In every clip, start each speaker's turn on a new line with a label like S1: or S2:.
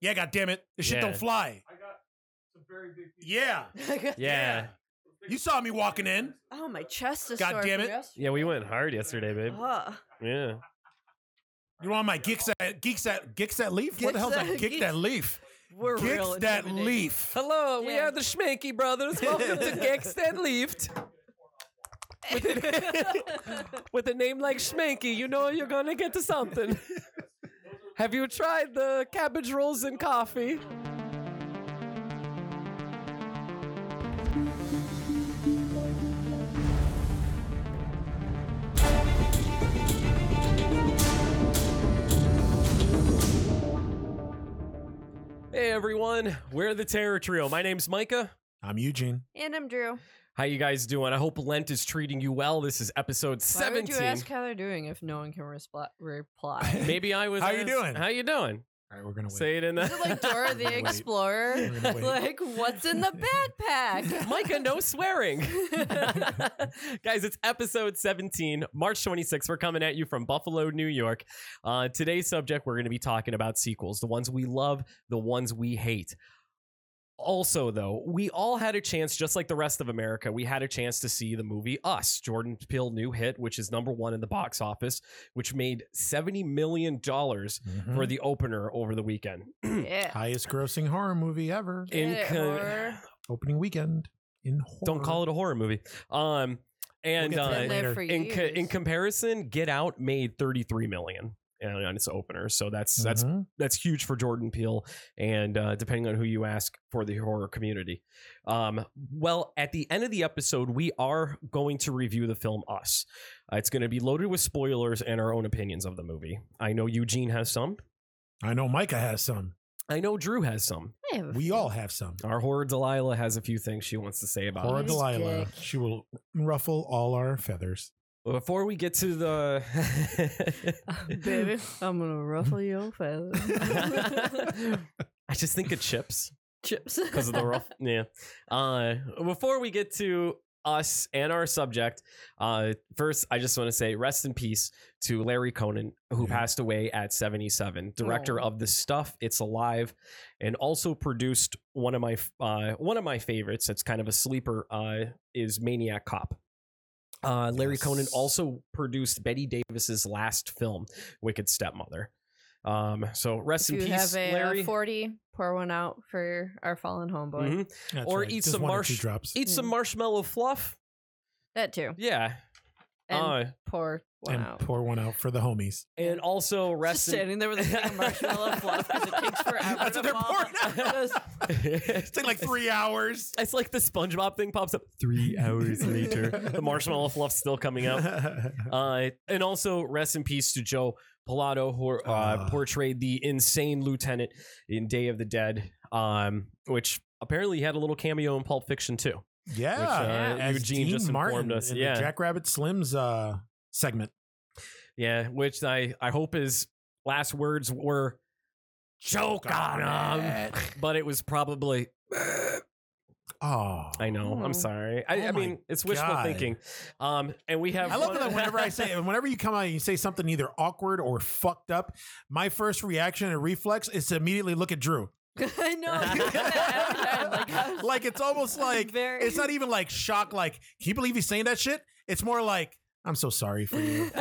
S1: Yeah, God damn it, this shit
S2: Yeah.
S1: don't fly.
S3: I got some very big. pieces.
S1: Yeah,
S2: Yeah.
S1: you saw me walking in.
S4: oh, my chest is
S1: God
S4: sore.
S1: damn
S4: from
S1: it.
S4: yesterday.
S2: Yeah, we went hard yesterday, babe.
S4: Ugh.
S2: Yeah.
S1: You're on my geeks that geeks that geeks that leaf. what the hell's
S4: Geeks
S1: that?
S4: that-
S1: Geek that leaf.
S4: we're real
S1: Geeks that
S4: intimidating.
S1: leaf.
S2: Hello, we
S4: Yeah.
S2: are the Schmanky Brothers. Welcome to Gex That Leafed. With a, with a name like Schmanky, you know you're going to get to something. Have you tried the cabbage rolls and coffee? Hey everyone, we're the Terror Trio. My name's Micah.
S1: I'm Eugene.
S4: And I'm Drew.
S2: How you guys doing? I hope Lent is treating you well. This is episode
S4: Why would
S2: 17.
S4: you ask how they're doing if no one can respl- reply?
S2: Maybe I was
S1: How you
S2: asked-
S1: doing?
S2: How you doing?
S1: All right, we're gonna wait.
S2: Say it in the
S4: Is it like Dora the
S1: Wait.
S4: Explorer?
S1: We're gonna wait.
S4: like, what's in the backpack?
S2: Micah, no swearing. Guys, it's episode 17, March 26th. We're coming at you from Buffalo, New York. Uh, today's subject, we're going to be talking about sequels, the ones we love, the ones we hate. Also, though, we all had a chance, just like the rest of America, we had a chance to see the movie Us, Jordan Peele new hit, which is number one in the box office, which made $70 million
S1: Mhm.
S2: for the opener over the weekend.
S4: yeah.
S1: highest grossing horror movie ever.
S4: Get it,
S2: con-
S4: horror.
S1: Opening weekend in horror.
S2: Don't call it a horror movie. Um, and
S1: get to
S2: uh,
S1: Mm-hmm. that
S4: Been there
S1: later.
S4: for
S2: in co- in
S4: years.
S2: comparison, Get Out made 33 million uh, on its opener, so that's that's
S1: Mhm.
S2: that's huge for Jordan Peele, and uh, depending on who you ask for the horror community. Um, well, at the end of the episode, we are going to review the film Us. Uh, it's going to be loaded with spoilers and our own opinions of the movie. I know Eugene has some.
S1: I know Micah has some.
S2: I know Drew has some.
S4: I have a
S1: We all have some.
S2: Our horror Delilah has a few things she wants to say about
S1: Horror
S2: it.
S4: He's
S1: Delilah.
S4: dick.
S1: She will ruffle all our feathers.
S2: Before we get to the
S4: Baby, I'm gonna ruffle your feathers.
S2: I just think of chips
S4: Chips.
S2: because of the rough. Yeah. Uh, before we get to us and our subject, uh, first I just want to say rest in peace to Larry Conan, who
S1: Yeah.
S2: passed away at 77. Director
S4: Mm-hmm. Aw.
S2: of the Stuff, It's Alive, and also produced one of my f- uh, one of my favorites. That's kind of a sleeper. Uh, is Maniac Cop. Uh, Larry
S1: Yes.
S2: Conan also produced Betty Davis's last film, Wicked Stepmother. Um, so rest
S4: If you
S2: in peace,
S4: have a uh,
S2: Larry.
S4: 40, pour one out for our fallen homeboy.
S2: Mhm.
S1: That's
S2: Or
S1: right.
S2: eat
S1: Just
S2: some
S1: one or
S2: marsh-
S1: two drops.
S2: Eat
S4: Mm.
S2: some marshmallow fluff.
S4: That too.
S2: Yeah.
S4: And
S2: uh,
S4: pour one
S1: and
S4: out.
S1: pour one out for the homies.
S2: and also
S4: Just
S2: rest in-
S4: standing there with a thing of marshmallow fluff because it takes forever.
S1: That's what
S4: to
S1: they're
S4: fall.
S1: pouring
S4: Just-
S1: It's like three hours.
S2: It's like the SpongeBob thing pops up three hours later. the marshmallow fluff's still coming out. Uh, and also rest in peace to Joe Pilato, who uh,
S1: Ah.
S2: portrayed the insane lieutenant in Day of the Dead, um, which apparently he had a little cameo in Pulp Fiction too.
S1: yeah.
S2: Which, uh,
S1: As
S2: Eugene
S1: Dean
S2: just
S1: Martin
S2: informed us.
S1: in
S2: Yeah.
S1: the Jackrabbit Slims uh, segment.
S2: Yeah, which I I hope his last words were choke on him, but it was probably
S1: Oh,
S2: I know. I'm
S4: Oh.
S2: sorry. I,
S1: Oh
S2: I
S1: my
S2: mean, it's wishful
S1: God.
S2: thinking. Um, and we have.
S1: I love
S2: one-
S1: that whenever I say, whenever you come out and you say something either awkward or fucked up, my first reaction and reflex is to immediately look at Drew.
S4: I know. I do that every time, Like, I was
S1: like it's almost like
S4: very-
S1: it's not even like shock. Like, can you believe he's saying that shit? It's more like I'm so sorry for you.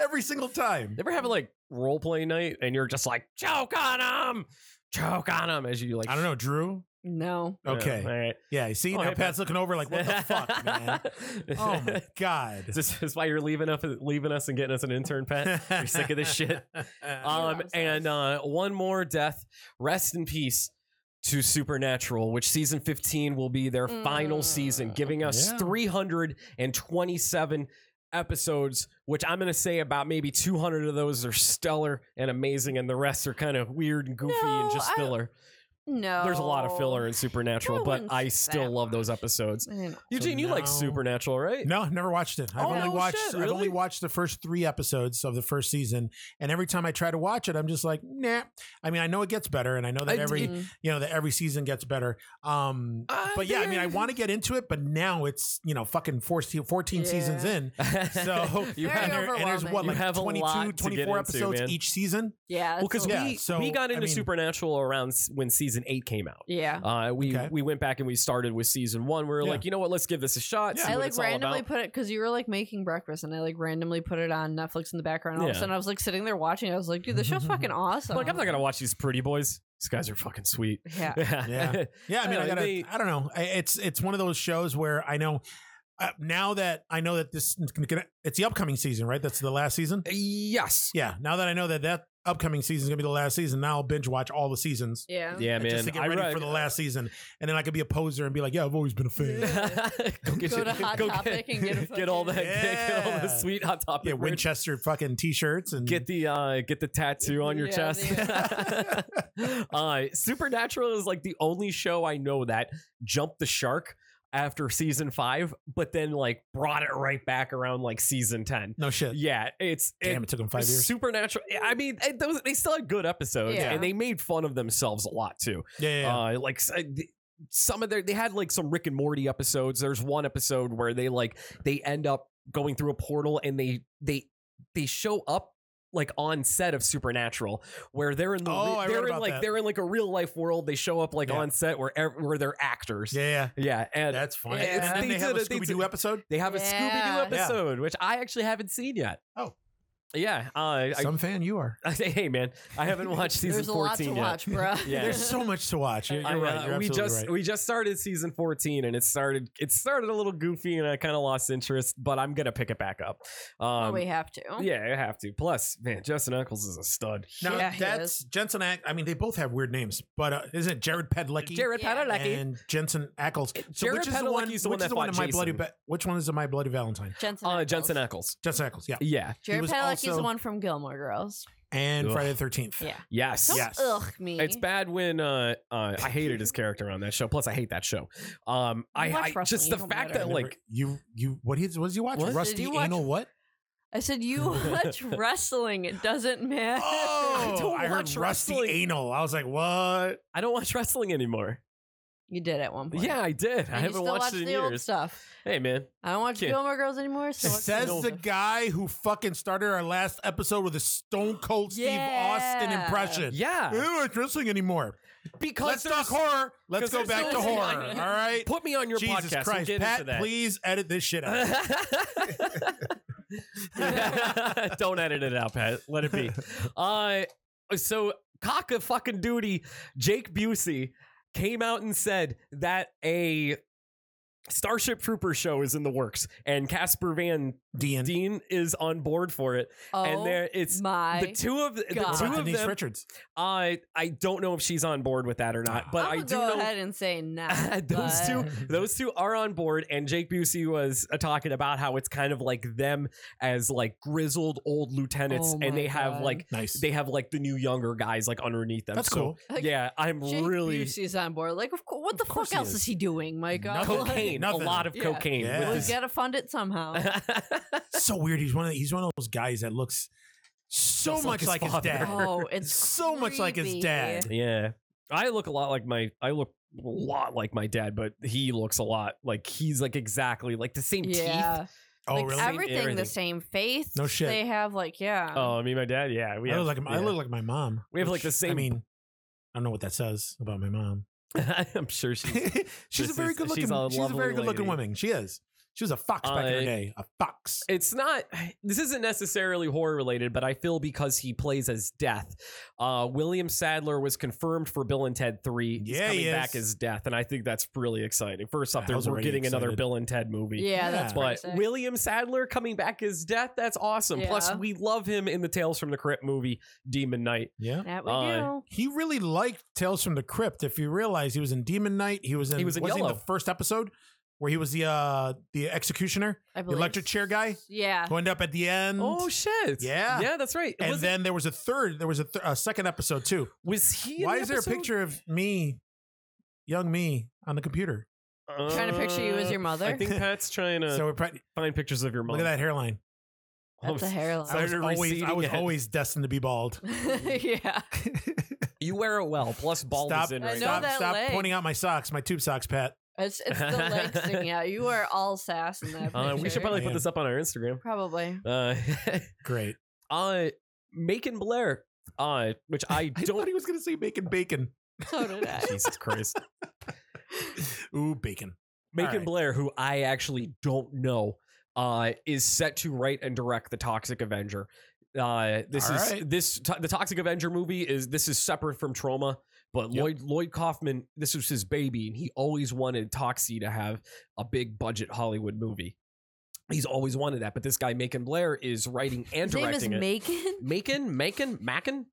S1: Every single time.
S2: Never have like role play night, and you're just like choke on him, choke on him, as you like.
S1: I don't know, Drew.
S4: No.
S2: Yeah,
S1: Okay.
S2: all right.
S1: Yeah, you see
S2: Oh,
S1: now
S2: hey,
S1: Pat's looking over like, what the fuck, man? Oh my god.
S2: This is why you're leaving us, leaving us, and getting us an intern, Pat. You're sick of this shit. Um,
S4: I'm sorry.
S2: and uh, one more death. Rest in peace to Supernatural, which season 15 will be their final
S4: Mm.
S2: season, giving us
S1: Yeah.
S2: 327 episodes, which I'm going to say about maybe 200 of those are stellar and amazing, and the rest are kind of weird and goofy and
S4: No,
S2: just
S4: I-
S2: filler.
S4: No.
S2: There's a lot of filler in Supernatural,
S4: No
S2: but
S4: one's
S2: I still
S4: that
S2: love those episodes.
S4: I
S1: Mm.
S4: don't know.
S2: Eugene, you like
S1: now-
S2: Supernatural, right?
S1: No, never watched it. I've
S2: Oh,
S1: only
S2: no
S1: watched
S2: shit,
S1: I've
S2: really?
S1: only watched the first three episodes of the first season, and every time I try to watch it, I'm just like, nah. I mean, I know it gets better, and I know that
S2: I-
S1: every
S4: Mm.
S1: you know that every season gets better. Um, but yeah, I mean, I want to get into it, but now it's you know fucking 14, 14 seasons
S4: Yeah.
S1: in, so
S2: you
S4: Very
S1: and,
S2: have
S1: there- and there's
S4: overwhelming.
S1: what
S2: You
S1: like
S2: have a
S1: 22,
S2: lot to get into,
S1: 24 episodes
S2: man.
S1: each season.
S4: Yeah.
S2: well because
S4: it's a-
S1: Yeah,
S2: we
S1: so,
S2: we got
S1: I
S2: into
S1: mean-
S2: Supernatural around s- when season eight came out.
S4: yeah.
S2: Uh, we
S1: Okay.
S2: we went back and we started with season one. We were
S1: Yeah.
S2: like, you know what? Let's give this a shot.
S1: Yeah.
S2: see
S4: I
S2: what
S4: like
S2: it's all
S4: randomly
S2: about.
S4: put it because you were like making breakfast, and I like randomly put it on Netflix in the background. All of a
S2: Yeah.
S4: sudden, I was like sitting there watching. I was like, "Dude, this show's fucking awesome!"
S2: I'm like I'm not gonna watch these pretty boys. These guys are fucking sweet.
S4: Yeah.
S1: Yeah. Yeah, I mean,
S2: Uh,
S1: I gotta.
S2: they-
S1: I don't know. I- It's it's one of those shows where I know uh, now that I know that this it's the upcoming season, right? That's the last season.
S2: yes.
S1: Yeah. Now that I know that that upcoming season is gonna be the last season, now I'll binge watch all the seasons.
S4: Yeah.
S2: Yeah, man.
S1: just to get
S2: I
S1: ready
S2: read-
S1: for the last season, and then I could be a poser and be like, "Yeah, I've always been a fan."
S4: Yeah.
S2: go get
S4: Go
S2: your-
S4: to Hot
S2: go
S4: Topic
S2: get,
S4: and get a
S2: get all the
S4: fucking-
S2: get all the
S1: Yeah.
S2: sweet hot topic.
S1: yeah,
S2: merch.
S1: Winchester fucking t-shirts and
S2: Get the uh, get the tattoo on your
S4: Yeah,
S2: chest. uh, Supernatural is like the only show I know that jumped the shark after season five, but then like brought it right back around like season ten.
S1: no shit.
S2: Yeah, it's it-
S1: Damn, it took them five years.
S2: Supernatural. I mean, it, those, they still had good episodes,
S4: Yeah.
S2: and they made fun of themselves a lot too.
S1: Yeah, yeah, yeah.
S2: Uh, like s- uh, th- some of their, they had like some Rick and Morty episodes. There's one episode where they like they end up going through a portal and they they they show up like on set of Supernatural where they're in the
S1: Oh,
S2: re-
S1: I read
S2: they're in
S1: about
S2: like
S1: that.
S2: they're in like a real life world. They show up like
S1: Yeah.
S2: on set where ev- where they're actors. Yeah,
S1: yeah, yeah.
S2: and.
S1: That's funny.
S4: Yeah.
S1: And then
S2: They
S1: they, have a
S2: did it-
S1: Scooby
S2: they
S1: Doo
S2: did-
S1: episode.
S2: they have a
S4: Yeah.
S2: Scooby Doo episode, which I actually haven't seen yet.
S1: Oh.
S2: yeah. Uh, I,
S1: Some fan you are.
S2: I say, hey man, I haven't watched season
S4: There's a lot to
S2: fourteen yet.
S4: watch, bro.
S2: Yeah.
S1: There's so much to watch. You're, you're
S2: I, uh,
S1: right. You're
S2: we
S1: absolutely
S2: just
S1: right.
S2: we just started season fourteen, and it started it started a little goofy, and I kind of lost interest. But I'm gonna pick it back up.
S4: Oh,
S2: Um,
S4: we have to.
S2: yeah, I have to. Plus, man, Justin Eccles is a stud.
S1: Now
S4: Yeah, he
S1: that's
S4: is.
S1: Jensen. Ack- I mean, they both have weird names, but uh, isn't it Jared Padalecki
S2: Jared
S4: Yeah.
S2: Padalecki. Uh,
S1: and Jensen Ackles?
S2: Jared
S1: which is the one?
S2: Padalecki's the one
S1: which
S2: that
S1: is the one
S2: fought
S1: in my bloody?
S2: Jason.
S1: Ba- which one is in my bloody Valentine?
S4: Jensen.
S2: Uh,
S4: Ackles.
S2: Jensen Ackles.
S1: Jensen Ackles. Yeah,
S2: Yeah.
S4: Jared
S1: was
S4: Padalecki is
S1: also-
S4: the one from Gilmore Girls.
S1: and
S2: Ugh.
S1: Friday the Thirteenth.
S4: Yeah.
S2: Yes.
S4: Don't
S1: Yes.
S4: ugh me.
S2: It's bad when uh, uh, I hated his character on that show. Plus, I hate that show. Um, I,
S4: You watch
S2: I just
S4: wrestling,
S2: the
S4: it don't
S2: fact
S4: matter.
S2: that like
S1: you, you, what is what does he watch?
S2: What?
S1: Rusty
S4: Did you watch-
S1: anal what?
S4: I said you watch wrestling. It doesn't matter.
S1: Oh,
S2: don't
S1: I heard
S2: watch
S1: Rusty
S2: wrestling.
S1: anal. I was like, what?
S2: I don't watch wrestling anymore.
S4: You did at one point.
S2: Yeah, I did. I
S4: And you
S2: haven't
S4: still
S2: watched
S4: watch
S2: it in
S4: the old
S2: years.
S4: stuff.
S2: Hey, man.
S4: I don't watch
S2: Kid.
S4: Gilmore Girls anymore. So what's
S1: Says
S4: new?
S1: the guy who fucking started our last episode with a Stone Cold Steve Austin
S4: Yeah.
S1: impression. I
S2: Yeah,
S1: don't like wrestling anymore.
S2: because
S1: Let's talk
S2: there's-
S1: horror. Let's
S2: 'cause
S1: go
S2: there's
S1: back
S2: no-
S1: to horror. All right.
S2: Put me on your
S1: Jesus
S2: podcast.
S1: Christ,
S2: we'll get
S1: Pat,
S2: into that.
S1: please edit this shit out.
S2: Don't edit it out, Pat. Let it be. Uh, so cock of fucking duty, Jake Busey came out and said that a Starship Trooper show is in the works, and Casper Van
S1: Dean.
S2: Dean is on board for it.
S4: Oh,
S2: and there, it's
S4: my.
S2: the two of the
S4: God.
S1: What
S2: two
S1: about
S2: of
S1: Denise
S2: them.
S1: Richards.
S2: I I don't know if she's on board with that or not, but
S4: I'm
S2: I
S4: gonna
S2: do
S4: go
S2: know
S4: ahead and say not.
S2: those
S4: but-
S2: two those two are on board and jake busey was uh, talking about how it's kind of like them as like grizzled old lieutenants
S4: Oh
S2: and
S4: my
S2: they have
S4: God.
S2: like
S1: Nice.
S2: they have like the new younger guys like underneath them
S1: That's
S2: So,
S1: cool.
S4: Like,
S2: yeah i'm
S4: Jake
S2: really
S4: Busey's on board. Like, of course, what the
S1: course
S4: fuck
S1: he
S4: else
S1: is.
S4: is. he doing, my God?
S1: Nothing.
S2: cocaine a
S1: Nothing.
S2: lot of
S4: Yeah.
S2: cocaine
S1: Yeah.
S2: with
S4: Like,
S1: Yes.
S4: we gotta fund it somehow.
S1: so weird. He's one of the, he's one of those guys that looks so
S2: Just like
S1: much
S2: his
S1: like his,
S2: father.
S1: dad.
S4: oh, it's
S1: so much like his
S4: creepy.
S1: dad.
S2: yeah i look a lot like my i look a lot like my dad but he looks a lot like he's like exactly like the same teeth
S4: Yeah,
S1: Oh
S4: like
S1: really?
S2: Same
S4: everything,
S2: everything.
S4: the same face.
S1: No shit.
S4: They have like yeah.
S2: oh i mean my dad yeah we
S1: I
S2: have
S1: look like my, I
S2: yeah.
S1: look like my mom.
S2: We have,
S1: which,
S2: like, the
S1: I
S2: same-
S1: mean, I don't know what that says about my mom.
S2: i'm sure she's
S1: she's
S2: This
S1: a very
S2: is-
S1: good looking.
S2: she's
S1: She's
S2: a
S1: a, very
S2: lovely
S1: good looking
S2: lady.
S1: woman. She is. She was a fox back in
S2: I-
S1: her day. A fox.
S2: it's not this isn't necessarily horror related but i feel because he plays as death uh william sadler was confirmed for bill and ted 3 he's
S1: Yeah,
S2: coming
S1: he is.
S2: back as death and i think that's really exciting first off
S1: I
S2: there
S1: was
S2: we're
S1: already
S2: getting another
S1: excited.
S2: bill and ted movie
S4: yeah,
S1: Yeah.
S4: that's pretty
S2: but
S4: sick.
S2: william sadler coming back as death that's awesome plus
S4: Yeah.
S2: we love him in the tales from the crypt movie demon knight
S1: Yeah.
S4: that we
S2: uh,
S4: do.
S1: He really liked Tales from the Crypt. If you realize, he was in Demon Knight. He was in.
S2: He was in
S1: wasn't he
S2: Yellow.
S1: the first episode. where he was the uh the executioner,
S4: I
S1: the
S4: believe.
S1: electric chair guy,
S4: Yeah.
S1: who ended up at the
S4: Mm.
S1: end.
S2: Oh shit!
S1: Yeah.
S2: yeah, that's right.
S1: and
S2: was, it-
S1: then there was a third. There was a, th- a second episode too.
S2: was he? in
S1: Why
S2: the
S1: is there a
S2: episode?
S1: picture of me, young me, on the computer?
S4: Trying to picture you as your
S2: Uh,
S4: mother?
S2: I think Pat's trying to
S1: so we're probably,
S2: find pictures of your mom.
S1: look at that hairline.
S2: Oh,
S4: That's a hairline.
S1: I was
S2: Started
S1: always, I
S2: receding
S1: was
S2: again.
S1: always destined to be bald.
S4: yeah.
S2: You wear it well. Plus, ball
S1: stop,
S2: is in
S4: I
S2: right
S4: know
S1: stop,
S4: that
S1: stop
S4: leg.
S1: pointing out my socks, my tube socks, Pat.
S4: It's it's the legs sticking out. You are all sass in
S2: now.
S4: that.
S2: Uh, we should
S4: picture.
S2: probably put
S1: Man.
S2: this up on our Instagram.
S4: probably.
S2: Uh,
S1: Great.
S2: uh, Macon Blair, uh, which I
S1: I
S2: don't.
S1: thought he was going to say bacon, bacon.
S4: So did I.
S2: Jesus Christ.
S1: Ooh, bacon.
S2: Macon
S1: All right.
S2: Blair, who I actually don't know, uh, is set to write and direct the Toxic Avenger. Uh, this
S1: All
S2: is
S1: right.
S2: this to- the Toxic Avenger movie is this is separate from Trauma, but
S1: Yep.
S2: Lloyd Lloyd Kaufman, this was his baby, and he always wanted Toxie to have a big budget Hollywood movie. He's always wanted that, but this guy Macon Blair is writing and
S4: His name is
S2: directing it.
S4: Macon.
S2: Macon, Macon, Macon,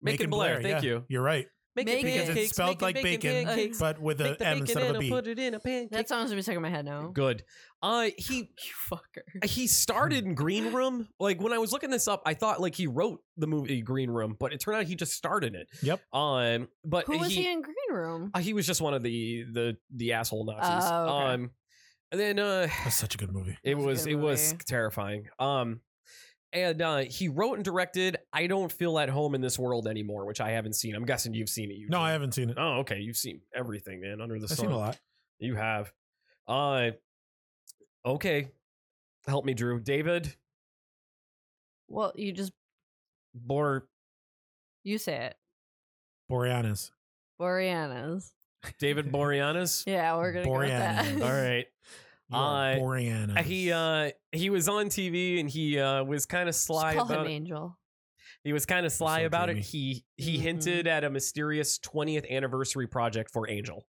S2: Macon Blair. Thank
S1: yeah.
S2: you.
S1: You're right.
S4: Macon.
S1: Because it's
S2: pancakes,
S1: spelled
S2: making
S1: like bacon,
S2: pancakes.
S1: but with
S2: Make
S1: a
S2: the
S1: M
S2: bacon
S1: instead
S2: and
S1: of a B.
S2: I'll put it in a pancake.
S4: That sounds to be stuck in my head now.
S2: Good. Uh, he
S4: You fucker.
S2: he started in Green Room. Like when I was looking this up, I thought like he wrote the movie Green Room, but it turned out he just started it.
S1: Yep.
S2: Um, but
S4: Who was
S2: he
S4: he, in Green Room?
S2: uh, he was just one of the the the asshole Nazis.
S4: Oh, okay.
S2: Um, and then uh,
S1: That's such a good movie.
S2: it
S4: That's a
S2: was
S4: good
S2: it was
S4: movie.
S2: terrifying. Um, and uh, he wrote and directed. I don't feel at home in this world anymore, which I haven't seen. I'm guessing you've seen it. You
S1: No, I haven't seen it.
S2: Oh, okay. You've seen everything, man. Under the
S1: I've
S2: sun.
S1: seen a lot.
S2: You have. Uh okay. Help me, Drew. David
S4: Well, you just
S2: Bor
S4: you say it.
S1: Boreanas.
S4: Boreanas.
S2: David Boreanaz.
S4: Yeah, we're gonna go
S1: Boreanas.
S4: with that.
S2: All right.
S1: You are
S2: Uh,
S1: Boreanas.
S2: He uh he was on TV and he uh was kind of sly
S4: Just call
S2: about it.
S4: him
S2: Oh,
S4: Angel.
S2: He was kind of sly
S1: so
S2: about
S1: dreamy.
S2: it. He he
S4: Mhm.
S2: hinted at a mysterious 20th anniversary project for Angel.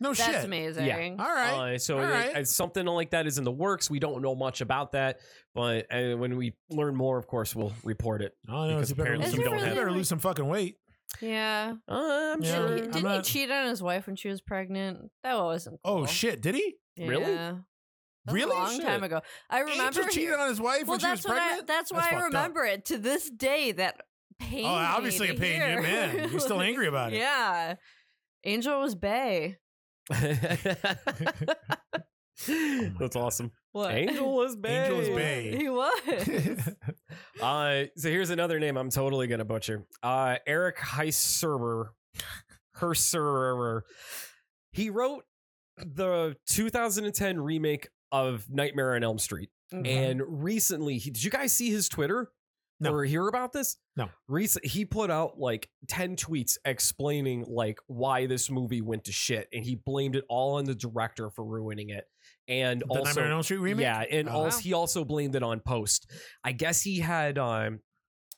S1: no
S4: That's
S1: shit.
S4: amazing.
S1: All right.
S2: Uh, so
S1: All
S2: it-
S1: right.
S2: uh, something like that is in the works. We don't know much about that, but uh, when we learn more, of course, we'll report it.
S1: I don't know.
S2: because
S1: You better,
S2: apparently
S1: lose
S4: Is
S1: some,
S4: it
S1: you
S4: really
S1: better
S4: like-
S1: lose some fucking weight.
S4: Yeah.
S2: Uh,
S1: Oh, Yeah.
S2: I'm
S4: Didn't,
S2: sure.
S4: he,
S1: I'm
S4: didn't
S1: not-
S4: he cheat on his wife when she was pregnant? That wasn't.
S1: Oh
S4: cool.
S1: shit! Did he
S2: Really?
S4: Yeah. That's
S1: really?
S4: A long
S2: Shit.
S4: time ago. I remember.
S1: Angel
S4: he-
S1: cheated on his wife
S4: well,
S1: when she was
S4: that's what I.
S1: pregnant.
S4: That's why
S1: That's fucked
S4: I
S1: up.
S4: remember it to this day. That pain.
S1: oh, obviously it pained you, man. You're still angry about it.
S4: Yeah. Angel was Bay.
S2: That's awesome.
S4: What?
S2: Angel was Bay.
S1: Angel was Bay.
S4: He was.
S2: Uh, so here's another name I'm totally gonna butcher. Uh, Eric Heiserber, Herserber. He wrote the 2010 remake of Nightmare on Elm Street,
S1: Mm-hmm.
S2: and recently, he, did you guys see his Twitter?
S1: No.
S2: Or hear about this?
S1: No.
S2: Recent, he put out like 10 tweets explaining like why this movie went to shit, and he blamed it all on the director for ruining it. And
S1: the
S2: also,
S1: Nightmare on Elm Street remake.
S2: yeah, and
S1: Oh.
S2: also
S4: Wow.
S2: he also blamed it on Post. I guess he had um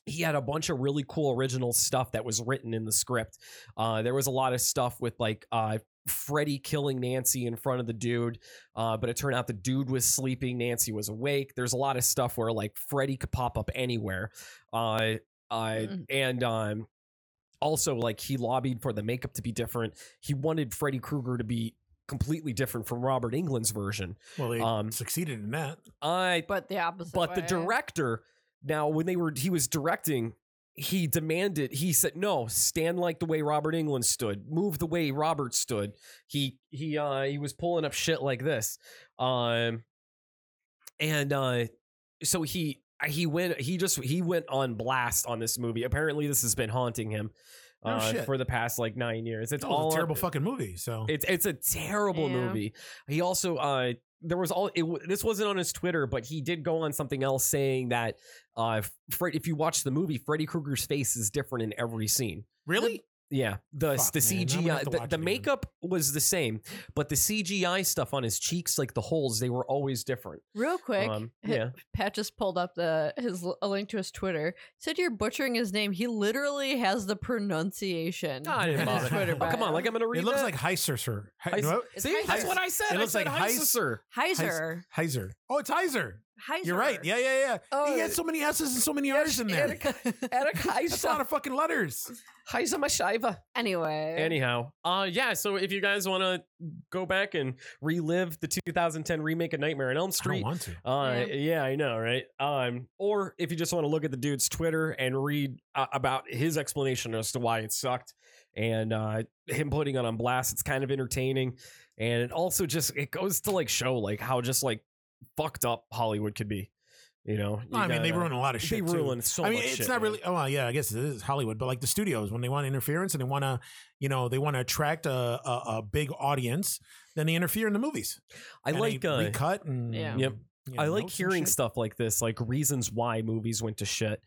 S2: he had a bunch of really cool original stuff that was written in the script. Uh there was a lot of stuff with like uh Freddy killing Nancy in front of the dude, uh, but it turned out the dude was sleeping. Nancy was awake. There's a lot of stuff where like Freddy could pop up anywhere, uh, uh,
S4: Mm.
S2: and um, also like he lobbied for the makeup to be different. He wanted Freddy Krueger to be completely different from Robert England's version.
S1: Well, they
S2: Um,
S1: succeeded in that.
S2: I
S4: but the opposite.
S2: but the
S4: way.
S2: director now when they were he was directing he demanded he said no stand like the way robert england stood move the way robert stood he he uh he was pulling up shit like this um and uh so he he went he just he went on blast on this movie apparently this has been haunting him
S1: No
S2: uh,
S1: shit.
S2: for the past like nine years it's
S1: It was
S2: all
S1: a terrible fucking movie. So
S2: it's it's a terrible
S4: Yeah.
S2: movie. He also uh there was all it, w- this wasn't on his Twitter, but he did go on something else saying that uh if, Fred, if you watch the movie, Freddy Krueger's face is different in every scene.
S1: really
S2: Yeah, the
S1: Fuck,
S2: the
S1: man, I'm gonna
S2: CGI
S1: have to
S2: the,
S1: watch it
S2: the
S1: again.
S2: makeup was the same, but the CGI stuff on his cheeks, like the holes, they were always different.
S4: Real quick,
S2: Um,
S4: hit-
S2: yeah,
S4: Pat just pulled up the his a link to his Twitter. Said you're butchering his name. He literally has the pronunciation.
S2: I didn't
S4: in his
S2: bother.
S4: Twitter
S2: Oh, come
S4: bio.
S2: on, like I'm gonna read.
S1: it looks
S2: that.
S1: like Heiser, sir. He-
S2: Heis-
S1: no,
S2: see, that's
S4: Heiser.
S2: what I said.
S1: It
S2: I
S1: looks
S2: said
S1: like Heis-
S2: Heiser.
S4: Heiser.
S1: Heiser. Oh, it's Heiser.
S4: Heiser.
S1: You're right. Yeah, yeah, yeah.
S5: Oh,
S1: he had so many S's and so many R's in there.
S5: Eric, Eric
S1: That's a lot
S5: Heiser.
S1: of fucking letters.
S5: Heiser Mashiva.
S4: Anyway.
S2: Anyhow, uh, yeah. So if you guys want to go back and relive the 2010 remake of Nightmare on Elm Street,
S1: want to.
S2: uh,
S4: Yeah.
S2: yeah. I know, right? Um, or if you just want to look at the dude's Twitter and read uh, about his explanation as to why it sucked and uh, him putting it on blast, it's kind of entertaining, and it also just it goes to like show like how just like fucked up Hollywood could be. You know, You
S1: I mean, they
S2: gotta-
S1: ruin a lot of
S2: they
S1: shit. too.
S2: ruin so.
S1: I mean,
S2: much
S1: it's
S2: shit,
S1: not
S2: man.
S1: really. Oh, well, yeah, I guess it is Hollywood, but like the studios, when they want interference and they want to, you know, they want to attract a, a a big audience, then they interfere in the movies.
S2: I
S1: And
S2: like
S1: they
S2: uh,
S1: recut and
S4: Yeah.
S2: Yep.
S1: you
S2: I
S1: know,
S2: like
S1: notes and
S2: hearing
S1: shit.
S2: stuff like this, like reasons why movies went to shit.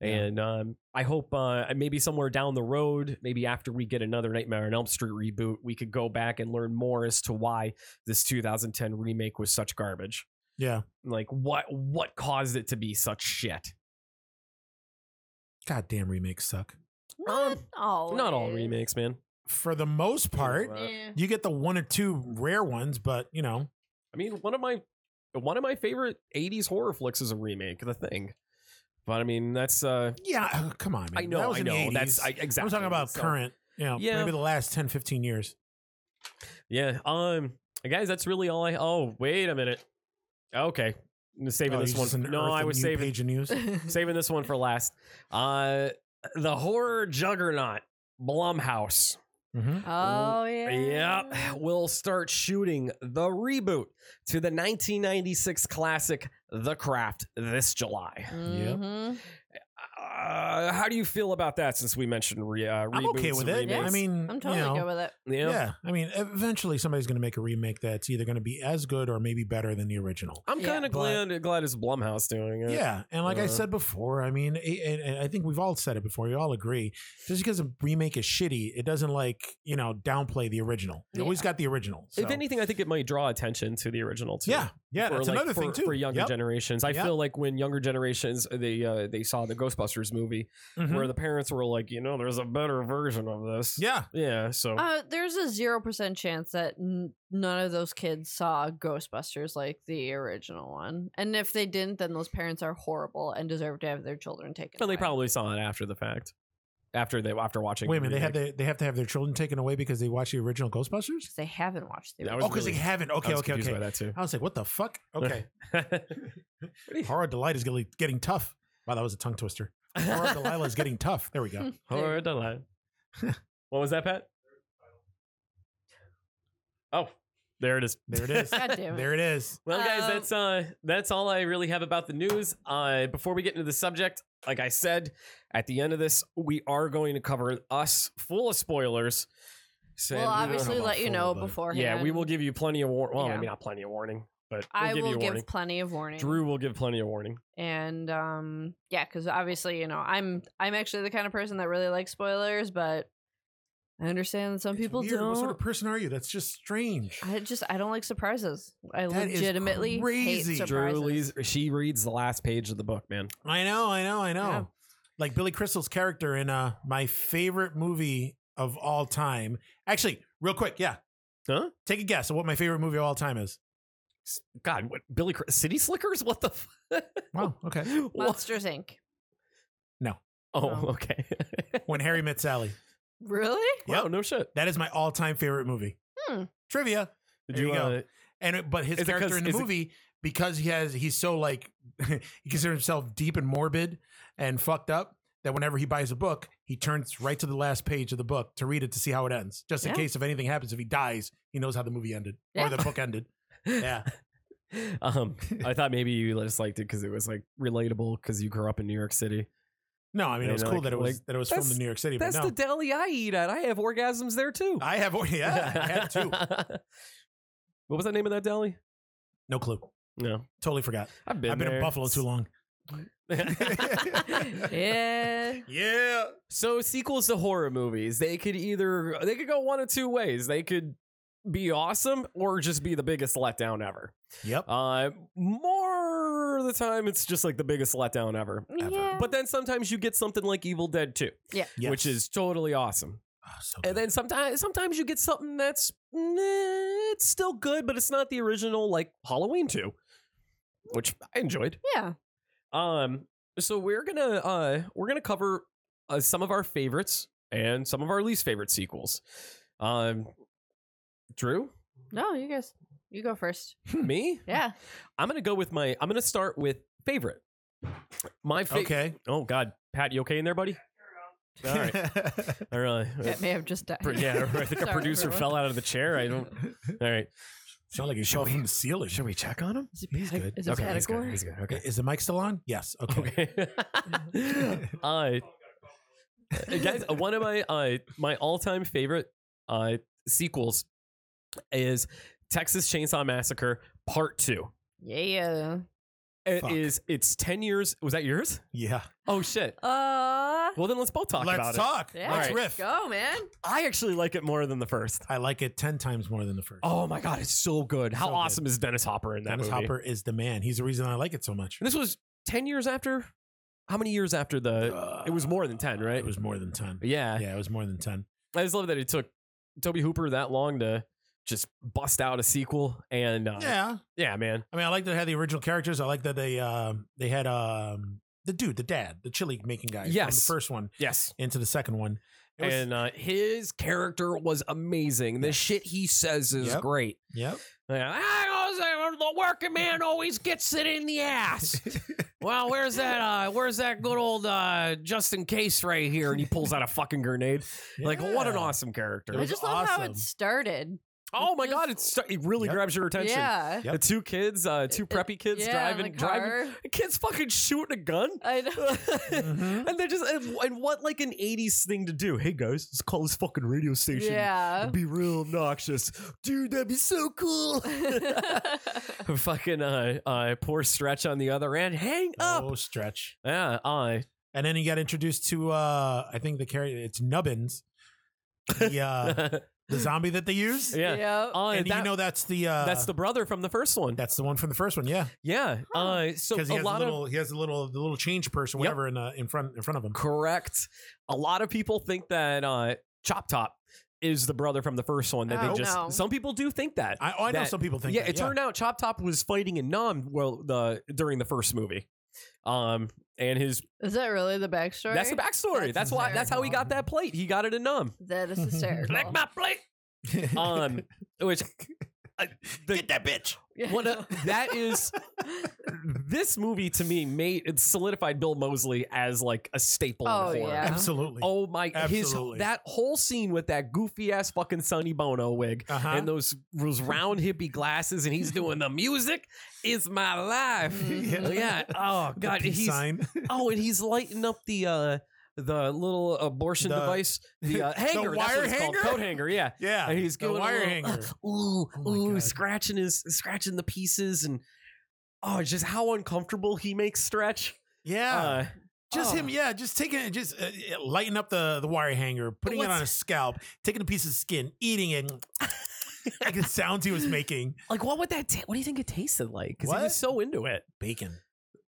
S2: And um, I hope uh, maybe somewhere down the road, maybe after we get another Nightmare on Elm Street reboot, we could go back and learn more as to why this 2010 remake was such garbage.
S1: Yeah.
S2: Like what what caused it to be such shit?
S1: Goddamn remakes suck.
S4: Not all.
S2: um, Not all remakes, man.
S1: For the most part,
S2: Right.
S4: Yeah.
S1: you get the one or two rare ones, but you know,
S2: I mean, one of my one of my favorite 80s horror flicks is a remake, The Thing. But I mean, that's uh,
S1: yeah. uh, Come on, man.
S2: I know,
S1: That was
S2: I
S1: in the
S2: know. That's
S1: 80s.
S2: I, exactly.
S1: I'm talking about
S2: So-
S1: current. You know,
S2: Yeah.
S1: maybe the last 10, 15 years.
S2: Yeah. Um, guys, that's really all I. Oh, wait a minute. Okay, I'm saving
S1: Oh,
S2: this
S1: you just
S2: one.
S1: unearthed
S2: No, I
S1: a
S2: was
S1: new
S2: saving
S1: page of news.
S2: saving this one for last. Uh, the horror juggernaut Blumhouse.
S1: hmm
S4: oh yeah.
S2: Yep, will start shooting the reboot to the 1996 classic The Craft this July.
S4: Mhm.
S2: Uh, how do you feel about that? Since we mentioned re- uh, reboots,
S1: I'm okay with
S2: and
S1: it.
S2: remakes?
S1: I mean,
S4: I'm totally
S1: you know,
S4: good with it.
S1: Yeah. I mean, e-, eventually somebody's going to make a remake that's either going to be as good or maybe better than the original.
S2: I'm
S4: Yeah.
S2: kind of glad glad it's Blumhouse doing it.
S1: Yeah, and like I
S2: Uh.
S1: said before, I mean, it, and, and I think we've all said it before. You all agree, just because a remake is shitty, it doesn't like you know downplay the original. You always got the original. So.
S2: If anything, I think it might draw attention to the original too.
S1: yeah, yeah,
S2: for,
S1: that's
S2: like,
S1: another
S2: for-
S1: thing too
S2: for younger
S1: Yep.
S2: generations. I
S1: Yep.
S2: feel like when younger generations they uh, they saw the Ghostbusters movie
S1: Mhm.
S2: where the parents were like, you know, there's a better version of this.
S1: Yeah,
S2: Yeah, so
S4: Uh, there's a zero percent chance that n- none of those kids saw Ghostbusters like the original one, and if they didn't, then those parents are horrible and deserve to have their children taken.
S2: but they
S4: away.
S2: probably saw it after the fact. After they after watching
S1: wait a minute, they have
S2: remake.
S1: their, they have to have their children taken away because they watched the original Ghostbusters.
S4: 'Cause they haven't watched the
S2: That
S1: Oh,
S2: was
S4: original.
S1: because
S2: really-
S1: they haven't. Okay,
S2: I was
S1: okay,
S2: confused
S1: okay.
S2: by that too.
S1: I was like, what the fuck? Okay, horror delight is getting getting tough. Wow, that was a tongue twister. Horror Delilah is getting tough. There we go.
S2: Horror delight. what was that, Pat? Oh, there it is.
S1: There it is.
S4: God damn it.
S1: There it is.
S2: Well, guys,
S4: Um,
S2: that's uh, that's all I really have about the news. Uh, before we get into the subject, like I said at the end of this, we are going to cover us full of spoilers. So
S4: we'll
S2: we will-
S4: obviously
S1: about
S4: let you
S1: full,
S4: know
S1: but-
S4: beforehand.
S2: yeah, we will give you plenty of warning. Well, I
S4: Yeah.
S2: mean, not plenty of warning, but we'll
S4: I
S2: give
S4: will
S2: you a
S4: give
S2: warning.
S4: plenty of warning.
S2: Drew will give plenty of warning.
S4: and um, yeah, because obviously you know I'm I'm actually the kind of person that really likes spoilers, but I understand that some
S1: It's
S4: people
S1: weird.
S4: don't.
S1: What sort of person are you? That's just strange.
S4: I just I don't like surprises. I
S1: That is
S4: legitimately
S1: crazy.
S4: hate surprises.
S2: Drew leads, she reads the last page of the book, man.
S1: I know, I know, I know.
S4: Yeah.
S1: Like Billy Crystal's character in uh my favorite movie of all time. Actually, real quick, yeah.
S2: Huh?
S1: Take a guess at what my favorite movie of all time is.
S2: God, what Billy Cr- City Slickers? What the? F-
S1: Wow, okay.
S2: What?
S4: Monsters Inc.
S2: Oh,
S4: Oh.
S2: okay.
S1: when Harry Met Sally.
S4: Really?
S1: Yep.
S2: wow, no shit.
S1: That is my all-time favorite movie.
S4: Hmm.
S1: Trivia.
S2: Did
S1: There
S2: you?
S1: you go.
S2: uh,
S1: And it- but his
S2: Is it 'cause-
S1: character in the
S2: is it-
S1: movie because he has he's so like he considers himself deep and morbid and fucked up that whenever he buys a book, he turns right to the last page of the book to read it to see how it ends, just in
S4: Yeah.
S1: case if anything happens, if he dies, he knows how the movie ended
S4: Yeah.
S1: or the book ended. Yeah,
S2: um, I thought maybe you just liked it because it was like relatable because you grew up in New York City.
S1: no, I mean it
S2: Yeah,
S1: was
S2: like-
S1: cool that it was
S2: like,
S1: that it was filmed
S2: that's-
S1: in New York City, but no,
S2: deli I eat at. I have orgasms there too.
S1: I have yeah, I have two.
S2: What was the name of that deli?
S1: No clue,
S2: No,
S1: totally forgot.
S2: I've been.
S1: I've been in Buffalo too long.
S2: long.
S4: Yeah.
S1: Yeah,
S2: so sequels to horror movies, they could either they could go one of two ways. They could be awesome or just be the biggest letdown ever.
S1: yep.
S2: Uh, more of the time, it's just like the biggest letdown ever.
S1: Ever.
S4: Yeah.
S2: But then sometimes you get something like Evil Dead 2,
S1: Yes.
S2: which is totally awesome.
S1: Oh, so
S2: And
S1: good.
S2: then sometimes sometimes you get something that's eh, it's still good, but it's not the original like Halloween two. which I enjoyed.
S4: Yeah.
S2: Um, so we're gonna uh we're gonna cover uh, some of our favorites and some of our least favorite sequels. Um, Drew,
S4: No, you guys, you go first.
S2: me,
S4: Yeah.
S2: I'm gonna go with my. I'm gonna start with favorite. My favorite.
S1: Okay.
S2: Oh God, Pat, you okay in there, buddy? uh, All right. All right.
S4: That may have just died.
S2: Pro- Yeah, I think a
S4: Sorry,
S2: producer
S4: everyone.
S2: fell out of the chair. I don't. All right.
S1: Sound like you shot from the ceiling.
S2: we check on him?
S4: Is it,
S1: He's
S4: pati-
S1: good.
S4: Is it
S2: okay, he's good,
S4: category?
S2: he's good, Okay.
S1: Is the mic still on? Yes. Okay.
S2: Okay. uh, guys, one of my uh, my all time favorite uh, sequels is Texas Chainsaw Massacre Part Two.
S4: Yeah.
S2: It
S1: Fuck.
S2: is. It's ten years. Was that yours?
S1: Yeah.
S2: Oh shit.
S4: Uh.
S2: Well, then let's both talk
S1: Let's
S2: about it.
S1: talk.
S4: Yeah.
S1: Let's
S2: All right.
S1: riff.
S4: Go, man.
S2: I actually like it more than the first.
S1: I like it ten times more than the first.
S2: Oh my god, it's so good. How
S1: So good.
S2: awesome is Dennis Hopper in that
S1: Dennis
S2: movie?
S1: Hopper is the man. He's the reason I like it so much.
S2: And this was ten years after. How many years after the?
S1: Uh,
S2: it was more than 10, right?
S1: It was more than ten.
S2: yeah.
S1: Yeah, it was more than ten.
S2: I just love that it took Toby Hooper that long to just bust out a sequel. And uh, yeah.
S1: Yeah.
S2: man.
S1: I mean, I like that they had the original characters. I like that they um they had um the dude, the dad, the chili making guy from
S2: Yes.
S1: the first one
S2: Yes.
S1: into the second one. It was-
S2: and uh, his character was amazing. The shit he says is
S1: Yep.
S2: great.
S1: yep.
S2: Yeah, I was, uh, the working man always gets it in the ass. well, where's that? Uh, where's that good old uh, Justin Case right here? And he pulls out a fucking grenade. Like, what an
S1: Yeah.
S2: awesome character!
S1: It
S4: I
S1: was
S4: just love how
S1: awesome.
S4: it started.
S2: oh my
S4: just-
S2: god, it's it really
S1: Yep.
S2: grabs your attention.
S4: Yeah.
S1: Yep.
S2: The two kids, uh, two
S4: It-
S2: preppy kids
S4: yeah, in
S2: driving,
S4: the
S2: driving.
S4: car.
S2: The kids fucking shooting a gun.
S4: I know.
S1: Mhm.
S2: And they're just and, and what like an '80s thing to do? Hey guys, let's call this fucking radio station.
S4: yeah.
S2: and Be real obnoxious, dude. That'd be so cool. fucking uh, uh, poor stretch on the other end. Hang up.
S1: Oh, stretch.
S2: Yeah, I.
S1: And then he got introduced to uh I think the character it's Nubbins. The uh the zombie that they use.
S2: yeah.
S4: Yep.
S2: Uh,
S1: and
S2: that-
S1: you know that's the uh
S2: that's the brother from the first one.
S1: that's the one from the first one, yeah.
S2: yeah.
S4: Huh.
S2: Uh, so
S1: Because he
S2: a
S1: has a
S2: lot of
S1: little he has a little the little change person,
S2: Yep.
S1: whatever in uh, in front in front of him.
S2: Correct. A lot of people think that uh, Chop Top is the brother from the first one. That
S4: Oh,
S2: they just
S4: no.
S2: some people do think that.
S1: I, oh, I know
S2: That-
S1: some people think
S2: yeah,
S1: that,
S2: it turned out Chop Top was fighting in Nam well the during the first movie. Um and his
S4: Is that really the backstory?
S2: that's the backstory. That's,
S4: That's
S2: why that's how he got
S1: hysterical.
S2: that plate. He got it in Nam.
S4: That is hysterical.
S2: Like my plate. Um which uh, the-
S1: Get that bitch.
S4: Yeah.
S2: What a- that is this movie to me made it solidified Bill Mosley as like a staple
S4: Oh,
S2: in horror.
S4: yeah.
S1: Absolutely.
S2: Oh my
S1: Absolutely.
S2: his that whole scene with that goofy ass fucking Sonny Bono wig
S1: Uh-huh.
S2: and those those round hippie glasses and he's doing the music is my
S4: Mm.
S2: life.
S1: Yeah.
S2: Yeah. Oh
S1: The
S2: god,
S1: peace
S2: he's
S1: sign.
S2: Oh, and he's lighting up the uh the little abortion
S1: The-
S2: device, the uh, hanger, that's
S1: wire
S2: what it's called,
S1: hanger?
S2: coat hanger, yeah.
S1: yeah.
S2: And he's
S1: the
S2: going a
S1: wire
S2: little-
S1: hanger.
S2: ooh,
S1: Oh my
S2: ooh,
S1: God.
S2: scratching his scratching the pieces and oh, just how uncomfortable he makes stretch.
S1: Yeah.
S2: Uh,
S1: just
S2: oh.
S1: him, yeah. Just taking it, just uh, lighting up the, the wire hanger, putting it
S2: what's-
S1: on his scalp, taking a piece of skin, eating it. like the sounds he was making.
S2: Like, what would that? ta- what do you think it tasted like? Because he
S1: What?
S2: was so into it.
S1: Bacon.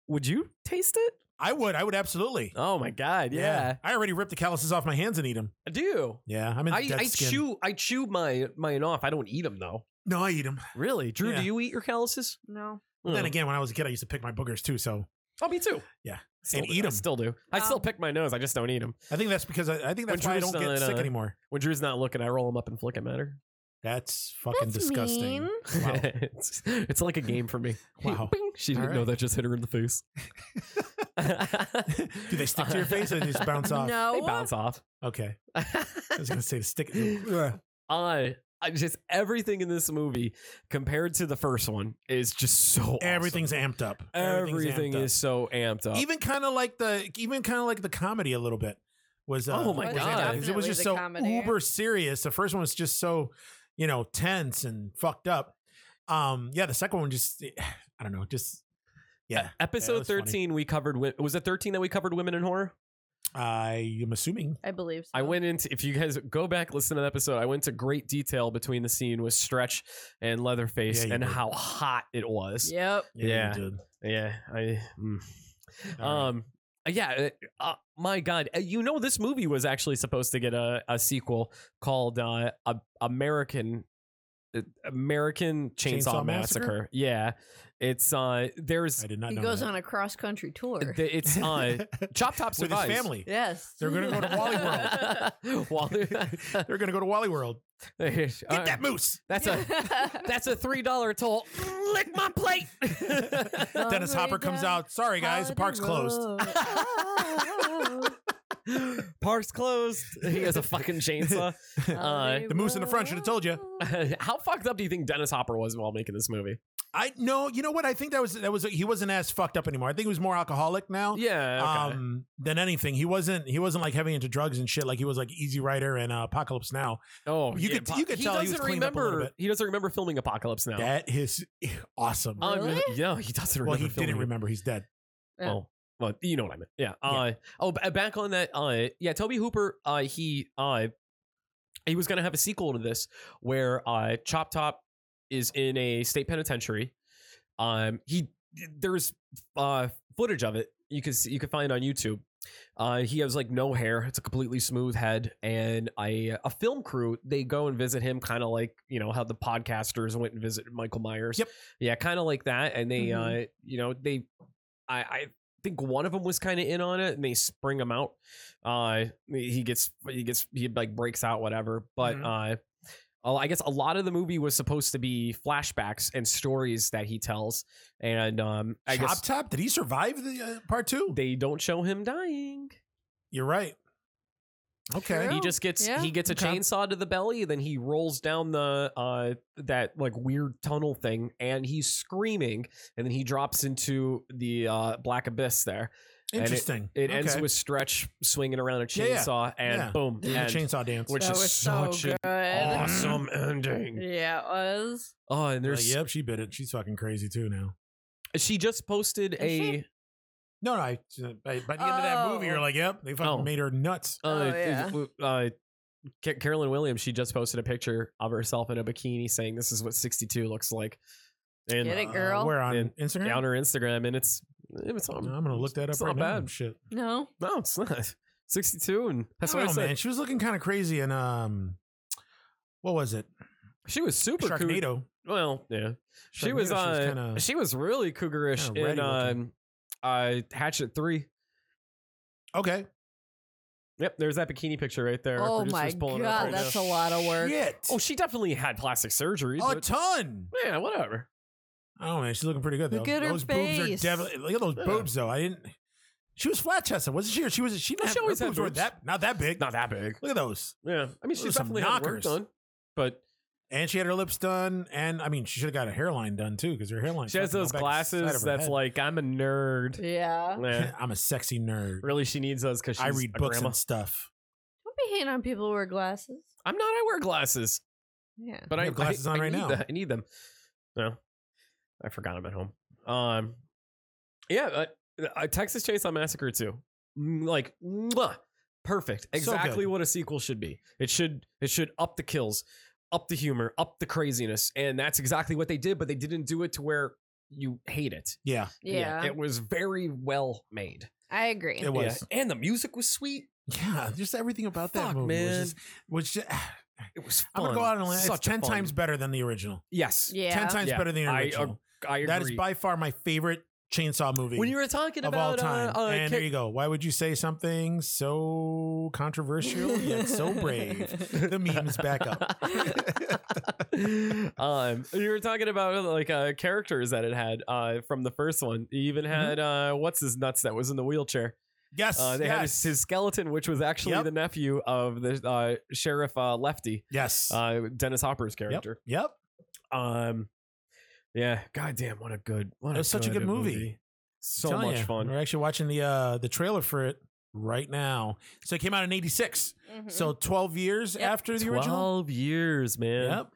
S2: Would you taste it?
S1: I would. I would absolutely.
S2: Oh my god, yeah,
S1: I already ripped the calluses off my hands and eat them.
S2: I do.
S1: Yeah. I'm in
S2: I,
S1: dead
S2: I
S1: skin.
S2: chew I chew my mine off. I don't eat them though.
S1: No, I eat them.
S2: Really, Drew?
S1: Yeah.
S2: Do you eat your calluses?
S4: No.
S1: Then
S2: Mm.
S1: again, when I was a kid, I used to pick my boogers too. So
S2: oh, me too.
S1: Yeah.
S2: Still
S1: And
S2: do.
S1: eat
S2: I
S1: 'em.
S2: Still do. I
S4: No.
S2: still pick my nose. I just don't eat them.
S1: I think that's because I, I think
S2: When
S1: that's why I
S2: Drew's
S1: don't get
S2: not,
S1: sick
S2: uh,
S1: anymore.
S2: When Drew's not looking, I roll them up and flick them at her.
S1: That's fucking
S4: That's
S1: disgusting.
S4: mean.
S1: Wow.
S2: it's, it's like a game for me.
S1: Wow.
S2: Bing. She didn't
S1: All
S2: know
S1: right.
S2: that just hit her in the face.
S1: Do they stick to your face or they just bounce off?
S4: No.
S2: They bounce off.
S1: Okay. I was
S2: I,
S1: gonna say stick. Ugh.
S2: I just everything in this movie compared to the first one is just so awesome.
S1: Everything's amped up. Everything's
S2: everything
S1: amped up.
S2: is so amped up. E-
S1: even kind of like the even kind of like the comedy a little bit was. Uh,
S2: Oh my
S1: was
S2: God.
S1: amped up, 'cause it was
S4: Definitely
S1: just
S4: the
S1: so
S4: comedy.
S1: uber serious. The first one was just so you know tense and fucked up. Um, yeah, the second one just I don't know, just yeah.
S2: E- episode
S1: was funny.
S2: 13 we covered wi- was it 13 that we covered women in horror? Uh,
S1: I am assuming.
S4: I believe so.
S2: I went into if you guys go back listen to that episode, I went into great detail between the scene with Stretch and Leatherface
S1: Yeah, you
S2: and
S1: did.
S2: how hot it was.
S4: Yep.
S2: Yeah.
S1: dude.
S2: Yeah, I. mm.
S1: All right.
S2: Um. Yeah. uh, Uh, my God. Uh, You know, this movie was actually supposed to get a, a sequel called uh, a, American uh, American Chainsaw,
S1: Chainsaw
S2: Massacre.
S1: Massacre?
S2: Yeah, it's uh there's
S1: I did not
S4: He
S1: know.
S4: goes
S1: that.
S4: on a cross country tour.
S2: th- it's uh Chop Top
S1: with his
S2: survives.
S1: family.
S4: yes.
S1: They're gonna go to Wally World.
S2: World. Wally.
S1: They're gonna go to Wally World.
S2: Get
S1: Get that moose.
S2: That's a that's a three dollar toll. Lick my plate.
S1: Dennis Hopper comes out. Sorry guys, the park's closed.
S2: Park's closed. He has a fucking chainsaw. Uh,
S1: The moose in the front should have told you.
S2: How fucked up do you think Dennis Hopper was while making this movie?
S1: I no, you know what? I think that was that was he wasn't as fucked up anymore. I think he was more alcoholic now.
S2: Yeah. Okay.
S1: Oh, Um, than anything, he wasn't. He wasn't like heavy into drugs and shit. Like he was like Easy Rider and uh, Apocalypse Now.
S2: oh,
S1: you
S2: yeah,
S1: could- you could
S2: he
S1: tell he
S2: doesn't
S1: was cleaned up a
S2: remember.
S1: little bit.
S2: He doesn't remember filming Apocalypse Now.
S1: That is awesome.
S2: Um,
S4: Really?
S2: yeah, he doesn't
S1: well,
S2: remember.
S1: he
S2: filming
S1: didn't
S2: it.
S1: remember. He's dead.
S4: Yeah.
S2: Oh, well, you know what I meant. Yeah. Uh, oh, b- back on that. Uh, yeah, Toby Hooper. Uh, he uh, he was gonna have a sequel to this where uh, Chop Top is in a state penitentiary. Um, he there's uh footage of it you can see, you can find on YouTube. Uh, he has like no hair. It's a completely smooth head, and I a film crew they go and visit him, kind of like you know how the podcasters went and visited Michael Myers.
S1: Yep.
S2: Yeah, kind of like that, and they
S4: Mhm.
S2: uh you know they I I think one of them was kind of in on it, and they spring him out. Uh, he gets he gets he like breaks out whatever, but
S1: Mm-hmm.
S2: uh. oh, I guess a lot of the movie was supposed to be flashbacks and stories that he tells, and um, I
S1: Chop
S2: guess
S1: Top. Did he survive the uh, part two?
S2: they don't show him dying.
S1: You're right. Okay.
S4: True.
S2: He just gets
S4: Yeah.
S2: he gets a
S1: Okay.
S2: chainsaw to the belly, then he rolls down the uh that like weird tunnel thing, and he's screaming, and then he drops into the uh black abyss there. And
S1: Interesting.
S2: It ends
S1: Okay.
S2: with Stretch swinging around a
S1: Yeah, yeah.
S2: chainsaw, and
S1: Yeah.
S2: boom,
S1: Doing the
S2: end,
S1: chainsaw Mm-hmm. dance.
S2: which
S4: That
S2: is
S4: was so
S2: such an
S4: good.
S2: awesome ending.
S4: Yeah, it was.
S2: Oh, and
S1: Like,
S2: there's
S1: yep, she bit it. She's fucking crazy too now.
S2: she just posted
S4: Is she?
S2: a
S1: No, no. I, by, by the end of that movie,
S4: Oh.
S1: you're like, yep, they fucking
S2: Oh.
S1: made her nuts.
S2: uh,
S4: Oh, yeah.
S2: w- uh, Ca- Carolyn Williams. She just posted a picture of herself in a bikini, saying this is what 62 looks like. And
S4: Get it,
S1: Uh,
S4: girl.
S1: where on
S2: And
S1: Instagram?
S2: down her Instagram, and it's it's on.
S1: I'm gonna look that up
S2: It's
S1: right
S2: not
S1: now.
S2: bad.
S1: Shit.
S4: No.
S2: No, it's not. 62, and that's
S1: I
S2: what
S1: don't
S2: I
S1: know,
S2: said.
S1: Oh, man. She was looking kind of crazy in um, what was it?
S2: She was super coug-
S1: Sharknado.
S2: Well, yeah, she
S1: Sharknado,
S2: was. Uh, she, was
S1: kinda-
S2: really cougarish
S1: kinda
S2: in
S1: ratty
S2: um,
S1: looking.
S2: uh, Hatchet Three.
S1: okay.
S2: Yep, there's that bikini picture right there. Our
S4: Oh
S2: producer's
S4: my
S2: pulling it up
S4: God,
S2: right
S4: that's
S2: now.
S4: a lot of work.
S1: Shit.
S2: Oh, she definitely had plastic surgery.
S1: a
S2: but-
S1: ton.
S2: yeah, whatever.
S1: Oh man, she's looking pretty good though.
S4: Look at her
S1: those
S4: face.
S1: boobs are definitely. Look at those
S2: Yeah.
S1: boobs though. I didn't. She was flat chested, wasn't she? Or she was. She, didn't
S2: She
S1: have, her
S2: always had
S1: boobs weren't
S2: boobs.
S1: that not that big.
S2: Not that big.
S1: Look at those.
S2: Yeah, I mean,
S1: Those
S2: she
S1: are some
S2: definitely had work
S1: knockers.
S2: done, but
S1: And she had her lips done, and I mean, she should have got her hairline done too, because her hairline.
S2: she has
S1: fucking went
S2: those
S1: back to the side
S2: glasses
S1: of her
S2: that's
S1: head.
S2: like, I'm a nerd.
S4: Yeah. Don't
S2: Yeah.
S1: I'm a sexy nerd.
S2: Really, she needs those because
S1: I read
S2: a
S1: books
S2: grandma.
S1: and stuff.
S4: be hating on people who wear glasses.
S2: I'm not. I wear glasses.
S4: Yeah.
S2: But
S1: You
S2: I
S1: have glasses
S2: I-
S1: on
S2: I
S1: right
S2: need
S1: now.
S2: that- I need them. No, I forgot them at home. Um, yeah, uh, uh, Texas Chainsaw Massacre too. Like, mwah, perfect. Exactly
S1: good.
S2: what a sequel should be. It should it should up the kills, up the humor, up the craziness, and that's exactly what they did. But they didn't do it to where you hate it.
S1: Yeah,
S4: Yeah.
S2: it was very well made.
S4: I agree.
S1: it was.
S2: Yeah, and the music was sweet.
S1: Yeah, just everything about that
S2: Fuck,
S1: movie was
S2: man.
S1: just. Was just
S2: It was. Fun.
S1: I'm gonna go out on a limb. It's
S2: Such a
S1: ten
S2: fun-
S1: times better than the original.
S2: Yes,
S4: yeah.
S1: Ten times
S2: Yeah.
S1: better than the
S2: I
S1: original.
S2: I agree.
S1: That is by far my favorite chainsaw movie.
S2: when you were talking
S1: of all
S2: about
S1: time.
S2: uh, uh,
S1: and
S2: Ca-
S1: there you go. Why would you say something so controversial yet so brave?
S4: Mm-hmm.
S1: The meme's back up.
S2: um, you were talking about like uh, characters that it had uh, from the first one. You even
S1: Mm-hmm.
S2: had uh, what's his nuts that was in the wheelchair.
S1: Yes,
S2: Uh, they had his,
S1: yes,
S2: his skeleton, which was actually
S1: Yep.
S2: the nephew of the uh, sheriff uh, Lefty,
S1: yes.
S2: uh, Dennis Hopper's character.
S1: yep.
S2: Um, yeah, goddamn, what a good, what
S1: It was such a good movie.
S2: So
S1: Telling
S2: much
S1: ya,
S2: fun.
S1: We're actually watching the uh, the trailer for it right now. So it came out in '86.
S4: Mhm.
S1: So 12 years
S4: Yep.
S1: after the original.
S2: Mm-hmm. Twelve years, man.
S1: Yep.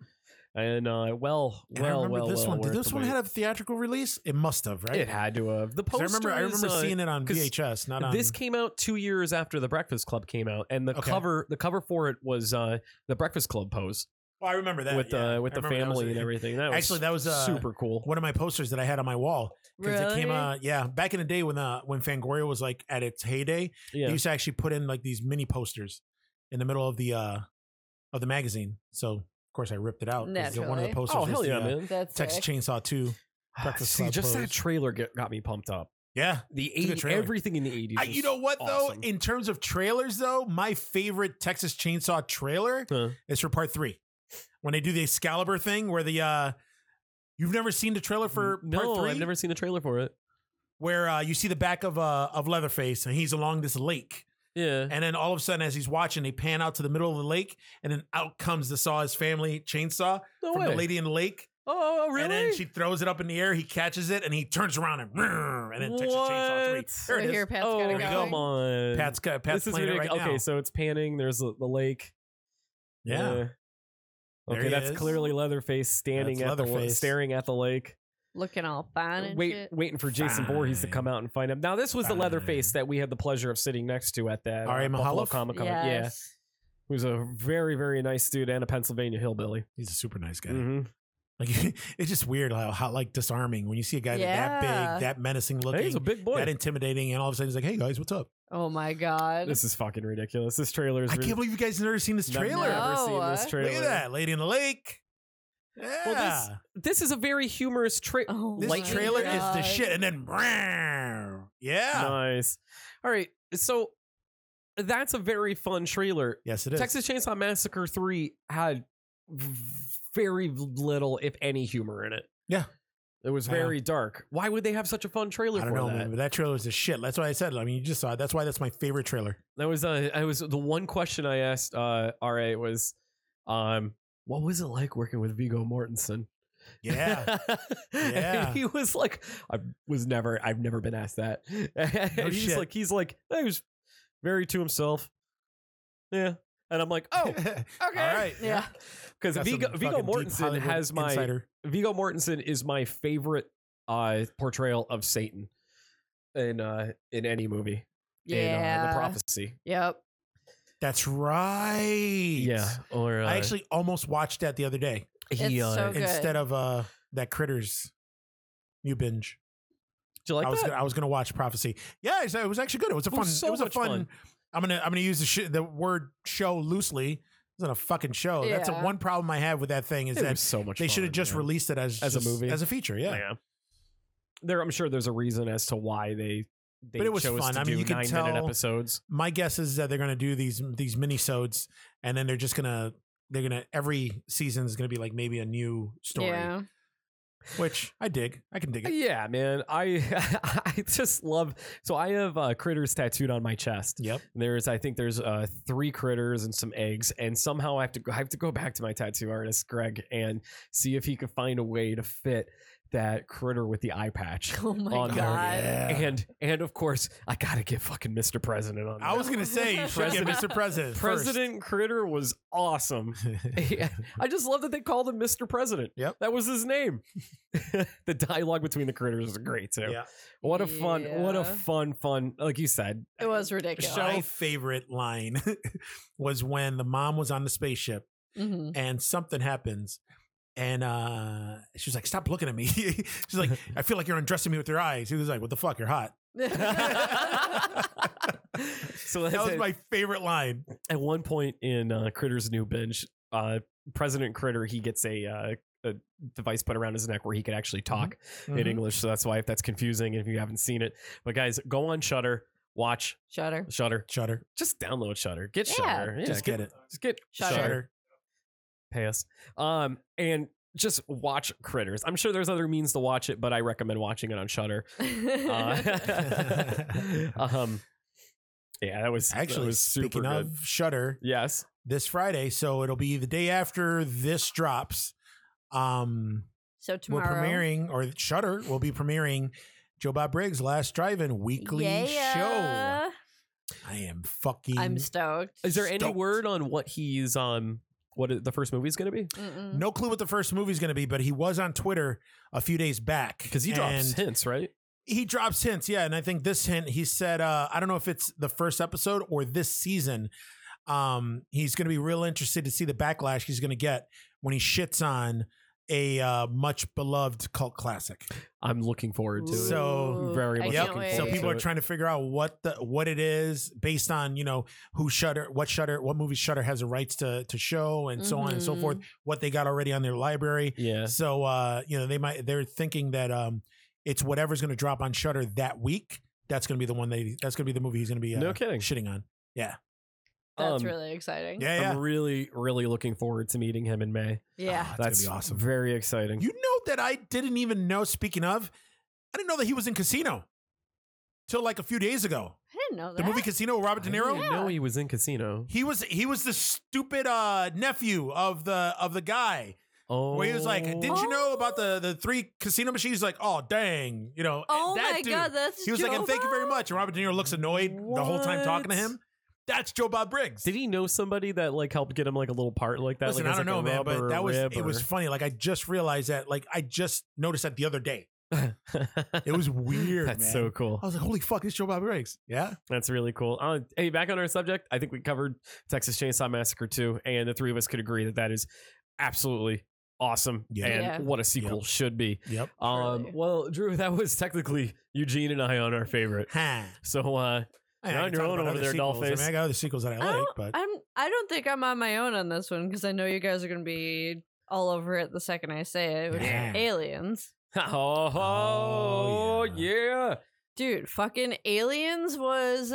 S2: And uh, well,
S1: And I
S2: well,
S1: remember
S2: well,
S1: this
S2: well
S1: one. Did
S2: worth
S1: this
S2: the
S1: one
S2: wait.
S1: have a theatrical release? It must have, right?
S2: It had to have. The
S1: 'Cause I remember,
S2: poster.
S1: I
S2: is,
S1: remember
S2: uh,
S1: seeing it on
S2: 'cause
S1: VHS, not on um
S2: This came out two years after the Breakfast Club came out, and the
S1: Okay.
S2: cover the cover for it was uh, the Breakfast Club pose
S1: Oh, I remember that
S2: with
S1: yeah.
S2: uh, with
S1: I
S2: the
S1: remember that was
S2: family and
S1: a-
S2: everything. That was
S1: Actually, that was, uh,
S2: super cool.
S1: One of my posters that I had on my wall because it came
S4: Really?
S1: out. Yeah, back in the day when uh, when Fangoria was like at its heyday, they
S2: Yeah,
S1: used to actually put in like these mini posters in the middle of the uh of the magazine. So course, I ripped it out. 'cause One of the
S4: Naturally.
S1: posters
S2: oh
S1: was
S2: hell
S1: the,
S2: yeah,
S1: uh,
S2: man!
S4: That's
S1: Texas
S4: sick.
S1: Chainsaw 2. Breakfast
S2: See,
S1: Club
S2: just that
S1: pose.
S2: trailer get, got me pumped up.
S1: Yeah.
S2: The
S1: a good
S2: 80,
S1: trailer.
S2: everything in the eighties.
S1: I, you know what
S2: awesome.
S1: though? In terms of trailers, though, my favorite Texas Chainsaw trailer
S2: Huh.
S1: is for Part Three, when they do the Excalibur thing, where the uh, you've never seen the trailer for
S2: no,
S1: Part Three,
S2: I've never seen a trailer for it.
S1: where uh, you see the back of uh of Leatherface and he's along this lake,
S2: Yeah,
S1: and then all of a sudden, as he's watching, they pan out to the middle of the lake, and then out comes the Saw's family chainsaw
S2: no
S1: from
S2: way.
S1: the lady in the lake,
S2: oh, really?
S1: and then she throws it up in the air, he catches it, and he turns around and and then Texas
S2: What?
S1: Chainsaw Three.
S4: Right
S1: There it
S4: here,
S1: is.
S4: Pat's
S2: oh,
S4: got it
S1: go.
S2: come
S4: going.
S2: on!
S1: Pat's got Pat's
S2: this is
S1: playing it right
S2: ridiculous.
S1: now.
S2: Okay, so it's panning. There's the, the lake. Uh,
S1: yeah. There
S2: Okay,
S1: he
S2: that's
S1: is.
S2: clearly Leatherface standing
S1: That's
S2: at the lake,
S1: Leatherface.
S2: staring at the lake,
S4: Looking all fine and
S2: wait,
S4: shit.
S1: oh
S2: waiting for Jason Voorhees to
S1: Fine.
S2: come out and find him. Now, this was the
S1: Fine.
S2: Leatherface that we had the pleasure of sitting next to at that uh,
S1: R.A.
S2: Buffalo
S1: Mahalov?
S2: Comic Con. Yeah,
S4: Yes.
S2: who's a very, very nice dude and a Pennsylvania hillbilly.
S1: He's a super nice guy.
S2: hmm
S1: Like it's just weird how, how like disarming when you see a guy that
S4: Yeah.
S1: big, that menacing
S2: he's a
S1: looking,
S2: big boy.
S1: that intimidating, and all of a sudden he's like, "Hey guys, what's up?"
S4: Oh my god.
S2: this is fucking ridiculous. This trailer is.
S1: I can't
S2: really-
S1: believe you guys have never seen this
S2: I've
S1: trailer.
S2: Never
S4: No,
S2: seen this
S4: uh,
S2: trailer.
S1: Look at that, Lady in the Lake. Yeah,
S2: this- This is a very humorous trailer.
S4: oh
S1: this
S4: my
S2: Lightning
S1: trailer is the
S4: God.
S1: shit. And then, "Brrrr." yeah,
S2: Nice. All right. So that's a very fun trailer.
S1: yes, it is.
S2: Texas Chainsaw Massacre 3 had v- very little, if any, humor in it.
S1: Yeah.
S2: It was
S1: I know.
S2: very dark. Why would they have such a fun trailer
S1: I don't
S2: for
S1: know,
S2: that?
S1: man, but that trailer is the shit. That's why I said. it. I mean, you just saw. It. That's why that's my favorite trailer.
S2: That was uh, I was the one question I asked uh RA was um what was it like working with Vigo Mortensen?
S1: Yeah,
S2: And
S1: Yeah.
S2: he was like, I was never, I've never been asked that.
S1: No
S2: and he's
S1: shit.
S2: like, he's like, he was very to himself. Yeah. And I'm like, oh, okay. All
S1: right.
S4: Yeah.
S2: Because
S1: Got some
S2: Vigo, Vigo
S1: fucking deep
S2: Mortensen
S1: Hollywood
S2: has my,
S1: insider.
S2: Vigo Mortensen is my favorite uh, portrayal of Satan in uh, in any movie. In, uh,
S4: Yeah.
S2: the Prophecy.
S4: Yep.
S1: That's right.
S2: Yeah. Or uh,
S1: I actually almost watched that the other day
S2: he,
S4: It's
S2: uh,
S4: so
S2: did
S4: good.
S1: instead of uh that critters new binge.
S2: you like
S1: I was
S2: that?
S1: gonna, I was gonna watch Prophecy. Yeah, it's- it was actually good. It was a
S2: It
S1: fun.
S2: was
S1: It was,
S2: so
S1: a
S2: much
S1: fun,
S2: fun.
S1: I'm gonna I'm gonna use the sh- the word show loosely. It wasn't a fucking show. That's a,
S4: Yeah.
S1: one problem I have with that thing is
S2: It
S1: that
S2: was so much.
S1: they should
S2: fun,
S1: have just
S2: man.
S1: released it as
S2: As a
S1: just-
S2: movie?
S1: as a feature. Yeah,
S2: There, I'm sure there's a reason as to why they. They
S1: But it was
S2: chose
S1: fun.
S2: to
S1: I mean,
S2: do
S1: you can
S2: nine minute
S1: tell-
S2: episodes.
S1: my guess is that they're gonna do these these minisodes, and then they're just gonna they're gonna every season is gonna be like maybe a new story,
S4: Yeah.
S1: which I dig. I can dig it.
S2: Yeah, man. I I just love. So I have uh, critters tattooed on my chest.
S1: Yep.
S2: There's, I think there's uh, three critters and some eggs, and somehow I have to go, I have to go back to my tattoo artist Greg and see if he could find a way to fit that critter with the eye patch.
S4: Oh my
S2: On
S4: god.
S2: her, And and of course I gotta get fucking Mr. President on.
S1: I
S2: there.
S1: was gonna say, you should get
S2: President-
S1: Mr. President. first.
S2: President Critter was awesome. I just love that they called him Mr. President.
S1: Yep.
S2: that was his name. the dialogue between the critters is great too.
S1: Yeah.
S2: What a fun, what a
S4: Yeah.
S2: fun, fun. Like you said,
S4: It was ridiculous.
S1: My favorite line was when the mom was on the spaceship
S4: hmm
S1: and something happens. And uh, she was like, Stop looking at me. She's like, I feel like you're undressing me with your eyes. He was like, What the fuck? You're hot.
S4: Mm-hmm.
S2: so that's
S1: That was
S2: it.
S1: my favorite line.
S2: at one point in uh, Critter's new bench, uh, President Critter he gets a, uh, a device put around his neck where he can actually talk
S1: Mm-hmm.
S2: in English. So that's why if that's confusing if you haven't seen it. But guys, go on Shutter, watch
S4: Shutter.
S2: Shutter.
S1: Shutter.
S2: Just download Shutter. Get
S4: Yeah.
S2: Shutter. Yeah,
S1: Just get it.
S2: Just get
S4: Shudder.
S2: Shudder.
S1: Shutter.
S2: pay us. Um, and just watch Critters. I'm sure there's other means to watch it, but I recommend watching it on Shutter. Uh, um, yeah, that was that
S1: Actually,
S2: was super
S1: speaking
S2: good.
S1: of Shutter,
S2: yes,
S1: this Friday, so it'll be the day after this drops. Um,
S4: so
S1: We're
S4: tomorrow.
S1: premiering, or Shutter will be premiering Joe Bob Briggs' Last Drive-In weekly
S4: Yeah.
S1: show. Mm-hmm. I am fucking.
S4: I'm stoked.
S2: is there any
S1: Stoked.
S2: word on what he's um what the first movie is going to be?
S4: Mm-mm.
S1: no clue what the first movie's going to be, but he was on Twitter a few days back
S2: Because he drops
S1: and
S2: hints, right?
S1: He drops hints, yeah. And I think this hint, he said, uh, I don't know if it's the first episode or this season. Um, he's going to be real interested to see the backlash he's going to get when he shits on a uh, much beloved cult classic.
S2: I'm looking forward to it.
S1: So-
S2: Very
S4: I
S2: much
S4: can't
S2: looking
S4: wait.
S1: So
S2: forward
S1: people
S2: to
S1: are
S2: it.
S1: trying to figure out what the what it is based on you know who Shutter, what Shutter, what movies Shutter has the rights to to show, and so on and so
S4: Mhm.
S1: forth. What they got already on their library.
S2: yeah.
S1: So uh, you know they might they're thinking that um, it's whatever's going to drop on Shutter that week. That's going to be the one that he, that's going to be the movie he's going to be uh,
S2: No kidding.
S1: shitting on.
S4: That's
S2: Um,
S4: really exciting.
S1: Yeah, yeah.
S2: I'm really, really looking forward to meeting him in May.
S4: Yeah.
S1: Ah,
S2: That's
S1: that's gonna be awesome.
S2: Very exciting.
S1: You know that I didn't even know. Speaking of, I didn't know that he was in Casino till like a few days ago.
S4: I didn't know that.
S1: The movie Casino with Robert De Niro.
S2: I didn't know he was in Casino.
S1: He was he was the stupid uh, nephew of the of the guy
S2: Oh,
S1: where he was like, "Didn't you know about the the three casino machines?" He's Like, "Oh dang, you know."
S4: Oh
S1: that
S4: my
S1: dude.
S4: god, that's
S1: He was like,
S4: Joe
S1: "And thank you very
S4: Bob.
S1: much." And Robert De Niro looks annoyed the whole time talking to
S2: What?
S1: him. That's Joe Bob Briggs.
S2: Did he know somebody that like helped get him like a little part like that?
S1: Listen,
S2: like,
S1: I
S2: as,
S1: don't know,
S2: like, a
S1: man,
S2: rub or
S1: but
S2: a
S1: that was
S2: rib
S1: it. Was funny. Like I just realized that. Like I just noticed that the other day.
S2: or-
S1: It was weird.
S2: That's
S1: man.
S2: so cool.
S1: I was like, "Holy fuck, it's Joe Bob Briggs." Yeah.
S2: That's really cool. Uh, hey, back on our subject, I think we covered Texas Chainsaw Massacre 2, and the three of us could agree that that is absolutely awesome
S1: Yeah.
S2: and
S4: Yeah.
S2: what a sequel should be.
S1: Yep.
S2: Um,
S4: Truly.
S2: well, Drew, that was technically Eugene and I on our favorite.
S1: Ha.
S2: So uh,
S1: I mean,
S2: You're
S1: I
S2: on
S1: can
S2: your
S1: talk
S2: own
S1: about
S2: over
S1: other
S2: there,
S1: sequels. I mean,
S2: Dollface.
S1: I got other sequels that I
S4: I
S1: like,
S4: don't,
S1: but
S4: I'm, I don't think I'm on my own on this one because I know you guys are going to be all over it the second I say it, which
S1: Yeah.
S4: is aliens.
S2: oh,
S1: Oh,
S2: yeah. yeah.
S4: Dude, fucking Aliens was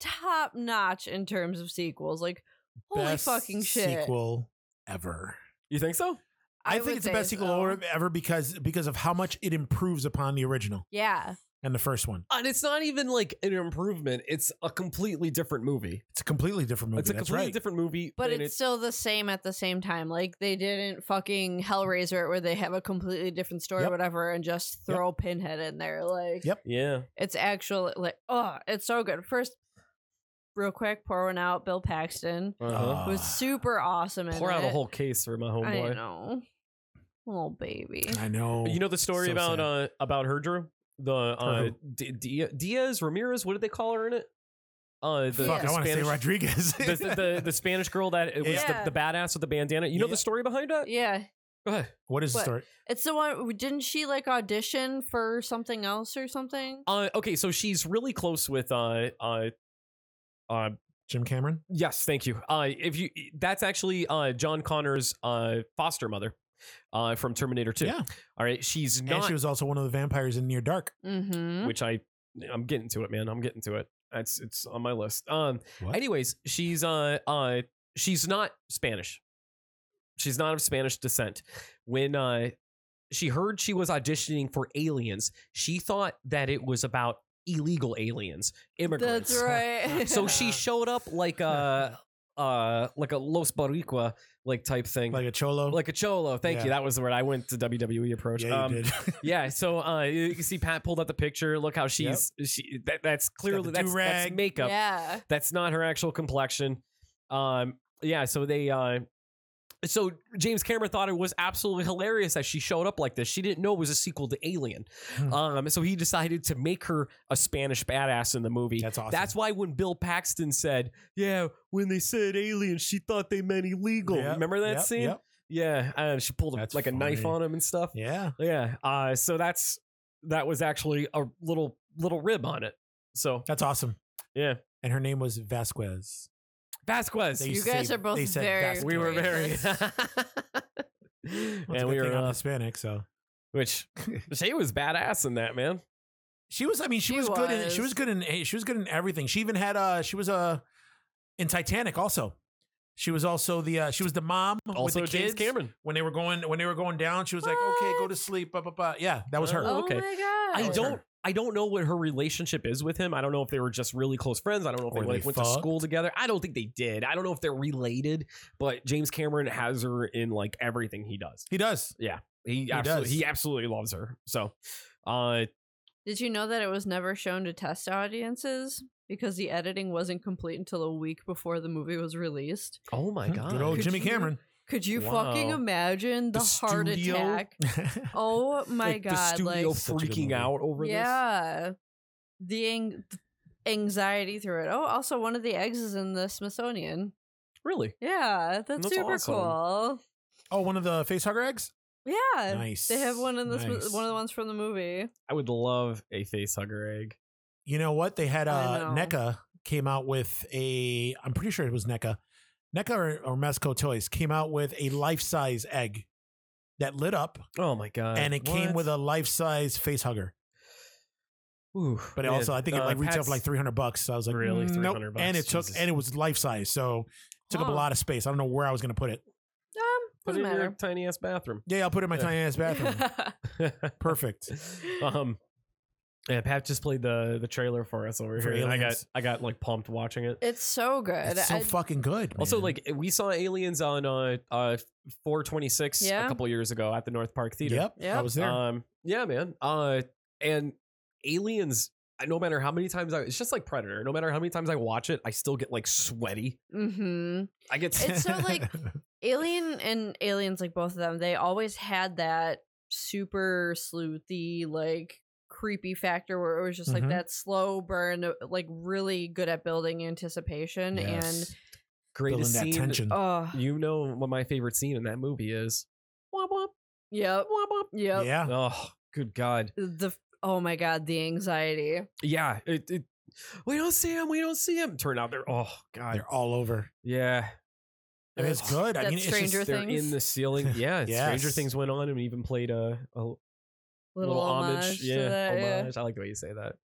S4: top notch in terms of sequels. Like, holy
S1: best
S4: fucking shit.
S1: sequel ever.
S2: You think so?
S1: I,
S4: would
S1: think it's the
S4: say
S1: best sequel
S4: so.
S1: or- ever because because of how much it improves upon the original
S4: Yeah.
S1: and the first one.
S2: And it's not even like an improvement. It's a completely different movie.
S1: It's a completely different movie.
S2: It's a
S1: That's
S2: completely
S1: right.
S2: different movie.
S4: But
S2: and
S4: it's still the same at the same time. Like, they didn't fucking Hellraiser it where they have a completely different story
S1: Yep.
S4: or whatever and just
S1: Yep.
S4: throw Pinhead in there. Like,
S1: Yep.
S2: yeah.
S4: it's actual, like, oh, it's so good. First, real quick, pour one out, Bill Paxton.
S2: Uh-huh.
S1: Uh,
S4: was super awesome. in
S2: Pour out a
S4: it.
S2: whole case for my
S4: I
S2: homeboy.
S4: know, little baby.
S1: I know.
S2: You know the
S1: Oh,
S2: story
S1: So
S2: about
S1: sad.
S2: uh about her Drew? The uh
S1: Her
S2: D- Dia- Diaz Ramirez, what did they call her in it? Uh the,
S1: fuck,
S2: the
S1: I want to say
S2: Spanish
S1: Rodriguez.
S2: the, the, the, the Spanish girl that it was
S4: Yeah.
S2: the, the badass with the bandana. You know
S1: Yeah.
S2: the story behind that?
S4: Yeah,
S2: Go ahead.
S1: what is the
S4: What?
S1: story?
S4: it's the one. Didn't she like audition for something else or something?
S2: Uh okay, so she's really close with uh uh uh
S1: Jim Cameron.
S2: yes, thank you. Uh if you that's actually uh John Connor's uh foster mother uh from Terminator 2.
S1: Yeah,
S2: All right, she's not
S1: and she was hmm? also one of the vampires in Near Dark.
S4: Mm-hmm.
S2: which I I'm getting to it, man. I'm getting to it. It's it's on my list. Um
S1: What?
S2: anyways, she's uh uh she's not Spanish. She's not of Spanish descent. When uh she heard she was auditioning for aliens, she thought that it was about illegal aliens, immigrants.
S4: That's right.
S2: so she showed up like a uh like a Los Baricua like type thing. Like-
S1: like a cholo.
S2: a cholo, thank you.
S1: Yeah.
S2: That was the word I went to WWE approach.
S1: yeah, you
S2: Um,
S1: did.
S2: yeah so uh you you can see pat pulled up the picture look how she's she that, that's clearly
S1: the
S2: that's, that's
S1: do-rag.
S2: makeup
S4: yeah.
S2: that's not her actual complexion um yeah so they uh so James Cameron thought it was absolutely hilarious that she showed up like this. She didn't know it was a sequel to Alien.
S1: Hmm.
S2: Um, so he decided to make her a Spanish badass in the movie.
S1: That's awesome.
S2: That's why when Bill Paxton said, "Yeah, when they said alien, she thought they meant illegal."
S1: Yep,
S2: Remember that
S1: yep,
S2: scene?
S1: yep.
S2: Yeah, and she pulled a,
S1: That's
S2: like a knife
S1: funny.
S2: on him and stuff.
S1: Yeah.
S2: Yeah. Uh, so that's that was actually a little little rib on it. So
S1: That's awesome.
S2: yeah,
S1: And her name was Vasquez.
S2: Vasquez.
S1: They
S4: You
S1: used to
S4: guys
S1: say-
S4: are both
S1: they said
S4: very.
S1: Vasquez.
S2: we were very,
S4: racist.
S1: Well, it's a
S2: and
S1: good
S2: we
S1: thing
S2: were
S1: I'm
S2: uh,
S1: Hispanic, so
S2: which she was badass in that man.
S1: She was. I mean, she,
S4: She
S1: was, good. In, she
S4: was.
S1: was good in. eh, She was good in everything. She even had. Uh, she was uh, in Titanic. Also, she was also the. Uh, she was the mom
S2: Also
S1: with the
S2: James
S1: kids
S2: Cameron.
S1: when they were going when they were going down. She was like, "Okay, go to sleep." Blah, blah, blah. Yeah, that was her.
S2: Oh,
S4: Oh
S2: okay.
S4: my
S2: I
S4: god!
S1: was
S2: don't.
S1: her.
S2: I don't know what her relationship is with him. I don't know if they were just really close friends. I don't know if
S1: Or
S2: they, like
S1: they
S2: went to
S1: fucked.
S2: school together. I don't think they did. I don't know if they're related. But James Cameron has her in like everything he does.
S1: He does.
S2: He,
S1: He
S2: absolutely
S1: does.
S2: he absolutely loves her. So, uh,
S4: Did you know that it was never shown to test audiences because the editing wasn't complete until a week before the movie was released?
S2: oh my god,
S1: Hmm? good old
S4: Could
S1: Jimmy
S4: you-
S1: Cameron.
S4: Could you fucking
S2: Wow.
S4: imagine the,
S2: The
S4: heart
S2: studio-
S4: attack? Oh my
S2: like,
S4: god!
S2: the studio
S4: like
S1: Such a good
S2: freaking
S1: movie.
S2: out over this.
S4: yeah, the ang- anxiety through it. Oh, also one of the eggs is in the Smithsonian.
S2: Really?
S4: Yeah, that's,
S2: That's
S4: super
S2: awesome.
S4: cool.
S1: oh, one of the facehugger eggs.
S4: Yeah.
S1: Nice.
S4: They have one in this mo-
S1: Nice.
S4: one of the ones from the movie. Um,
S2: I would love a face hugger egg.
S1: You know what? They had
S4: I
S1: uh,
S4: know.
S1: NECA came out with a. I'm pretty sure it was NECA. NECA or, or Mesco Toys came out with a life size egg that lit up,
S2: Oh my god!
S1: and it came with a life size face hugger.
S2: Ooh,
S1: But it
S2: man.
S1: also, I think it
S2: Uh,
S1: like retailed
S2: Pat's-
S1: for like 300 bucks. So I was like, "Mm,
S2: Really?
S1: nope.
S2: 300 bucks?
S1: And it took,
S2: Jesus.
S1: and it was life size, so it took up
S4: Huh.
S1: a lot of space. I don't know where I was going to put it.
S4: Um,
S2: Put
S4: doesn't
S2: it in your
S4: matter.
S2: tiny ass bathroom.
S1: Yeah, I'll put it in my
S2: Yeah.
S1: tiny ass bathroom. Perfect.
S2: um, yeah, Pat just played the the trailer for us over
S1: For
S2: here. and I got
S1: Aliens.
S2: I got like pumped watching it.
S4: it's so good.
S1: It's so
S4: I-
S1: fucking good.
S2: Also,
S1: man.
S2: like we saw Aliens on uh, uh 426
S4: Yeah.
S2: a couple years ago at the North Park Theater.
S1: yep, Uh, I
S4: Yep.
S1: was there.
S2: Um, yeah, man. Uh, and Aliens. I- No matter how many times I, it's just like Predator. No matter how many times I watch it, I still get like sweaty.
S4: hmm
S2: I get
S4: it's so, like- Alien and Aliens, like both of them, they always had that super sleuthy, like creepy factor where it was just
S1: Mhm.
S4: like that slow burn, uh, like really good at building anticipation
S1: Yes. Mm. building
S2: greatest
S1: that
S2: scene.
S1: tension.
S4: and oh,
S2: You know what my favorite scene in that movie is? Womp womp
S4: yep,
S2: womp womp.
S4: yep.
S1: Yeah.
S2: Oh, good God.
S4: The oh my god, the anxiety.
S2: Yeah. It, it, we don't see him. We don't see him. Turn out they're, oh, God.
S1: They're all over.
S2: Yeah.
S1: I mean, it's good. I
S4: That
S1: mean, it's just-
S4: Stranger
S2: They're
S4: Things?
S2: in the ceiling. Yeah. Stranger
S1: Yes.
S2: Things went on and even played a, a little,
S4: Little,
S2: homage.
S4: homage.
S2: yeah.
S4: to that, yeah.
S2: homage. I like the way you say that.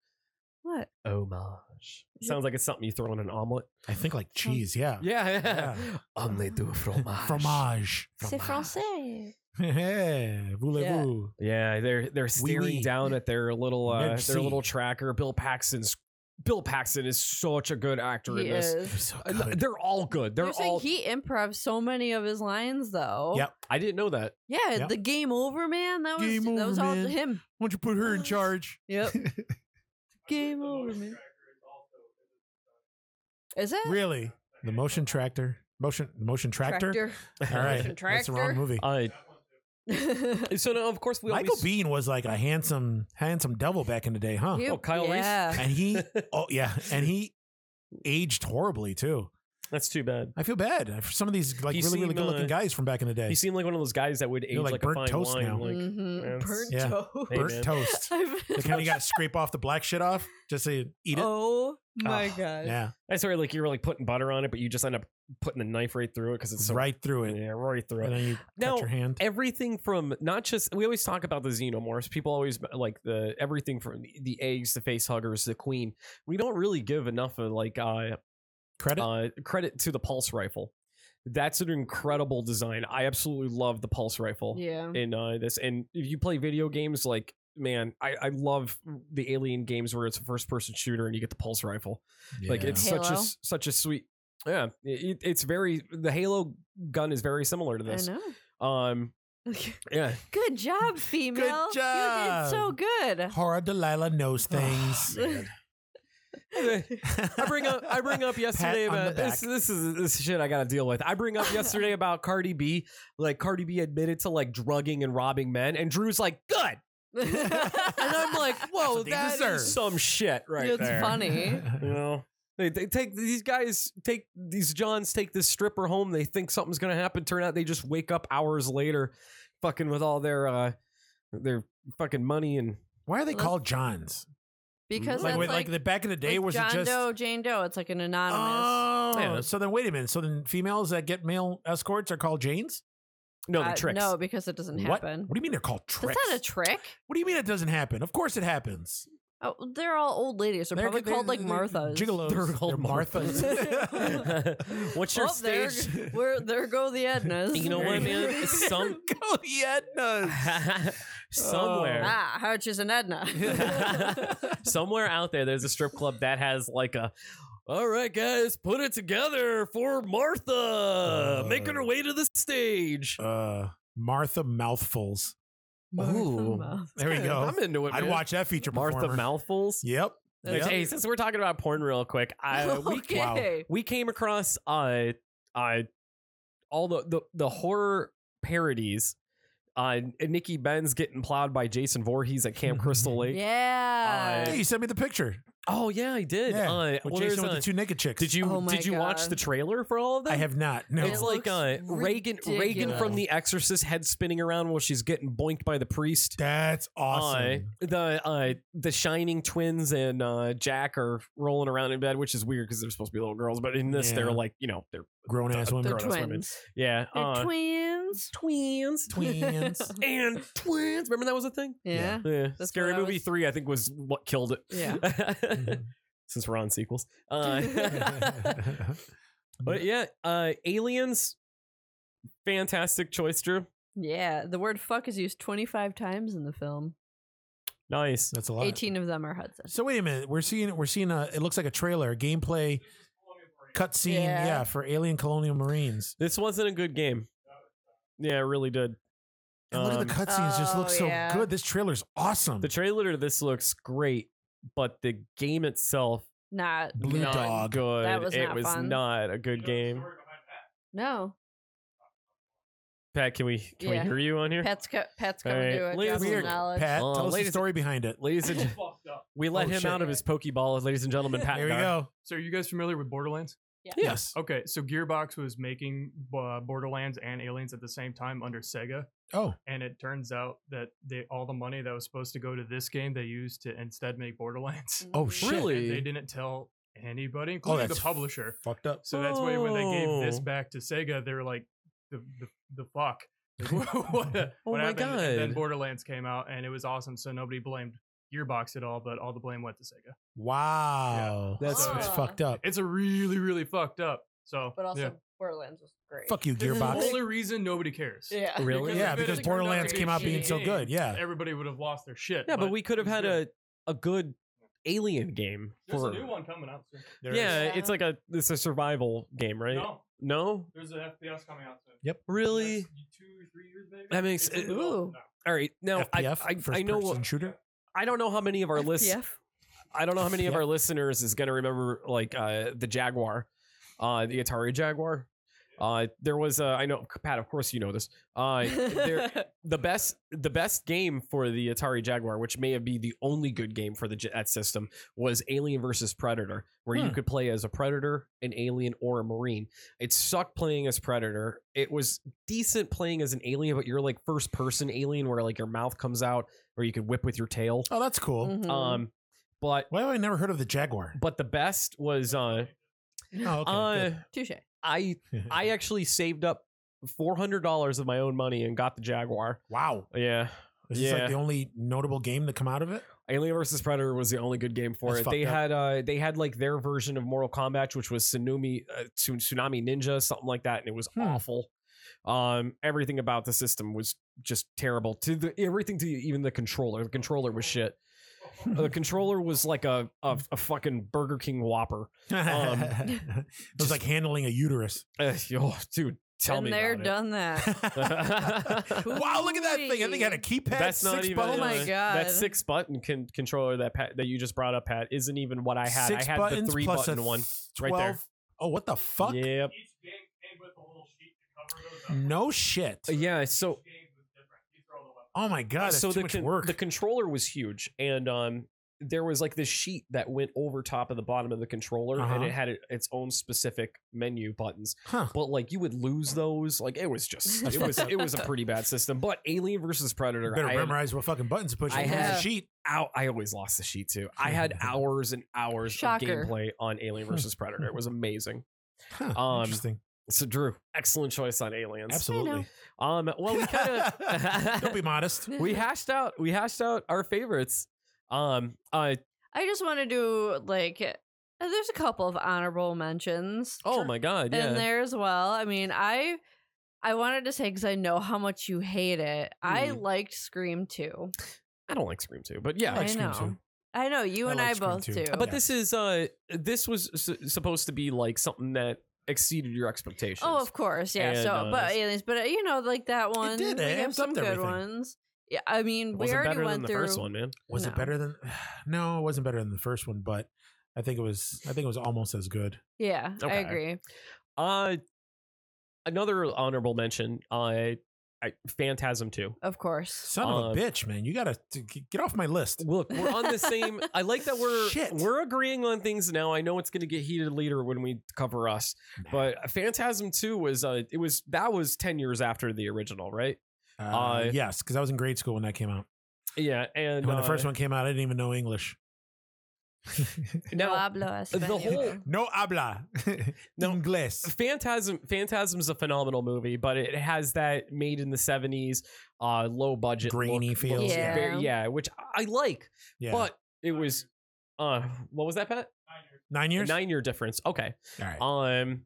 S4: What?
S2: Homage.
S4: Yeah.
S2: Sounds like it's something you throw in an omelet.
S1: I think like cheese. Yeah.
S2: Yeah.
S1: Yeah.
S2: Omelette du fromage.
S1: Fromage.
S4: C'est
S2: Fromage.
S4: français.
S1: Hey, voulez-vous?
S2: Yeah, they're they're
S1: Oui,
S2: staring
S1: oui.
S2: down at their little uh,
S1: Merci.
S2: their little tracker. Bill Paxton's Bill Paxton is such a good actor
S4: He
S2: in this.
S1: It was
S4: is.
S1: so
S2: Uh,
S1: good.
S2: They're all good. They're
S4: You're saying
S2: all.
S4: he improv so many of his lines though.
S1: Yep.
S2: I didn't know that.
S4: Yeah,
S1: Yep.
S4: the game over man. That was
S1: Game
S4: that was
S1: over,
S4: all
S1: man.
S4: him.
S1: Why don't you put her in charge?
S4: Yep. game over man. Is it?
S1: really? The motion tractor. Motion motion tractor? All right.
S4: Motion
S1: That's the wrong
S4: tractor.
S1: movie.
S2: Uh, so no, of course we
S1: Michael
S2: always.
S1: Bean was like a handsome handsome devil back in the day, huh?
S4: You-
S2: Oh, Kyle Reese?
S4: yeah.
S1: And he oh yeah, and he aged horribly too.
S2: That's too bad.
S1: I feel bad for some of these like
S2: He
S1: really really
S2: seemed,
S1: good looking
S2: uh,
S1: guys from back in the day.
S2: He seemed like one of those guys that would age
S1: You're
S2: like,
S1: like
S2: a
S1: burnt
S2: fine
S1: toast
S2: wine.
S1: now.
S2: Like,
S4: Mhm.
S2: it's-
S4: Burnt
S1: Yeah.
S4: toast.
S2: Hey,
S1: burnt
S2: man.
S1: toast.
S4: I've-
S1: They kind of got to scrape off the black shit off just so you eat it.
S4: Oh my
S2: Ah,
S4: god.
S1: yeah,
S2: I swear, like you were like putting butter on it, but you just end up putting the knife right through it because it's so
S1: right through it.
S2: Yeah, right through it.
S1: And then you
S2: Now,
S1: cut your hand.
S2: everything from not just we always talk about the xenomorphs people always uh, like the everything from the eggs the face huggers the queen we don't really give enough of like uh,
S1: Credit.
S2: uh credit to the pulse rifle that's an incredible design i absolutely love the pulse rifle
S4: Yeah.
S2: in uh this and if you play video games like man I, I love the alien games where it's a first person shooter and you get the pulse rifle like
S1: Yeah.
S2: it's such a
S4: Halo.
S2: s- such a sweet yeah it, it's very the halo gun is very similar to
S4: I
S2: this
S4: know.
S2: um yeah
S4: good job, female. You did so
S1: job.
S4: good.
S1: Horror Delilah knows things.
S2: Man. I bring up I bring up yesterday
S1: on the
S2: about this
S1: back.
S2: this is this is shit I gotta deal with. I bring up yesterday about Cardi B, like Cardi B admitted to like drugging and robbing men, and Drew's like, good. And I'm like, whoa,
S1: what they
S2: that
S1: deserve.
S2: is some shit right
S4: It's
S2: there.
S4: funny.
S2: You know? They, they take these guys take these Johns take this stripper home, they think something's gonna happen. Turn out they just wake up hours later fucking with all their uh their fucking money and
S1: Why are they
S4: Well, that's-
S1: called Johns?
S4: because
S1: Like,
S4: that's
S1: wait,
S4: like,
S1: like the back in the day
S4: like
S1: was
S4: John
S1: it just
S4: Doe, Jane Doe. It's like an anonymous.
S1: Oh,
S2: Yeah.
S1: so then wait a minute. So then females that get male escorts are called Janes?
S2: no
S4: Uh,
S2: the tricks.
S4: No, because it doesn't
S1: What?
S4: happen.
S1: What do you mean they're called
S4: That's
S1: tricks?
S4: not a trick.
S1: what do you mean it doesn't happen? Of course it happens.
S4: Oh, they're all old ladies. They're, probably called like
S1: they're-
S4: Marthas. Oh,
S1: Gigolos.
S2: They're called
S1: Marthas.
S2: Marthas. What's your
S4: Oh, there-
S2: stage?
S4: Where there go the Ednas.
S2: You know what, man? Some
S1: Go the Ednas.
S2: somewhere,
S4: ah, Hutch is an Edna.
S2: somewhere out there, there's a strip club that has like a. All right, guys, put it together for Martha
S1: Uh.
S2: making her way to the stage.
S1: Uh, Martha mouthfuls.
S4: Martha
S2: Ooh.
S4: Mouth.
S1: There we go.
S2: I'm into it.
S1: I'd
S2: man.
S1: watch that feature.
S2: Martha
S1: performer.
S2: mouthfuls.
S1: Yep.
S2: Like,
S1: yep.
S2: Hey, since we're talking about porn real quick, I, we
S4: okay.
S1: wow.
S2: we came across uh uh all the the, the horror parodies Uh, Nikki Benz getting plowed by Jason Voorhees at Camp Crystal Lake.
S4: Yeah.
S2: Uh,
S1: Hey, you sent me the picture.
S2: Oh yeah, I did.
S1: Yeah,
S2: Uh,
S1: with
S2: well, there's
S1: Jason with
S2: a-
S1: the two naked chicks.
S2: did you
S4: Oh my
S2: did you watch
S4: God.
S2: the trailer for all of them?
S1: I have not. No.
S2: It's
S4: It
S2: like uh,
S4: looks
S2: Reagan Reagan from
S4: ridiculous.
S2: The Exorcist head spinning around while she's getting boinked by the priest.
S1: That's awesome.
S2: Uh, the uh, the Shining twins and uh, Jack are rolling around in bed, which is weird because they're supposed to be little girls, but in this
S1: Yeah.
S2: they're like you know they're
S1: Grown ass
S2: They're
S1: women.
S4: they're
S2: grown-ass women.
S4: twins.
S2: yeah
S4: They're
S2: uh,
S4: twins.
S2: twins
S1: Twins.
S2: and twins. Remember that was a thing.
S4: Yeah.
S2: Yeah,
S4: That's
S2: Scary
S4: what I
S2: Movie
S4: was-
S2: Three, I think, was what killed it.
S4: Yeah.
S1: Mhm.
S2: Since we're on sequels, uh, but yeah, uh, Aliens, fantastic choice, Drew.
S4: Yeah. The word fuck is used 25 times in the film.
S2: Nice.
S1: That's a lot.
S4: 18 of them are Hudson.
S1: So wait a minute. We're seeing we're seeing a it looks like a trailer, gameplay, cutscene, yeah.
S4: Yeah.
S1: for Alien Colonial Marines.
S2: This wasn't a good game. Yeah, it really did.
S1: And look at the
S2: Um,
S1: cutscenes; just
S4: Oh,
S1: look so
S4: yeah.
S1: good. This trailer's awesome.
S2: The trailer to this looks great, but the game itself
S4: Not.
S1: Blue
S2: not
S1: Dog.
S2: good.
S4: That was
S2: it
S4: not
S2: was
S4: fun.
S2: not a good game.
S4: No.
S2: Pat, can we can
S4: Yeah.
S2: we hear you on here?
S4: Pat's, co- Pat's
S2: All
S4: coming
S2: right.
S4: to a
S2: Ladies
S1: It's
S2: and
S4: castle of
S1: weird.
S4: knowledge.
S1: Pat,
S2: Uh,
S1: tell us the
S2: ladies-
S1: story behind it.
S2: Ladies and gen-
S3: Fucked up.
S2: we let
S1: Oh,
S2: him
S1: shit.
S2: out of his Pokeball, ladies and gentlemen. Pat,
S1: There we
S2: Gar.
S1: go.
S3: So, are you guys familiar with Borderlands?
S1: Yes.
S3: Okay, so Gearbox was making uh, Borderlands and Aliens at the same time under Sega,
S1: Oh,
S3: and it turns out that they all the money that was supposed to go to this game they used to instead make
S4: Mm.
S3: Borderlands.
S1: oh
S4: Mm-hmm.
S1: shit.
S2: Really?
S3: And they didn't tell anybody, including the
S1: that's
S3: publisher.
S1: Fucked up.
S3: So that's why when they gave this
S2: Oh.
S3: back to Sega, they were like, the the, the fuck. what, what
S2: Oh my
S3: happened? And then
S2: God.
S3: Borderlands came out and it was awesome. So nobody blamed Gearbox at all, but all the blame went to Sega.
S1: Wow.
S2: Yeah.
S1: That's,
S2: That's-
S1: that's
S4: Ah.
S1: fucked up.
S3: It's a really, really fucked up. So,
S4: But also,
S3: yeah.
S4: Borderlands was great.
S1: Fuck you,
S4: This is
S1: Gearbox.
S3: the
S4: big-
S3: only reason nobody cares.
S4: Yeah.
S2: Really?
S3: Because
S1: Yeah,
S3: if it
S1: because
S3: had turned out
S1: Borderlands
S3: to be
S1: came out being
S3: shitty,
S1: so good. Yeah.
S3: Everybody would have lost their shit.
S2: Yeah, but we could have
S3: it was
S2: had
S3: good.
S2: a a good alien game
S3: There's
S2: for
S3: a new one coming out soon.
S1: There
S2: yeah,
S4: is.
S2: it's like a it's a survival game, right?
S3: No,
S2: No?
S3: there's an FPS coming out soon.
S2: Really?
S3: Next Two, three years maybe.
S2: That makes-
S3: It's in the
S4: Ooh.
S3: development
S2: All right. Now I
S1: FPF,
S2: I,
S1: first
S2: I know
S1: person shooter.
S2: I don't know how many of our list
S4: FPF?
S2: I don't know how many of
S1: Yeah.
S2: our listeners is going to remember like uh, the Jaguar, uh, the Atari Jaguar. Uh, there was uh, I know Pat, of course you know this. Uh, there, the best the best game for the Atari Jaguar, which may have been the only good game for the Jet system, was Alien versus Predator, where you
S1: Hmm.
S2: could play as a predator, an alien, or a marine. It sucked playing as predator. It was decent playing as an alien, but you're like first person alien, where like your mouth comes out, or you could whip with your tail.
S1: Oh, that's cool.
S4: Mhm.
S2: Um, but
S1: Why have I never heard of the Jaguar?
S2: but the best was uh,
S1: Oh, okay.
S2: uh
S1: good.
S4: Touche.
S2: I I actually saved up four hundred dollars of my own money and got the Jaguar.
S1: wow.
S2: Yeah,
S1: Is this
S2: Yeah.
S1: like the only notable game to come out of it?
S2: Alien vs Predator was the only good game for
S1: That's
S2: it. They
S1: fucked up.
S2: had uh they had like their version of Mortal Kombat, which was Tsunami uh, Tsu- Tsunami Ninja, something like that, and it was
S1: Hmm.
S2: awful. Um, everything about the system was just terrible. To the everything to even the controller, the controller was shit. Uh, the controller was like a a, a fucking Burger King Whopper. Um,
S1: it was
S2: just-
S1: like handling a uterus.
S2: Uh, oh, dude, tell
S4: and
S2: me
S4: they're
S2: about it.
S4: done that.
S1: wow, look at that thing. I think it had a keypad.
S2: That's
S1: six
S2: not even.
S1: buttons.
S4: Oh my
S2: uh,
S4: God.
S2: That six button con- controller that Pat, that you just brought up, Pat, isn't even what I had.
S1: Six
S2: I had the
S1: buttons
S2: three
S1: plus
S2: button
S1: a
S2: one. right
S1: 12.
S2: there.
S1: Oh, what the fuck?
S2: Yep.
S3: Each game came with a little sheet to cover those up.
S1: No shit.
S2: Uh, Yeah. So
S3: Each game was different. You throw the weapon.
S1: Oh my god, that's
S2: so
S1: too
S2: the
S1: much
S2: con-
S1: work.
S2: the controller was huge, and um, there was like this sheet that went over top of the bottom of the controller, and
S1: Uh-huh.
S2: it had it, its own specific menu buttons.
S1: huh.
S2: But like you would lose those. Like it was just it was it was a pretty bad system. But Alien versus Predator,
S1: Better
S2: I had-
S1: memorize what fucking buttons to push. I
S2: I
S4: had-
S1: the sheet.
S2: ow, I always lost the sheet too. I had hours and hours
S4: Shocker.
S2: of gameplay on Alien versus Predator. It was amazing.
S1: Huh,
S2: Um,
S1: interesting.
S2: So Drew, excellent choice on aliens.
S1: Absolutely.
S2: Um, well, we kind
S1: Don't be
S2: of
S1: modest.
S2: we hashed out we hashed out our favorites. Um, uh,
S4: I just want to do like uh, there's a couple of honorable mentions.
S2: oh my god, yeah.
S4: in there as well. I mean, I I wanted to say because I know how much you hate it. I
S2: Mm.
S4: liked Scream too.
S2: I don't like Scream too, but yeah.
S1: I like
S4: I
S1: Scream
S4: know.
S1: too.
S4: I know you
S1: I
S4: and
S1: like
S4: I
S1: Scream
S4: both
S1: too.
S4: do.
S2: But this is uh, this was s- supposed to be like something that exceeded your expectations.
S4: oh, of course, yeah.
S2: And,
S4: so,
S2: uh,
S4: but aliens, but uh, you know, like that one.
S1: did,
S4: we
S1: it
S4: have
S1: amped up
S4: some good
S1: everything.
S4: ones. Yeah, I mean,
S2: It
S4: we
S2: wasn't
S4: already
S2: better
S4: went
S2: than the
S4: through.
S2: first one, man.
S1: Was it
S4: No.
S1: better than? No, it wasn't better than the first one, but I think it was. I think it was almost as good.
S4: Yeah, I
S2: Okay.
S4: agree.
S2: Uh, another honorable mention. I I, Phantasm Two.
S4: Of course.
S1: Son
S2: Um,
S1: of a bitch, man. You gotta t- get off my list.
S2: Look, we're on the same. I like that we're
S1: Shit.
S2: we're agreeing on things now. I know it's going to get heated later when we cover us, but Phantasm Two was uh, it was that was ten years after the original, right?
S1: Uh,
S2: uh,
S1: yes, because I was in grade school when that came out.
S2: Yeah, and
S1: And when the
S2: uh,
S1: first one came out, I didn't even know English.
S4: No
S2: now
S4: hablo
S2: the whole
S1: no habla.
S2: No.
S1: Inglés.
S2: Phantasm Phantasm's a phenomenal movie, but it has that made in the seventies, uh, low budget,
S1: Grainy
S2: look,
S1: feels,
S2: looks
S4: yeah.
S2: very- yeah, which I like,
S1: Yeah.
S2: but it was, uh, what was that, Pat?
S1: Nine years?
S2: Nine year difference. Okay,
S1: All right.
S2: um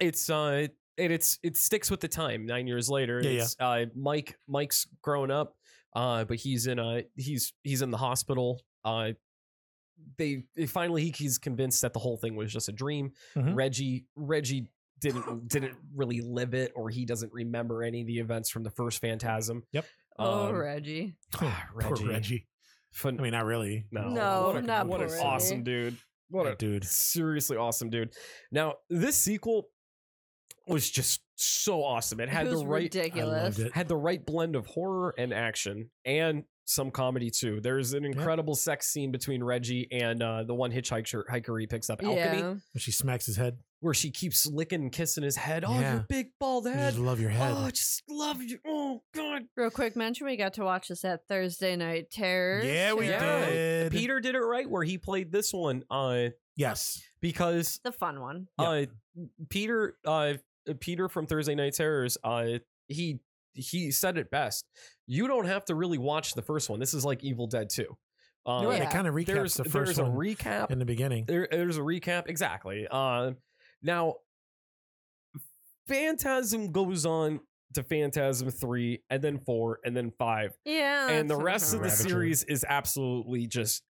S2: it's uh and it's it sticks with the time nine years later
S1: Yeah, yeah.
S2: it's uh mike mike's grown up uh but he's in a he's he's in the hospital uh they they finally he, he's convinced that the whole thing was just a dream
S1: Mhm.
S2: reggie reggie didn't didn't really live it or he doesn't remember any of the events from the first phantasm
S1: Yep.
S4: Oh,
S2: Um,
S4: Reggie.
S1: Ah,
S2: Reggie.
S1: Poor Reggie.
S2: Fun-
S1: I mean, not really.
S2: no,
S4: No,
S2: what a,
S4: not
S2: what an
S4: poor
S2: awesome
S4: Reggie.
S2: dude what a
S1: dude.
S2: seriously awesome dude now this sequel was just so awesome it had
S4: It
S2: the
S4: was
S2: right
S4: ridiculous.
S1: I loved it.
S2: had the right blend of horror and action and some comedy too there's an incredible sex scene between reggie and uh, the one hitchhiker hiker he picks up alchemy
S4: Yeah.
S1: When she smacks his head.
S2: where she keeps licking and kissing his head oh
S1: Yeah.
S2: your big bald
S1: You
S2: head
S1: just love your head.
S2: oh I just love you oh god
S4: Real quick mention: we got to watch this at Thursday Night Terror.
S1: yeah, we
S2: Yeah.
S1: did.
S2: peter did it right where he played this one uh,
S1: Yes.
S2: because
S4: The fun one.
S2: Uh, Peter, uh, Peter from Thursday Night Terrors, uh, he he said it best. You don't have to really watch the first one. This is like Evil Dead Two. Um,
S1: You're right.
S4: yeah.
S1: It kind of recaps
S2: There's
S1: the
S2: there's
S1: first
S2: a
S1: one
S2: recap.
S1: in the beginning.
S2: there, there's a recap exactly. Uh, now, Phantasm goes on to Phantasm three, and then four, and then five
S4: Yeah.
S2: and the
S4: that's what I'm
S2: rest of
S4: talking
S2: the
S1: Ravager.
S2: series is absolutely just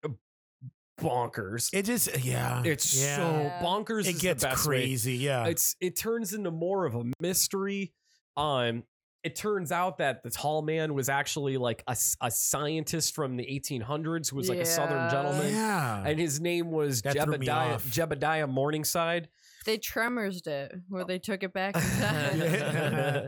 S2: bonkers.
S1: It just, yeah.
S2: it's
S1: yeah.
S4: Yeah.
S2: so bonkers. is
S1: It gets
S2: the best way.
S1: crazy. Yeah.
S2: It's it turns into more of a mystery. Um, it turns out that the tall man was actually like a, s- a scientist from the 1800s who was like a southern
S4: Yeah.
S2: gentleman.
S1: yeah.
S2: And his name was
S1: That threw me
S2: Jebediah,
S1: off.
S2: Jebediah Morningside.
S4: They tremorsed it, where they took it back. in time.
S1: Yeah.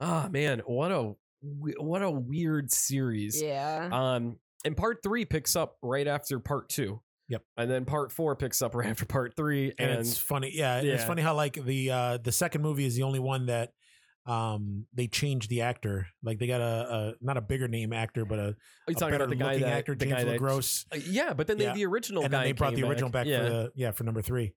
S2: oh man, what a we- what a weird series.
S4: yeah.
S2: Um, and part three picks up right after part two.
S1: Yep.
S2: And then part four picks up right after part three.
S1: and
S2: And,
S1: it's funny yeah, and it's
S2: Yeah.
S1: funny how like the uh the second movie is the only one that um they changed the actor like they got a, a not a bigger name actor but a,
S2: are you
S1: a
S2: talking
S1: better
S2: about the guy
S1: looking
S2: that
S1: actor
S2: the
S1: james
S2: guy that
S1: LaGrosse,
S2: Uh, yeah, but then they,
S1: Yeah.
S2: the original
S1: and
S2: guy
S1: then they brought the
S2: came
S1: original back,
S2: Yeah. Um,
S1: for the yeah for number three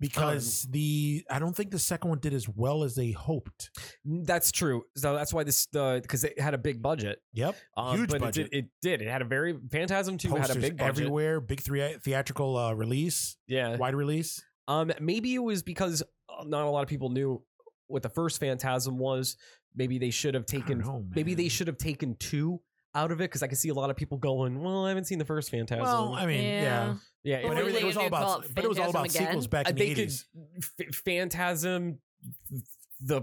S1: because the i don't think the second one did as well as they hoped
S2: That's true. So that's why this because it had a big budget.
S1: yep
S2: Um,
S1: huge
S2: but
S1: budget
S2: It, did, it did. It had a very Phantasm Two
S1: posters
S2: had a big budget.
S1: everywhere big three theatrical uh release
S2: Yeah.
S1: wide release
S2: Um, maybe it was because uh, not a lot of people knew what the first Phantasm was. Maybe they should have
S1: I
S2: taken
S1: don't know,
S2: Maybe they
S1: man.
S2: should have taken two out of it because I could see a lot of people going, "Well, I haven't seen the first Phantasm."
S1: well i mean yeah,
S4: Yeah.
S2: yeah,
S4: But
S1: But,
S4: were
S1: everything-
S4: they
S1: it was all
S4: gonna call
S1: about,
S4: it
S1: but it was all about
S4: Phantasm again?
S1: sequels back
S2: I
S1: in the
S2: think
S1: eighties.
S2: F- Phantasm, the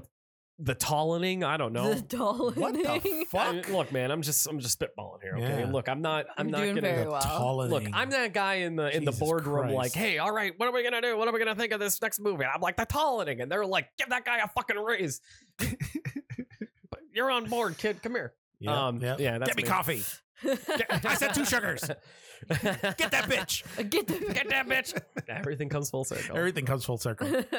S2: the tallening. I don't know.
S4: The doll.
S1: What the
S2: I
S1: fuck?
S2: mean, look, man, I'm just I'm just spitballing here. Okay,
S1: Yeah.
S2: look, I'm not I'm
S4: You're
S2: not
S4: doing
S2: gonna
S4: very well.
S1: Tallinn.
S2: look. I'm that guy in the in the
S1: Jesus
S2: boardroom,
S1: Christ.
S2: like, hey, all right, what are we gonna do? What are we gonna think of this next movie? And I'm like, the tallening, and they're like, give that guy a fucking raise. But You're on board, kid. Come here.
S1: Yeah,
S2: um,
S1: yeah.
S2: yeah, that's
S1: Get me
S2: me.
S1: coffee. I said two sugars. Get that bitch.
S4: Get the.
S2: Get that bitch. Everything comes full circle.
S1: Everything comes full circle.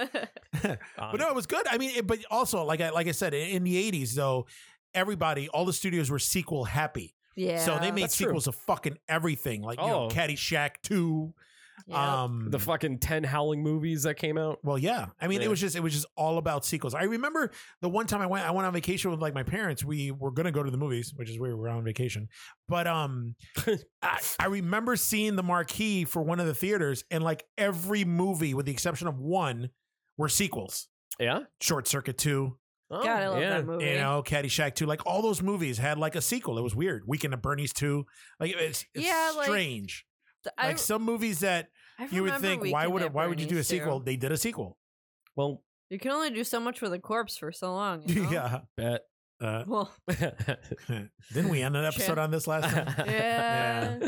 S2: Um,
S1: But no, it was good. I mean, it, but also like I like I said in the '80s though, everybody, all the studios were sequel happy,
S4: yeah.
S1: so they made
S2: That's true.
S1: sequels of fucking everything, like you know,
S2: Oh.
S1: Caddyshack Two.
S4: Yeah.
S1: Um,
S2: the fucking 10 howling movies that came out.
S1: well, yeah. I mean,
S2: Yeah.
S1: it was just it was just all about sequels. I remember the one time I went I went on vacation with like my parents. We were gonna go to the movies, which is weird. We were on vacation, but um, I, I remember seeing the marquee for one of the theaters, and like every movie, with the exception of one, were sequels.
S2: Yeah.
S1: Short Circuit Two,
S2: Oh,
S4: God, I love
S2: yeah.
S4: that movie.
S1: you know, Caddyshack Two, like all those movies had like a sequel. It was weird. Weekend at Bernie's Two, like it's, it's
S4: Yeah, like-
S1: strange.
S4: Th-
S1: Like,
S4: I,
S1: some movies that
S4: I
S1: you would
S4: remember
S1: think, why
S4: Weekend
S1: would
S4: at
S1: it, why would you do a
S4: Bernie's, too.
S1: sequel? They did a sequel.
S2: Well,
S4: You can only do so much with a corpse for so long. you know?
S1: yeah.
S2: bet.
S1: Uh,
S4: Well,
S1: Didn't we end an episode
S4: Chan-
S1: on this last time?
S4: Yeah.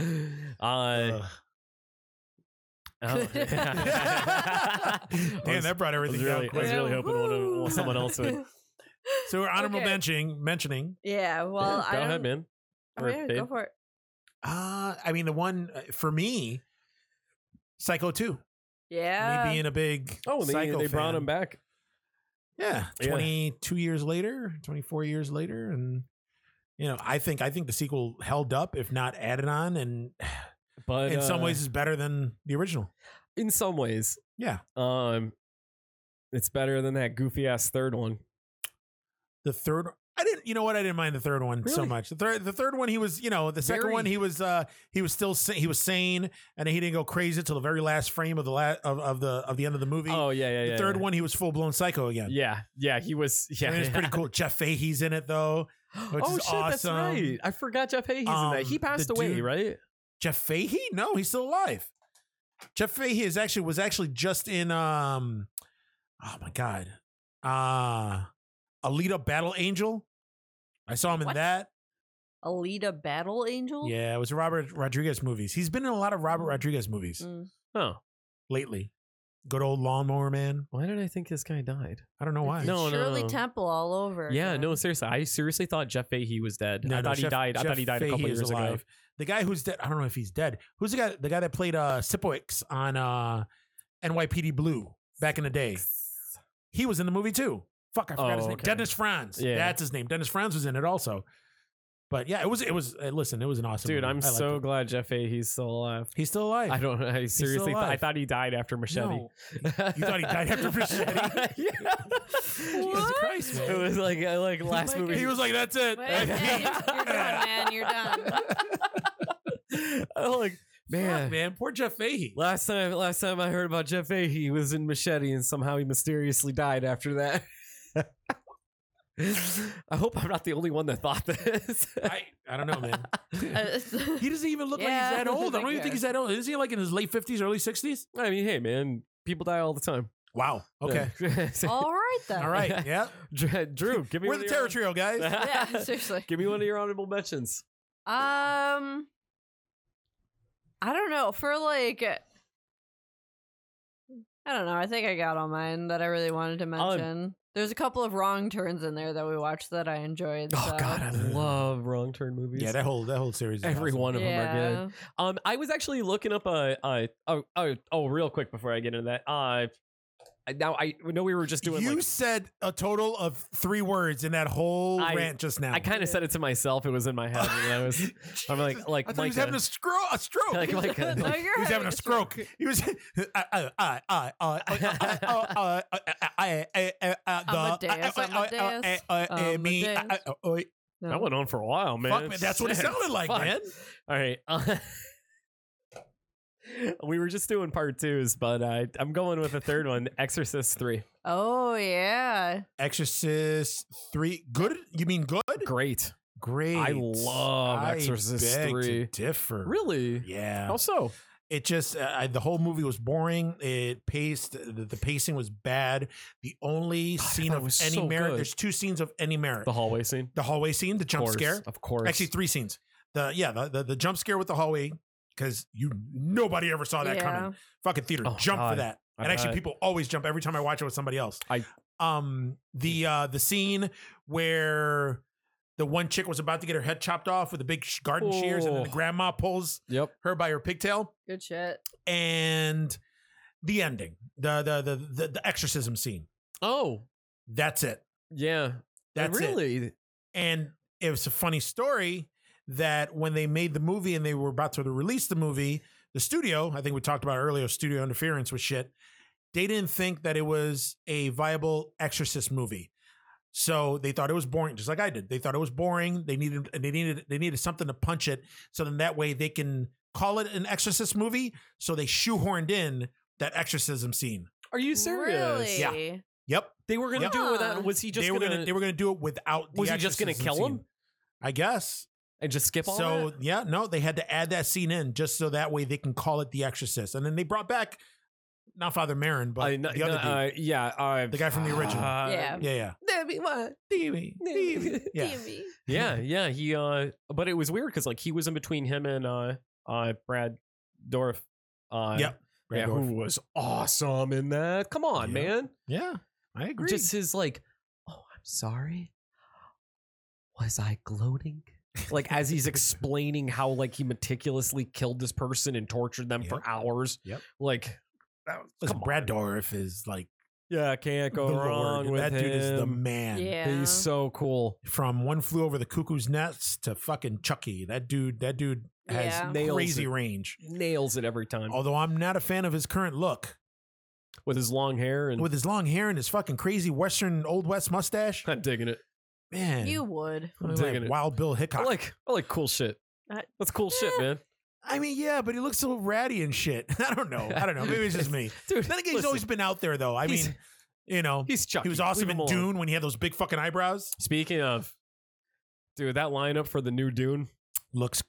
S2: Uh,
S1: Ugh.
S2: oh.
S1: Damn, that brought everything
S2: really-
S1: down quick.
S2: was really hoping one of-
S4: woo.
S2: someone else would-
S1: So we're honorable
S4: Okay.
S1: mentioning mentioning.
S4: Yeah, well,
S2: go
S4: I
S2: ahead,
S4: don't-
S2: man.
S4: Oh,
S2: Or
S4: yeah, go
S2: babe.
S4: for it.
S1: Uh I mean the one uh, for me, Psycho Two. me
S4: Yeah.
S1: being a big
S2: Oh, they,
S1: Psycho
S2: they brought
S1: fan.
S2: him back.
S1: Yeah,
S2: Yeah.
S1: twenty two years later, twenty four years later, and you know I think I think the sequel held up, if not added on, and
S2: But
S1: in some
S2: uh,
S1: ways is better than the original.
S2: in some ways,
S1: Yeah,
S2: um, it's better than that goofy ass third one.
S1: the third. I didn't. You know what? I didn't mind the third one so
S2: Really?
S1: much. The third, the third one, he was. You know, the second
S2: Very-
S1: one, he was. uh He was still. sa- He was sane, and he didn't go crazy till the very last frame of the la- of, of the of the end of the movie.
S2: oh yeah, yeah,
S1: the
S2: yeah.
S1: third
S2: yeah.
S1: one, he was full blown psycho again.
S2: Yeah, yeah, he was. Yeah,
S1: I mean, it's
S2: yeah.
S1: pretty cool. Jeff Fahey's in it though. which
S2: oh
S1: is
S2: shit, that's
S1: awesome.
S2: right. I forgot Jeff Fahey's in that.
S1: Um,
S2: He
S1: the
S2: passed away,
S1: dude-
S2: right?
S1: Jeff Fahey? No, he's still alive. Jeff Fahey is actually was actually just in um oh my god. Uh Alita Battle Angel. I saw him in
S4: What?
S1: that.
S4: Alita Battle Angel?
S1: Yeah, it was Robert Rodriguez movies. He's been in a lot of Robert Rodriguez movies
S4: Mm.
S2: Oh,
S1: lately. Good old lawnmower man.
S2: why did I think this guy died?
S1: I don't know Oh, why.
S4: It's
S2: No.
S4: Shirley
S2: no.
S4: Temple all over.
S2: Yeah,
S4: again.
S2: no, seriously, I seriously thought Jeff Fahey was dead.
S1: No,
S2: I
S1: no,
S2: thought he
S1: Jeff-
S2: died. I
S1: Jeff
S2: thought he died a couple
S1: Fahey is
S2: years ago.
S1: alive. The guy who's dead, I don't know if he's dead. Who's the guy the guy that played uh Sipoix on uh NYPD Blue back in the day? He was in the movie too. Fuck, I forgot his
S2: Oh,
S1: name.
S2: okay.
S1: Dennis Franz.
S2: Yeah.
S1: That's his name. Dennis Franz was in it also. But yeah, it was it was uh, listen, it was an awesome
S2: Dude,
S1: movie.
S2: I'm
S1: I liked
S2: so
S1: it.
S2: glad Jeff Fahey's still alive.
S1: He's still alive.
S2: I don't. I
S1: still
S2: seriously, thought I
S1: alive.
S2: thought he died after Machete.
S1: No. You thought he died after Machete?
S2: yeah.
S1: Jesus Christ,
S2: It
S1: man.
S2: was like uh, like last
S1: He was
S2: movie.
S1: like, that's it.
S4: Wait, hey, you're
S2: Okay.
S4: done, man. You're done.
S2: I'm Uh, like man.
S1: Fuck, man. Poor Jeff Fahey.
S2: Last time, last time I heard about Jeff Fahey, he was in Machete, and somehow he mysteriously died after that. I hope I'm not the only one that thought this.
S1: I, I don't know, man.
S4: Uh,
S1: He doesn't even look
S4: Yeah,
S1: like he's that old. I don't
S4: like
S1: even think
S4: that.
S1: he's that old. Isn't he like in his late 50s, early 60s?
S2: I mean, hey, man, people die all the time.
S1: Wow. Okay.
S4: all right, then.
S1: All right. Yeah.
S2: Dr- Drew, give me
S1: We're
S2: one
S1: the
S2: of
S1: Terror Trio,
S2: your-
S1: guys.
S4: Yeah, seriously.
S2: give me one of your honorable mentions.
S4: Um, I don't know. For like, I don't know. I think I got all mine that I really wanted to
S1: Um
S4: mention. There's a couple of wrong turns in there that we watched that I enjoyed.
S2: Oh
S4: so-
S2: God, I love Wrong Turn movies.
S1: Yeah, that whole that whole series. Is
S2: every
S1: awesome.
S2: one of them are good.
S4: yeah.
S2: Um, I was actually looking up a, a, a, a oh, real quick before I get into that. Uh, I- now I know we were just doing.
S1: you
S2: like,
S1: said a total of three words in that whole
S2: I-
S1: rant just now.
S2: I kind of said it to myself. It was in my head, and I was, I'm like, like,
S1: I thought he was having a, scro- a stroke.
S2: Like Micah.
S4: No,
S1: he
S4: Oh, you're
S1: was having a stroke. He was. I, I, I, I, I, I, I, I, I, I, I, the- I,
S4: Amadeus,
S1: I, I, I, I, I, me, I, I, I, I,
S4: No.
S2: that went on for a while, man.
S1: Fuck, man, that's what it sounded like,
S2: Fuck.
S1: man.
S2: All right. uh, we were just doing part twos, but uh, I'm going with a third one, Exorcist Three.
S4: Oh yeah.
S1: Exorcist three. Good. You mean good?
S2: Great,
S1: Great.
S2: I love
S1: I
S2: Exorcist
S1: beg to
S2: Three.
S1: differ.
S2: Really?
S1: Yeah.
S2: Also,
S1: it just uh, I, the whole movie was boring. It paced the, the pacing was bad. The only
S2: God, I
S1: scene
S2: thought it
S1: of
S2: was
S1: any
S2: so
S1: merit.
S2: good.
S1: There's two scenes of any merit.
S2: the hallway scene.
S1: The hallway scene, the jump
S2: Of course,
S1: scare.
S2: of course.
S1: Actually, three scenes. The yeah, the the, the jump scare with the hallway because you nobody ever saw Oh, that
S4: yeah.
S1: coming. Fucking theater,
S2: Oh,
S1: jump for
S2: God.
S1: that.
S2: I
S1: and actually,
S2: bet.
S1: people always jump every time I watch it with somebody else.
S2: I-
S1: um the uh the scene where. The one chick was about to get her head chopped off with the big sh- garden shears, and then the
S2: Oh.
S1: grandma pulls
S2: Yep.
S1: her by her pigtail
S4: Good shit.
S1: and the ending, the the the the, the exorcism scene.
S2: Oh,
S1: That's it.
S2: yeah.
S1: That's it.
S2: really.
S1: And it was a funny story that when they made the movie and they were about to release the movie, the studio, I think we talked about earlier, studio interference with shit. They didn't think that it was a viable exorcist movie. So they thought it was boring, just like I did. They thought it was boring. They needed and they needed they needed something to punch it. So then that way they can call it an exorcist movie. So they shoehorned in that exorcism scene.
S2: Are you
S4: Really?
S2: serious?
S1: Yeah. Yep.
S2: They were gonna
S1: Yep.
S2: do it
S4: Huh.
S2: without. Was he just
S1: they were
S2: gonna?
S1: gonna, they were gonna do it without the
S2: Was he just gonna
S1: exorcism
S2: kill
S1: scene.
S2: him?
S1: I guess.
S2: and just skip all
S1: So
S2: that?
S1: yeah, no, they had to add that scene in just so that way they can call it The Exorcist, and then they brought back not Father Marin, but
S2: I kn-
S1: the other
S2: kn- uh, yeah, uh,
S1: The guy from the original.
S4: Yeah.
S1: dude. Yeah, yeah, yeah.
S4: Maybe.
S2: yeah, yeah. He, uh, but it was weird because like he was in between him and uh, uh, Brad Dorf. Uh,
S1: Yep, Brad
S2: yeah,
S1: Dorff.
S2: who was awesome in that? Come
S1: Yep.
S2: on, man.
S1: yeah, I agree.
S2: Just his like, oh, I'm sorry. was I gloating? Like as he's explaining how like he meticulously killed this person and tortured them for
S1: Yep.
S2: hours.
S1: Yep.
S2: Like
S1: Listen,
S2: Come
S1: Brad Dorff is like
S2: yeah, can't go
S1: the
S2: wrong
S1: Lord.
S2: with
S1: That dude is the man.
S4: Yeah.
S2: He's so cool.
S1: From One Flew Over the Cuckoo's Nest to fucking Chucky. That dude, that dude has
S4: Yeah.
S2: Nails
S1: crazy
S2: it.
S1: range.
S2: Nails it every time
S1: Although I'm not a fan of his current look.
S2: with his long hair and
S1: With his long hair and his fucking crazy Western Old West mustache.
S2: I'm digging it.
S1: Man.
S4: You would.
S1: I mean,
S2: digging
S1: like
S2: it.
S1: Wild Bill
S2: I
S1: Hickok.
S2: like I like cool shit.
S4: Uh,
S2: That's cool shit,
S4: eh.
S2: man.
S1: I mean, yeah, but he looks so ratty and shit. I don't know. I don't know. Maybe it's just me.
S2: Dude,
S1: Then again, he's
S2: listen,
S1: always been out there, though. I
S2: he's-
S1: mean, you know,
S2: he's Chucky.
S1: he was awesome in
S2: Leave him alone.
S1: Dune when he had those big fucking eyebrows.
S2: Speaking of, dude, that lineup for the new Dune.
S1: Looks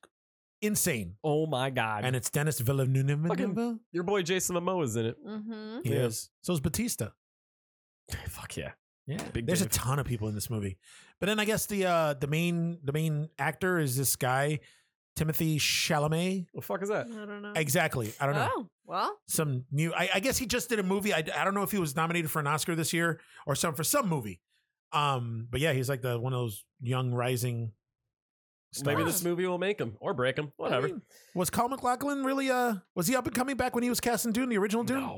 S1: insane.
S2: Oh my god,
S1: And it's Dennis Villeneuve.
S2: Fucking- your boy Jason Momoa is in it.
S4: Mm-hmm.
S1: He
S2: Yeah.
S1: is. So is Batista.
S2: Fuck yeah.
S1: Yeah,
S2: Big
S1: there's
S2: Dave.
S1: a ton of people in this movie, but then I guess the uh, the main the main actor is this guy Timothy Chalamet.
S2: What the fuck is
S4: I
S2: that?
S4: don't know.
S1: Exactly, Uh, I don't know
S4: Oh, well.
S1: some new. I, I guess he just did a movie. I, I don't know if he was nominated for an Oscar this year or some for some movie. Um, but yeah, he's like the one of those young rising. Stars.
S2: Maybe this movie will make him or break him. Whatever.
S4: I mean,
S1: was Kyle McLaughlin really uh was he up and coming back when he was cast in Dune the original Dune?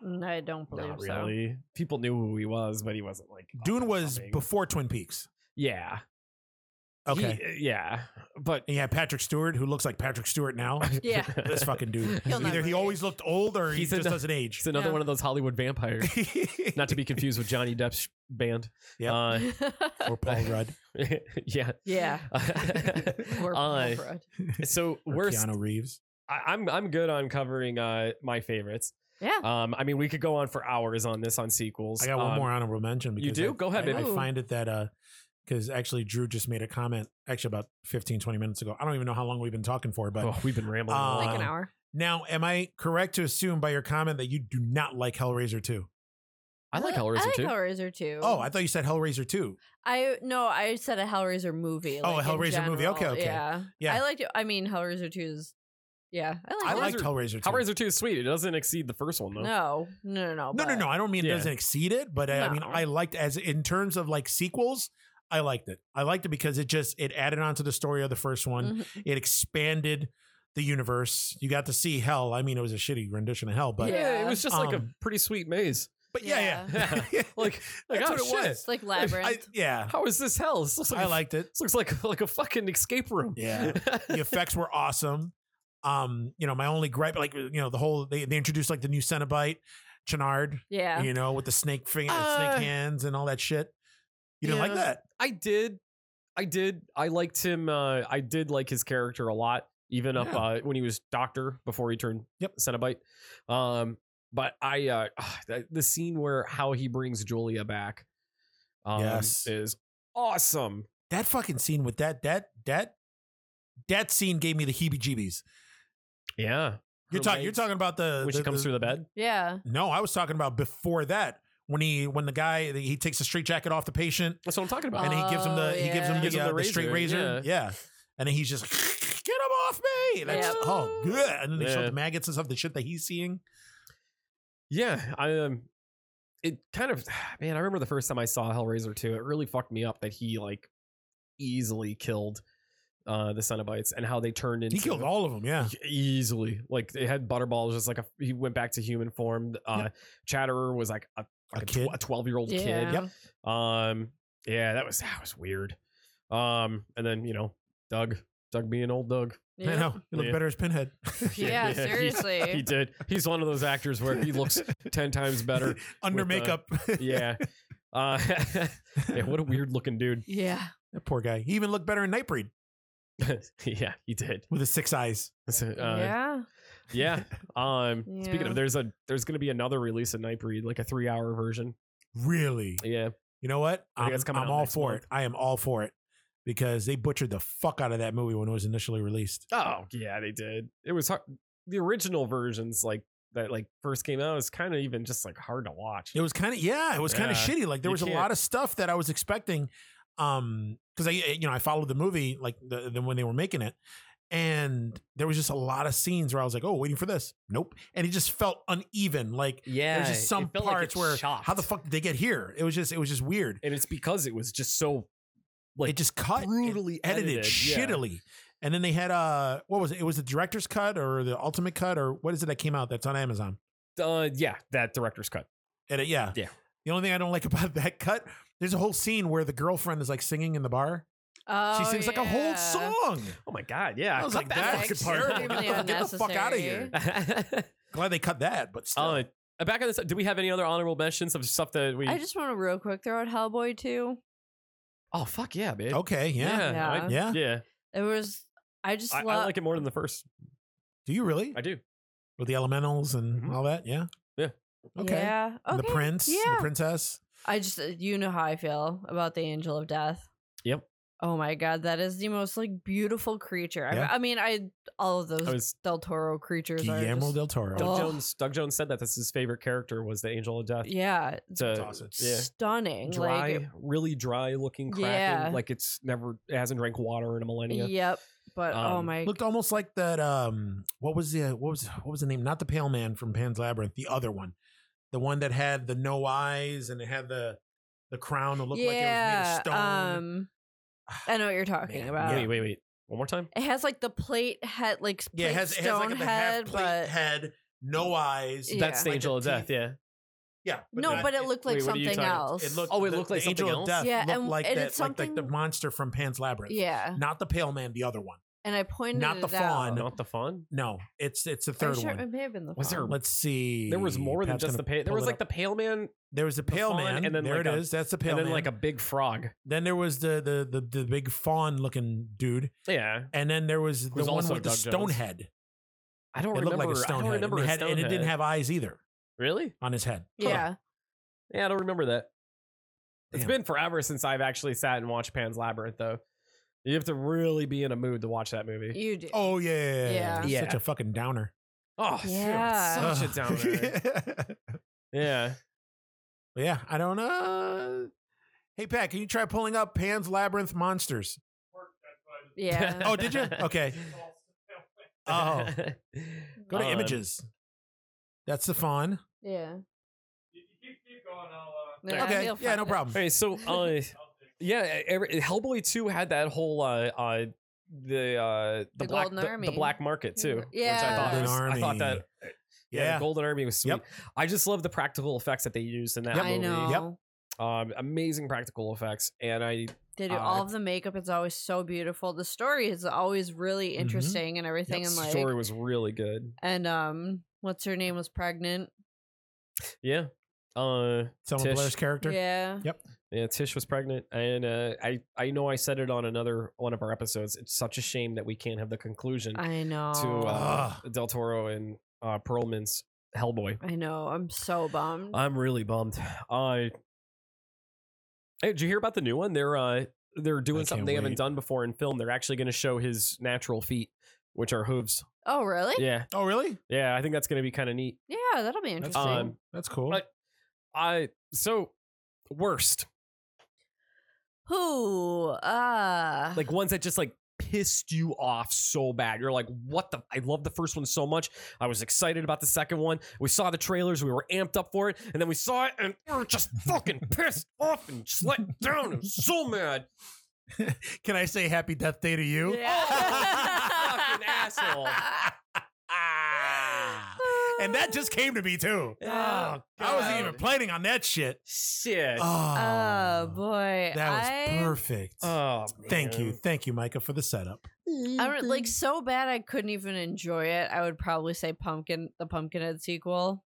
S2: No,
S4: I don't believe
S2: not
S4: so.
S2: really. People knew who he was, but he wasn't like up
S1: Dune
S2: and
S1: was
S2: coming.
S1: before Twin Peaks.
S2: Yeah.
S1: Okay,
S2: He- uh, yeah, but
S1: and you have Patrick Stewart who looks like Patrick Stewart now.
S4: Yeah.
S1: this fucking dude.
S4: He'll
S1: Either
S4: never
S1: he always
S4: age.
S1: looked old or he
S2: He's
S1: just
S2: in the-
S1: doesn't age.
S2: It's another
S4: Yeah.
S2: one of those Hollywood vampires. Not to be confused with Johnny Depp's band.
S1: Yep.
S2: Uh,
S1: or Paul Rudd
S2: yeah.
S4: yeah. Or
S2: Uh,
S4: Paul Rudd.
S2: so
S1: or
S2: we're
S1: Keanu Reeves.
S2: I, I'm I'm good on covering uh my favorites.
S4: Yeah.
S2: Um, I mean, we could go on for hours on this on sequels.
S1: I got one
S2: Um,
S1: more honorable mention.
S2: you
S1: Because
S2: do?
S1: I-
S2: Go ahead,
S1: I,
S2: baby.
S1: I find it that uh, because actually Drew just made a comment actually about 15, 20 minutes ago. I don't even know how long we've been talking for, but
S2: oh, we've been rambling.
S1: Uh,
S4: like
S2: on.
S4: an
S1: uh,
S4: hour.
S1: now am I correct to assume by your comment that you do not like Hellraiser two?
S2: I like
S4: I
S2: Hellraiser
S4: like
S2: too.
S4: Hellraiser too.
S1: Oh, I thought you said Hellraiser two.
S4: I no, I said a Hellraiser movie.
S1: Oh, a
S4: like, in
S1: Hellraiser movie. Okay,
S4: general.
S1: okay.
S4: Yeah.
S1: Yeah.
S4: I liked it. I mean, Hellraiser 2 is. Yeah. I
S1: I
S4: like
S1: liked Hellraiser two.
S2: Hellraiser two is sweet. It doesn't exceed the first one though.
S4: No, no, no, no.
S1: no, no,
S4: but-
S1: no. I don't mean
S2: Yeah.
S1: it doesn't exceed it, but I I mean
S4: No.
S1: I liked as in terms of like sequels, I liked it. I liked it because it just it added on to the story of the first one.
S4: Mhm.
S1: it expanded the universe. You got to see hell. I mean, it was a shitty rendition of hell, but
S4: Yeah.
S2: yeah, it was just like a
S1: Um,
S2: pretty sweet maze.
S1: but yeah, yeah,
S2: Like, like
S1: That's
S2: oh,
S1: what it
S2: shit.
S1: was.
S4: It's like Labyrinth.
S1: I, yeah,
S2: How is this hell? This looks like
S1: I
S2: a-
S1: liked it.
S2: This looks like like a fucking escape room.
S1: Yeah, the effects were awesome. Um, you know, my only gripe, like you know, the whole they, they introduced like the new Cenobite, Chenard,
S4: yeah.
S1: you know, with the snake finger,
S2: Uh,
S1: snake hands, and all that shit. You didn't like
S2: yeah.
S1: that?
S2: I did. I did. I liked him. Uh, I did like his character a lot, even up
S1: Yeah.
S2: uh, when he was Doctor before he turned
S1: Yep.
S2: Cenobite. Um, but I uh, the- the scene where how he brings Julia back, um,
S1: Yes.
S2: is awesome.
S1: That fucking scene with that that that that scene gave me the heebie-jeebies.
S2: Yeah,
S1: You're
S2: Her
S1: talking. You're
S2: legs
S1: talking about the
S2: when she comes through the bed.
S4: Yeah.
S1: No, I was talking about before that when he when the guy he takes the street jacket off the patient
S2: That's what I'm talking about.
S1: and he gives him the
S4: Oh,
S1: he gives him
S4: yeah.
S1: the,
S2: Gives him
S1: uh,
S2: the
S1: the straight
S2: razor,
S1: razor, yeah. and then he's just like, get him off me. That's
S4: Yep.
S1: oh good. And then they show
S2: Yeah.
S1: the maggots and stuff, the shit that he's seeing.
S2: Yeah, I um, it kind of man. I remember the first time I saw Hellraiser two. It really fucked me up that he like easily killed uh the Cenobites and how they turned into
S1: He killed all of them. Yeah,
S2: easily. Like they had Butterball was just like a he went back to human form. Uh, Chatterer was like a like a,
S1: kid.
S2: Tw- a twelve year old
S4: Yeah.
S2: kid. Um, yeah, that was that was weird. Um, and then you know Doug, Doug being old Doug.
S1: I
S4: Yeah.
S1: know. He looked
S2: Yeah.
S1: better as Pinhead.
S4: Yeah,
S2: he-
S4: seriously.
S2: he did. He's one of those actors where he looks ten times better.
S1: under
S2: with, uh,
S1: makeup.
S2: yeah. Uh, yeah, what a weird looking dude.
S4: Yeah.
S1: that poor guy. He even looked better in Nightbreed
S2: yeah, he did.
S1: with his six eyes.
S2: So, uh, yeah.
S4: yeah.
S2: Um. Speaking
S4: Yeah.
S2: of, there's a there's gonna be another release of Nightbreed, like a three hour version.
S1: Really,
S2: Yeah.
S1: you know what?
S2: I think
S1: I'm,
S2: that's coming
S1: I'm
S2: out
S1: all
S2: next
S1: for
S2: month.
S1: it. I am all for it because they butchered the fuck out of that movie when it was initially released.
S2: Oh yeah, they did. It was hard. The original versions, like that, like first came out, was kind of even just like hard to watch.
S1: It was kind of yeah, it was kind
S2: Yeah.
S1: of shitty. Like there
S2: You
S1: was a
S2: can't-
S1: lot of stuff that I was expecting, um, because I you know I followed the movie like the, the when they were making it, and there was just a lot of scenes where I was like, oh, waiting for this, nope, and it just felt uneven. Like
S2: Yeah,
S1: there's just some parts where how the
S2: fuck.
S1: fuck did they get here? It was just it was just weird.
S2: and it's because it was just so like
S1: it just cut and
S2: brutally
S1: edited,
S2: yeah.
S1: shittily. And then they had uh what was it? It was the director's cut or the ultimate cut or what is it that came out that's on Amazon?
S2: Uh, yeah, that director's cut.
S1: And it, yeah.
S2: Yeah.
S1: The only thing I don't like about that cut, there's a whole scene where the girlfriend is like singing in the bar.
S4: Oh,
S1: she sings like a whole
S4: yeah.
S1: song.
S2: Oh my god, yeah.
S1: I was
S2: cut
S1: like, that
S4: fucking
S1: that's
S4: part out.
S1: terrible. Get the fuck out of here. Glad they cut that, but still.
S2: Uh, back on this, do we have any other honorable mentions of stuff that we?
S4: I just want to real quick throw out Hellboy 2.
S2: oh fuck yeah, man.
S1: okay, yeah.
S2: yeah, I-
S1: Yeah.
S2: yeah.
S4: It was, I just
S2: I, I
S4: love,
S2: like it more than the first.
S1: Do you really?
S2: I do.
S1: With the elementals and
S2: Mhm.
S1: all that, yeah. okay.
S4: yeah.
S1: And the
S4: okay.
S1: prince, and
S4: yeah.
S1: the princess.
S4: I just, uh, you know how I feel about the angel of death.
S2: Yep.
S4: Oh my god, that is the most like beautiful creature. I-
S1: Yeah.
S4: I, mean, I all of those
S2: I was
S4: Del Toro creatures
S1: Guillermo
S4: are just,
S1: del Toro.
S2: Doug
S4: Oh.
S2: Jones. Doug Jones said that that's his favorite character was the Angel of Death.
S4: yeah,
S2: It's a-
S1: awesome.
S2: yeah.
S4: stunning.
S2: Dry,
S4: Like,
S2: really dry looking kraken.
S4: Yeah.
S2: Like it's never it hasn't drank water in a millennia.
S4: yep. But oh
S2: Um,
S4: my,
S1: Looked almost like that. Um, what was the what was what was the name? Not the Pale Man from Pan's Labyrinth. The other one, the one that had the no eyes and it had the the crown that looked like it was made
S4: yeah.
S1: of stone. Ah,
S4: um, I know what you're talking
S1: Man,
S4: about.
S1: yeah.
S2: Wait, wait, wait. One more time.
S4: It has like the plate head, like
S1: yeah, it
S4: plate
S1: has, it has like
S4: stone
S1: a half
S4: head,
S1: plate
S4: but
S1: head, no eyes.
S4: Yeah.
S2: That's the
S1: Like
S2: Angel
S1: the
S2: of Death.
S1: teeth.
S2: Yeah.
S1: Yeah,
S4: no,
S1: that-
S4: but it looked like
S2: wait, what are you
S4: something
S2: talking-
S4: else.
S1: It looked.
S2: Oh, it
S1: the-
S2: looked like
S1: the Angel
S2: something
S1: of
S2: else?
S1: Death
S4: Yeah,
S1: looked
S4: and-
S1: like
S4: and
S1: that,
S4: it's
S1: like the, the
S4: something-
S1: monster from Pan's Labyrinth.
S4: yeah,
S1: not the Pale Man, the other one.
S4: and I pointed
S1: Not
S4: it
S1: the
S4: out.
S1: fawn.
S2: Oh, Not the fun.
S1: No, it's it's the
S4: I'm
S1: third
S4: sure
S1: one.
S4: it may have been the
S2: Was there-
S4: fawn.
S1: Let's see.
S2: There was more than
S1: Pat's
S2: just
S1: gonna
S2: the pale. There
S1: pull
S2: was
S1: it
S2: like
S1: up.
S2: the pale man,
S1: There was the
S2: the
S1: pale
S2: fawn,
S1: man,
S2: and then
S1: there
S2: like
S1: it
S2: a-
S1: is. That's the pale
S2: and then
S1: man.
S2: like a big frog.
S1: Then there was the the the, the big fawn looking dude,
S2: Yeah,
S1: and then there was the
S2: Who's
S1: one
S2: also
S1: with the
S2: Doug
S1: stone
S2: Jones.
S1: head.
S2: I don't
S1: It looked
S2: remember.
S1: like a
S2: I
S1: stone
S2: don't
S1: head,
S2: remember
S1: and, it
S2: a
S1: had-
S2: stone
S1: and it didn't
S2: head.
S1: have eyes either
S2: really.
S1: on his head.
S4: yeah,
S2: Yeah, I don't remember that. It's
S1: Damn.
S2: been forever since I've actually sat and watched Pan's Labyrinth, though. You have to really be in a mood to watch that movie.
S4: you do.
S1: Oh yeah, yeah,
S4: Yeah.
S1: It's
S2: Yeah.
S1: Such a fucking downer.
S2: Oh, dude,
S4: Yeah.
S2: such a downer.
S1: downer.
S2: yeah.
S1: yeah, I don't know. Hey Pat, can you try pulling up Pan's Labyrinth monsters?
S4: Yeah.
S1: Oh, did you? Okay. Oh, go to
S2: Um,
S1: images. That's the fawn.
S4: Yeah.
S3: uh,
S2: Yeah,
S1: okay,
S4: he'll
S1: yeah,
S4: find
S1: no
S4: it.
S1: problem.
S2: All right, so uh, yeah, every, Hellboy two had that whole uh, uh the uh the,
S4: The
S2: black
S4: Golden
S2: the,
S4: Army.
S2: the black market too. which I thought
S4: Yeah.
S2: was, I thought
S1: Golden
S2: that
S1: Army.
S2: yeah,
S1: Yeah,
S2: the Golden Army was sweet.
S1: Yep.
S2: I just love the practical effects that they used in that
S1: Yep.
S4: I
S2: movie.
S4: know.
S2: Um, amazing practical effects, and I
S4: They do
S2: Uh,
S4: all of the makeup. It's always so beautiful. The story is always really
S1: Mhm.
S4: interesting and everything.
S2: the
S4: And like,
S2: Mm-hmm. story was really good.
S4: and um, what's her name was pregnant.
S2: Yeah. Uh,
S1: Selma
S2: Tish.
S1: Blair's character.
S4: Yeah.
S2: yeah, Tish was pregnant, and uh, I I know I said it on another one of our episodes. It's such a shame that we can't have the conclusion
S4: I know.
S2: to uh,
S1: Ugh.
S2: Del Toro and uh, Perlman's Hellboy.
S4: I know. I'm so bummed.
S2: I'm really bummed. I hey, did you hear about the new one? They're uh they're doing
S1: I
S2: something
S1: can't
S2: they haven't
S1: wait.
S2: done before in film. They're actually going to show his natural feet, which are hooves.
S4: oh, really?
S2: Yeah,
S1: Oh, really?
S2: yeah. I think that's going to be kind of neat.
S4: Yeah. that'll be
S1: That's
S4: interesting.
S1: cool.
S2: Um,
S1: That's cool.
S2: I- I so worst
S4: Who? Ah.
S2: like ones that just like pissed you off so bad. You're like, what the? I love the first one so much. I was excited about the second one. We saw the trailers. We were amped up for it, and then we saw it, and we were just fucking pissed off and just let down. I'm so mad.
S1: Can I say happy death day to you?
S2: Fucking asshole.
S1: and that just came to me too.
S2: Oh,
S1: I wasn't
S4: God.
S1: even planning on that shit.
S2: Shit.
S4: Oh boy.
S1: Um, that was
S4: I,
S1: perfect.
S2: Oh,
S1: Thank you,
S2: man.
S1: thank you, Micah, for the setup.
S4: I don't like so bad I couldn't even enjoy it. I would probably say pumpkin the Pumpkinhead sequel.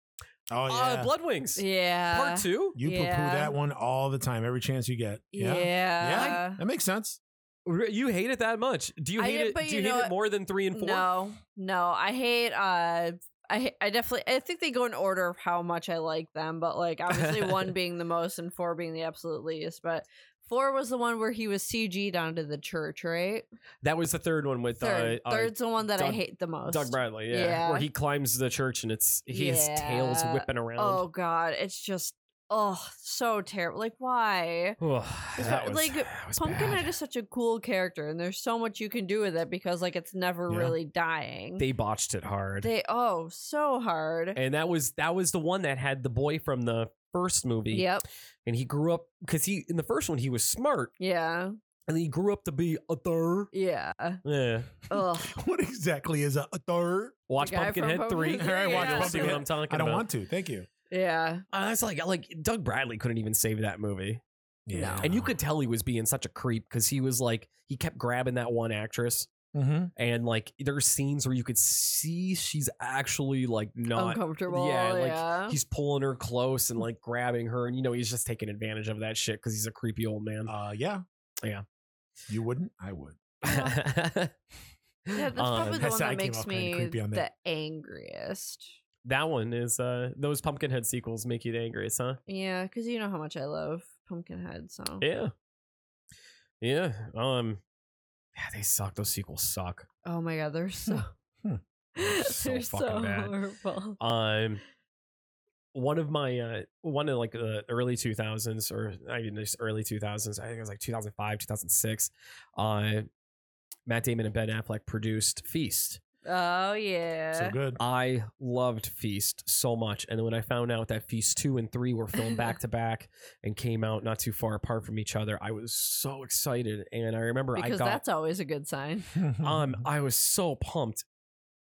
S1: Oh yeah,
S2: Uh, Blood Wings.
S4: Yeah.
S2: Part two.
S1: you poo poo
S4: yeah.
S1: that one all the time, every chance you get.
S4: Yeah.
S1: yeah, that makes sense.
S2: R- You hate it that much? Do you
S4: I
S2: hate
S4: did,
S2: it?
S4: but
S2: Do
S4: you
S2: you, hate
S4: know
S2: it
S4: what?
S2: more than three and four?
S4: No. No. I hate uh I, ha- I definitely I think they go in order of how much I like them, but like obviously one being the most and four being the absolute least. But four was the one where he was CG'd onto the church, right?
S2: That was the third one with
S4: Third,
S2: uh, uh,
S4: third's the one that I
S2: Doug-
S4: hate the most.
S2: Doug Bradley. Yeah.
S4: Yeah.
S2: where he climbs the church and it's his tail is
S4: Yeah.
S2: whipping around.
S4: Oh god, it's just oh so terrible. Like why?
S2: Ugh,
S4: Oh. It's
S2: that
S4: what-
S2: was,
S4: like,
S2: that was
S4: Pumpkinhead
S2: bad.
S4: is such a cool character, and there's so much you can do with it because like it's never
S1: Yeah.
S4: really dying.
S2: They botched it hard,
S4: They- oh so hard.
S2: and that was that was the one that had the boy from the first movie.
S4: Yep.
S2: and he grew up because he in the first one he was smart,
S4: Yeah.
S2: and he grew up to be a third.
S4: Yeah.
S2: Yeah.
S4: Ugh.
S1: What exactly is a, a third?
S2: Watch
S4: guy from
S2: Pumpkinhead three.
S4: Pumpkinhead, All right, watch yeah.
S2: You'll see what
S1: Pumpkinhead.
S2: I'm talking
S1: I don't
S2: about.
S1: want to. Thank you.
S4: Yeah.
S2: Uh, that's like like Doug Bradley couldn't even save that movie,
S4: Yeah.
S2: and you could tell he was being such a creep because he was like he kept grabbing that one actress,
S1: Mm-hmm.
S2: and like there's scenes where you could see she's actually like not.
S4: Uncomfortable.
S2: yeah,
S4: Yeah.
S2: like, He's pulling her close and like grabbing her, and you know he's just taking advantage of that shit because he's a creepy old man.
S1: Uh, yeah.
S2: Yeah.
S1: You wouldn't? I would.
S4: yeah, that's
S2: Uh,
S4: probably the
S1: I
S4: one
S1: said I came
S4: that makes
S1: off kinda
S4: me
S1: creepy on
S4: the
S1: that.
S4: angriest.
S2: that one is uh those Pumpkinhead sequels make you the angriest, huh?
S4: Yeah, because you know how much I love Pumpkinhead. So
S2: Yeah, yeah. Um, yeah, they suck. Those sequels suck.
S4: oh my god, they're so
S1: Hmm.
S4: they're
S2: So
S4: so,
S2: fucking bad.
S4: horrible.
S2: um one of my uh one of like the early 2000s or i mean just early 2000s i think it was like 2005 2006 uh matt damon and ben affleck produced feast
S4: Oh yeah.
S1: So good.
S2: i loved feast so much and then when i found out that feast 2 and 3 were filmed back to back and came out not too far apart from each other i was so excited and i remember i
S4: Because
S2: got
S4: that's always a good sign.
S1: Mm-hmm.
S2: um, I was so pumped,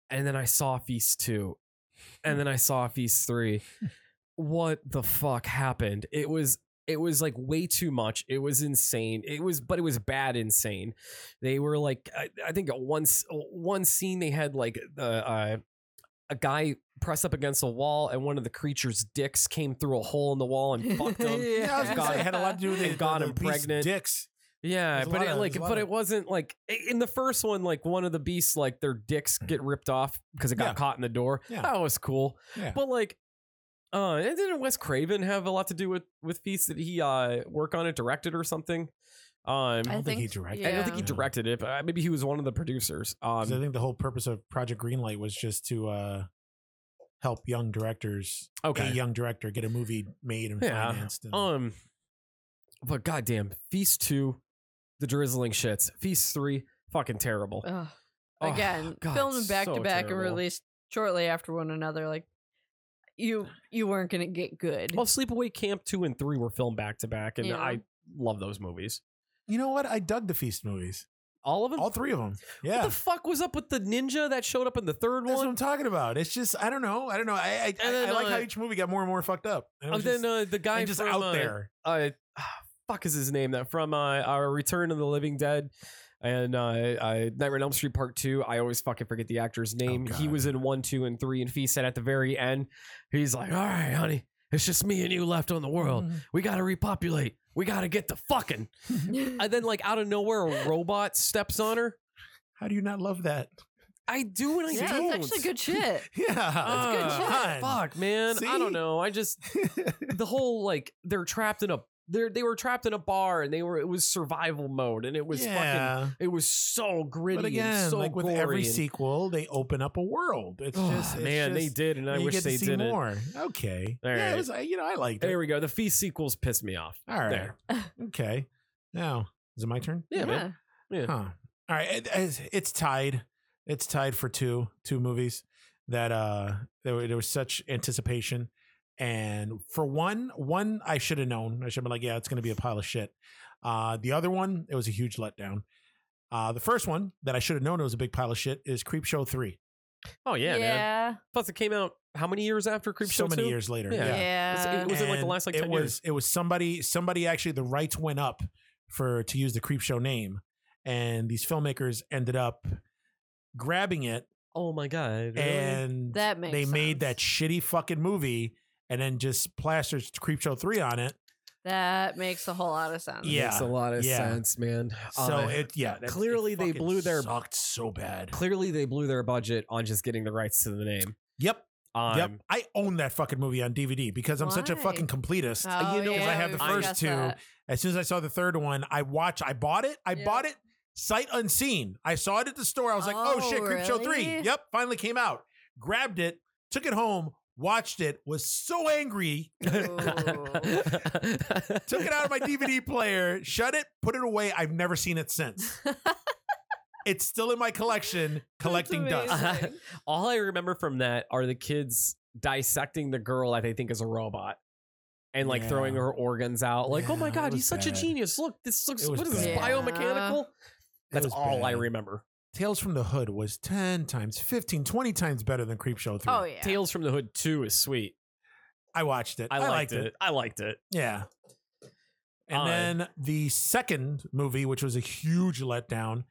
S2: and then I saw Feast two, and then I saw Feast three. What the fuck happened? It was it was like way too much. It was insane. It was but it was bad insane. They were like I, I think at once uh, one scene they had like uh, uh, a guy pressed up against a wall, and one of the creature's dicks came through a hole in the wall and fucked him.
S1: yeah, I was gonna
S2: Got
S1: say,
S2: him.
S1: it had a lot to do with
S2: And
S1: the,
S2: got
S1: the,
S2: him
S1: the beast's
S2: pregnant.
S1: Dicks.
S2: Yeah,
S1: There's a
S2: but
S1: lot
S2: it
S1: of-
S2: like,
S1: there's a
S2: but
S1: lot
S2: it
S1: of-
S2: wasn't like in the first one, like one of the beasts, like their dicks get ripped off because it got
S1: Mm. Yeah.
S2: caught in the door.
S1: Yeah.
S2: That was cool.
S1: Yeah.
S2: But like, uh, and didn't Wes Craven have a lot to do with with Feast? Did he uh work on it, directed or something? Um,
S1: I
S2: I,
S1: don't think he directed
S4: Yeah.
S2: don't think he directed it, but uh, maybe he was one of the producers.
S1: 'Cause I
S2: Um,
S1: think the whole purpose of Project Greenlight was just to uh, help young directors,
S2: okay,
S1: a young director, get a movie made and
S2: Yeah.
S1: financed. And,
S2: Um, but goddamn, Feast two, the drizzling shits. Feast three, fucking terrible.
S4: Ugh.
S2: Oh,
S4: Uh, Again,
S2: God,
S4: filmed back
S2: so
S4: to back
S2: terrible.
S4: and released shortly after one another. Like you, you weren't gonna get good.
S2: Well, Sleepaway Camp two and three were filmed back to back, and
S4: Yeah.
S2: I love those movies.
S1: you know what? I dug the Feast movies,
S2: All of them.
S1: all three of them.
S2: What
S1: Yeah.
S2: the fuck was up with the ninja that showed up in the third
S1: That's what
S2: one? Uh,
S1: I'm talking about. It's just I don't know. I don't know. I I, I,
S2: And then,
S1: I like how
S2: uh,
S1: each movie got more and more fucked up. And, it
S2: And
S1: was
S2: then
S1: just,
S2: uh, the guy
S1: and just
S2: from,
S1: out
S2: uh,
S1: there.
S2: Uh, ah, fuck is his name? That from uh, our Return of the Living Dead and uh, uh, Nightmare on Elm Street Part Two. I always fucking forget the actor's name. he
S1: Oh, God.
S2: was in one, two, and three, and Fee said at the very end, he's like, "All right, honey, it's just me and you left on the world.
S1: Mm-hmm.
S2: We gotta repopulate. We gotta get to fucking." and then, like out of nowhere, a robot steps on her.
S1: How do you not love that?
S2: I do and I
S4: yeah,
S2: don't.
S4: it's actually good shit.
S1: Yeah,
S4: good
S2: Ah,
S4: shit.
S1: Come on.
S2: Fuck, man. I don't
S1: See?
S2: know. I just the whole like they're trapped in a they they were trapped in a bar and they were it was survival mode and it was fucking
S1: yeah.
S2: it was so gritty
S1: But again,
S2: and so
S1: like with
S2: gory
S1: every
S2: and-
S1: sequel, they open up a world. It's
S2: Oh,
S1: just it's
S2: man, they
S1: just-
S2: did and I
S1: you
S2: wish
S1: get to
S2: they
S1: see
S2: didn't.
S1: more. Okay,
S2: All
S1: yeah,
S2: right.
S1: it was, I- you know I liked it.
S2: There we go. The feast sequels pissed me off.
S1: All right,
S2: There.
S1: okay. Now is it my turn?
S2: Yeah, man.
S1: Huh. All right, it- it's, it's tied. It's tied for two two movies that uh there, were- there was such anticipation, and for one one I should have known. I should have been like, yeah, it's gonna be a pile of shit. Uh, the other one, it was a huge letdown. Uh, the first one that I should have known it was a big pile of shit is Creep Show Three.
S2: Oh yeah, man.
S4: yeah,
S2: Plus it came out how many years after Creepshow
S1: so many
S2: 2?
S1: years later.
S2: Yeah.
S4: yeah.
S2: It's- it was in, like, the
S1: And
S2: last, like,
S1: it
S2: 10
S1: was
S2: years.
S1: it was somebody somebody actually the rights went up for to use the creep show name and these filmmakers ended up grabbing it
S2: Oh my god. really?
S1: Eh, and
S4: that makes
S1: they made that
S4: sense.
S1: shitty fucking movie and then just plastered creep show 3 on it
S4: That makes a whole lot of sense.
S1: yeah,
S2: Makes a lot of
S1: yeah.
S2: sense, man.
S1: so
S2: Uh,
S1: it yeah that's- it
S2: clearly they
S1: fucking
S2: blew their-
S1: sucked so bad
S2: clearly they blew their budget on just getting the rights to the name.
S1: yep
S2: Um,
S1: yep i own that fucking movie on dvd because i'm such a
S4: Why?
S1: fucking completist
S4: Oh,
S2: You know, 'cause
S4: yeah,
S2: I have
S4: we
S2: the first
S4: discussed
S1: two.
S4: that.
S1: As soon as I saw the third one, I watched, I bought it. I
S4: Yeah.
S1: bought it sight unseen. I saw it at the store. I was like, oh,
S4: Oh,
S1: shit, Creep Show 3.
S4: really?
S1: Yep, finally came out. Grabbed it, took it home, watched it, was so angry, took it out of my DVD player, shut it, put it away. I've never seen it since. It's still in my collection, collecting
S4: That's
S2: Uh-huh.
S1: dust.
S4: amazing.
S2: All I remember from that are the kids dissecting the girl that they think is a robot. and like
S1: Yeah.
S2: throwing her organs out. Like, oh my
S1: Yeah,
S2: god,
S1: it
S2: he's
S1: was
S2: such a
S1: bad.
S2: genius. Look, this looks
S1: It
S2: what
S1: was
S2: is this
S4: bad.
S2: biomechanical? That's
S1: was
S2: all I
S1: bad.
S2: remember.
S1: Tales from the Hood was 10 times, 15, 20 times better than Creepshow 3.
S4: Oh yeah.
S2: Tales from the Hood 2 is sweet.
S1: I watched it.
S2: I, liked, it. I liked it.
S1: Yeah. And
S2: Uh,
S1: then the second movie, which was a huge letdown,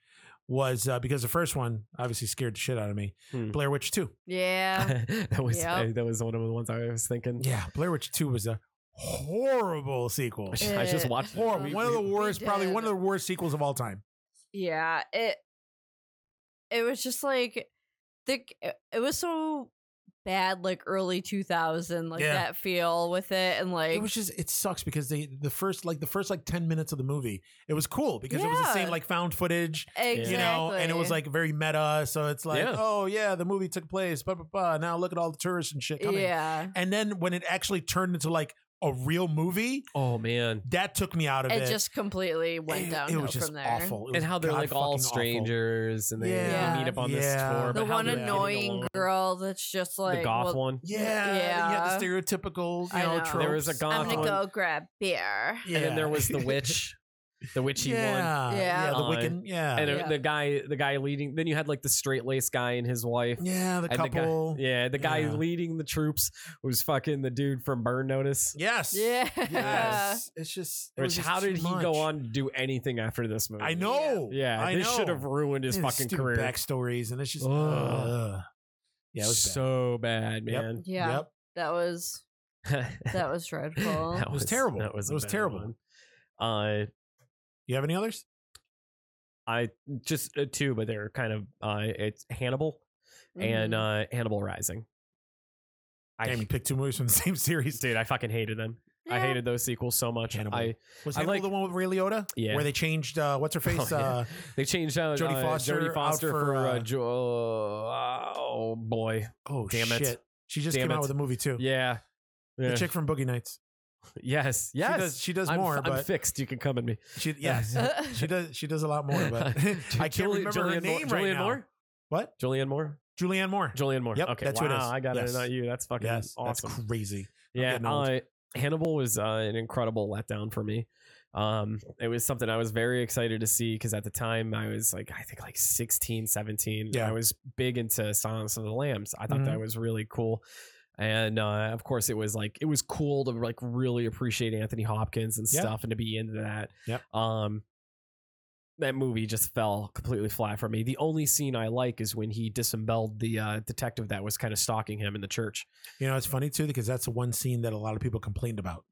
S1: was uh, because the first one obviously scared the shit out of me.
S2: Hmm.
S1: Blair Witch 2.
S4: Yeah.
S2: that was
S4: Yep.
S2: I- that was one of the ones I was thinking.
S1: Yeah, Blair Witch 2 was a horrible sequel.
S2: I just
S4: It-
S2: watched it.
S1: Horrible.
S4: We-
S1: one of the
S4: we- we
S1: worst, probably
S4: did.
S1: one of the worst sequels of all time.
S4: Yeah, it it was just like the it was so bad like early 2000 like
S1: Yeah.
S4: that feel with it and like
S1: It was just it sucks because they the first like the first like 10 minutes of the movie, it was cool because it was the
S4: Yeah.
S1: same like found footage
S4: exactly
S1: you know, and it was like very meta. So it's like,
S2: Yeah.
S1: oh yeah, the movie took place, blah blah blah. Now look at all the tourists and shit coming.
S4: yeah
S1: And then when it actually turned into like a real movie,
S2: Oh man.
S1: that took me out of it.
S4: it just completely went
S1: It-
S4: down
S1: It was
S4: from
S1: just
S4: there.
S1: awful. It was
S2: and how they're
S1: god
S2: like all
S1: fucking awful.
S2: strangers and they, they
S1: Yeah.
S2: meet up on
S1: Yeah.
S2: this tour.
S1: Or
S4: The
S2: but how
S4: one
S2: they're getting
S4: annoying
S2: along.
S4: girl that's just like
S2: the goth
S4: well,
S2: one.
S1: Yeah, yeah. You
S4: Yeah.
S1: had the stereotypical, you
S4: I
S1: know,
S4: know.
S1: tropes.
S2: There was a goth
S4: I'm gonna
S2: one.
S4: go grab beer.
S1: Yeah.
S2: And then there was the witch. The witchy one.
S1: yeah,
S4: one.
S1: yeah, the
S2: Yeah.
S1: Wiccan, yeah,
S2: and uh,
S4: Yeah.
S2: the guy the guy leading then you had like the straight laced guy and his wife
S1: yeah, the
S2: and the guy-
S1: couple.
S2: yeah the guy
S1: Yeah.
S2: leading the troops was fucking the dude from burn notice
S1: Yes,
S4: Yeah.
S1: yes. It's just, it was
S2: which
S1: just
S2: how
S1: too
S2: did he
S1: much.
S2: go on to do anything after this movie
S1: I know.
S2: yeah
S1: I
S2: this should
S1: know.
S2: have ruined his
S1: And
S2: fucking
S1: stupid
S2: career
S1: Backstories and it's just
S2: Ugh.
S1: ugh. yeah, it was bad.
S2: so bad,
S1: Yep.
S2: man
S4: Yeah.
S1: Yep.
S4: That was that was dreadful.
S2: That
S1: was terrible.
S2: a
S1: It was
S2: bad
S1: terrible.
S2: one. uh
S1: You have any others?
S2: i just uh, two but they're kind of uh it's hannibal and
S4: Mhm.
S2: uh hannibal rising
S1: I
S2: i
S1: even picked two movies from the same series.
S2: dude i fucking hated them I
S4: Yeah.
S2: hated those sequels so much.
S1: Hannibal.
S2: I
S1: Was
S2: I
S1: Hannibal
S2: like-
S1: the one with Ray Liotta?
S2: Yeah.
S1: Where they changed uh, what's her face?
S2: Oh, yeah.
S1: uh,
S2: they changed out
S1: Jodie
S2: uh,
S1: Foster
S2: Jodie
S1: out
S2: Foster
S1: for,
S2: for, uh,
S1: uh,
S2: Jo- oh boy,
S1: oh
S2: Damn it.
S1: shit! She just
S2: Damn
S1: came
S2: it.
S1: out with a movie too.
S2: yeah, yeah.
S1: The chick from Boogie Nights.
S2: yes, yes.
S1: She does, she does
S2: I'm,
S1: more,
S2: I'm
S1: but
S2: fixed. You can come at me.
S1: she yes, she does she does a lot more, but I can't
S2: Julie-
S1: remember her
S2: Julianne Moore-
S1: name right
S2: Julianne
S1: now.
S2: Moore?
S1: What?
S2: Julianne Moore.
S1: Julianne Moore.
S2: Julianne Moore.
S1: Yep,
S2: okay,
S1: that's
S2: wow,
S1: who it is.
S2: I got
S1: Yes.
S2: it. Not you. That's fucking
S1: yes,
S2: awesome.
S1: that's crazy.
S2: yeah,
S1: getting old.
S2: uh, Hannibal was uh, an incredible letdown for me. Um, it was something I was very excited to see because at the time I was like, I think like 16, 17.
S1: Yeah.
S2: I was big into Silence of the Lambs. I thought that
S1: Mhm.
S2: was really cool. And uh, of course, it was like, it was cool to like really appreciate Anthony Hopkins and
S1: Yeah.
S2: stuff and to be into that.
S1: Yep.
S2: Um, that movie just fell completely flat for me. The only scene I like is when he disemboweled the uh, detective that was kind of stalking him in the church.
S1: You know, it's funny too because that's the one scene that a lot of people complained about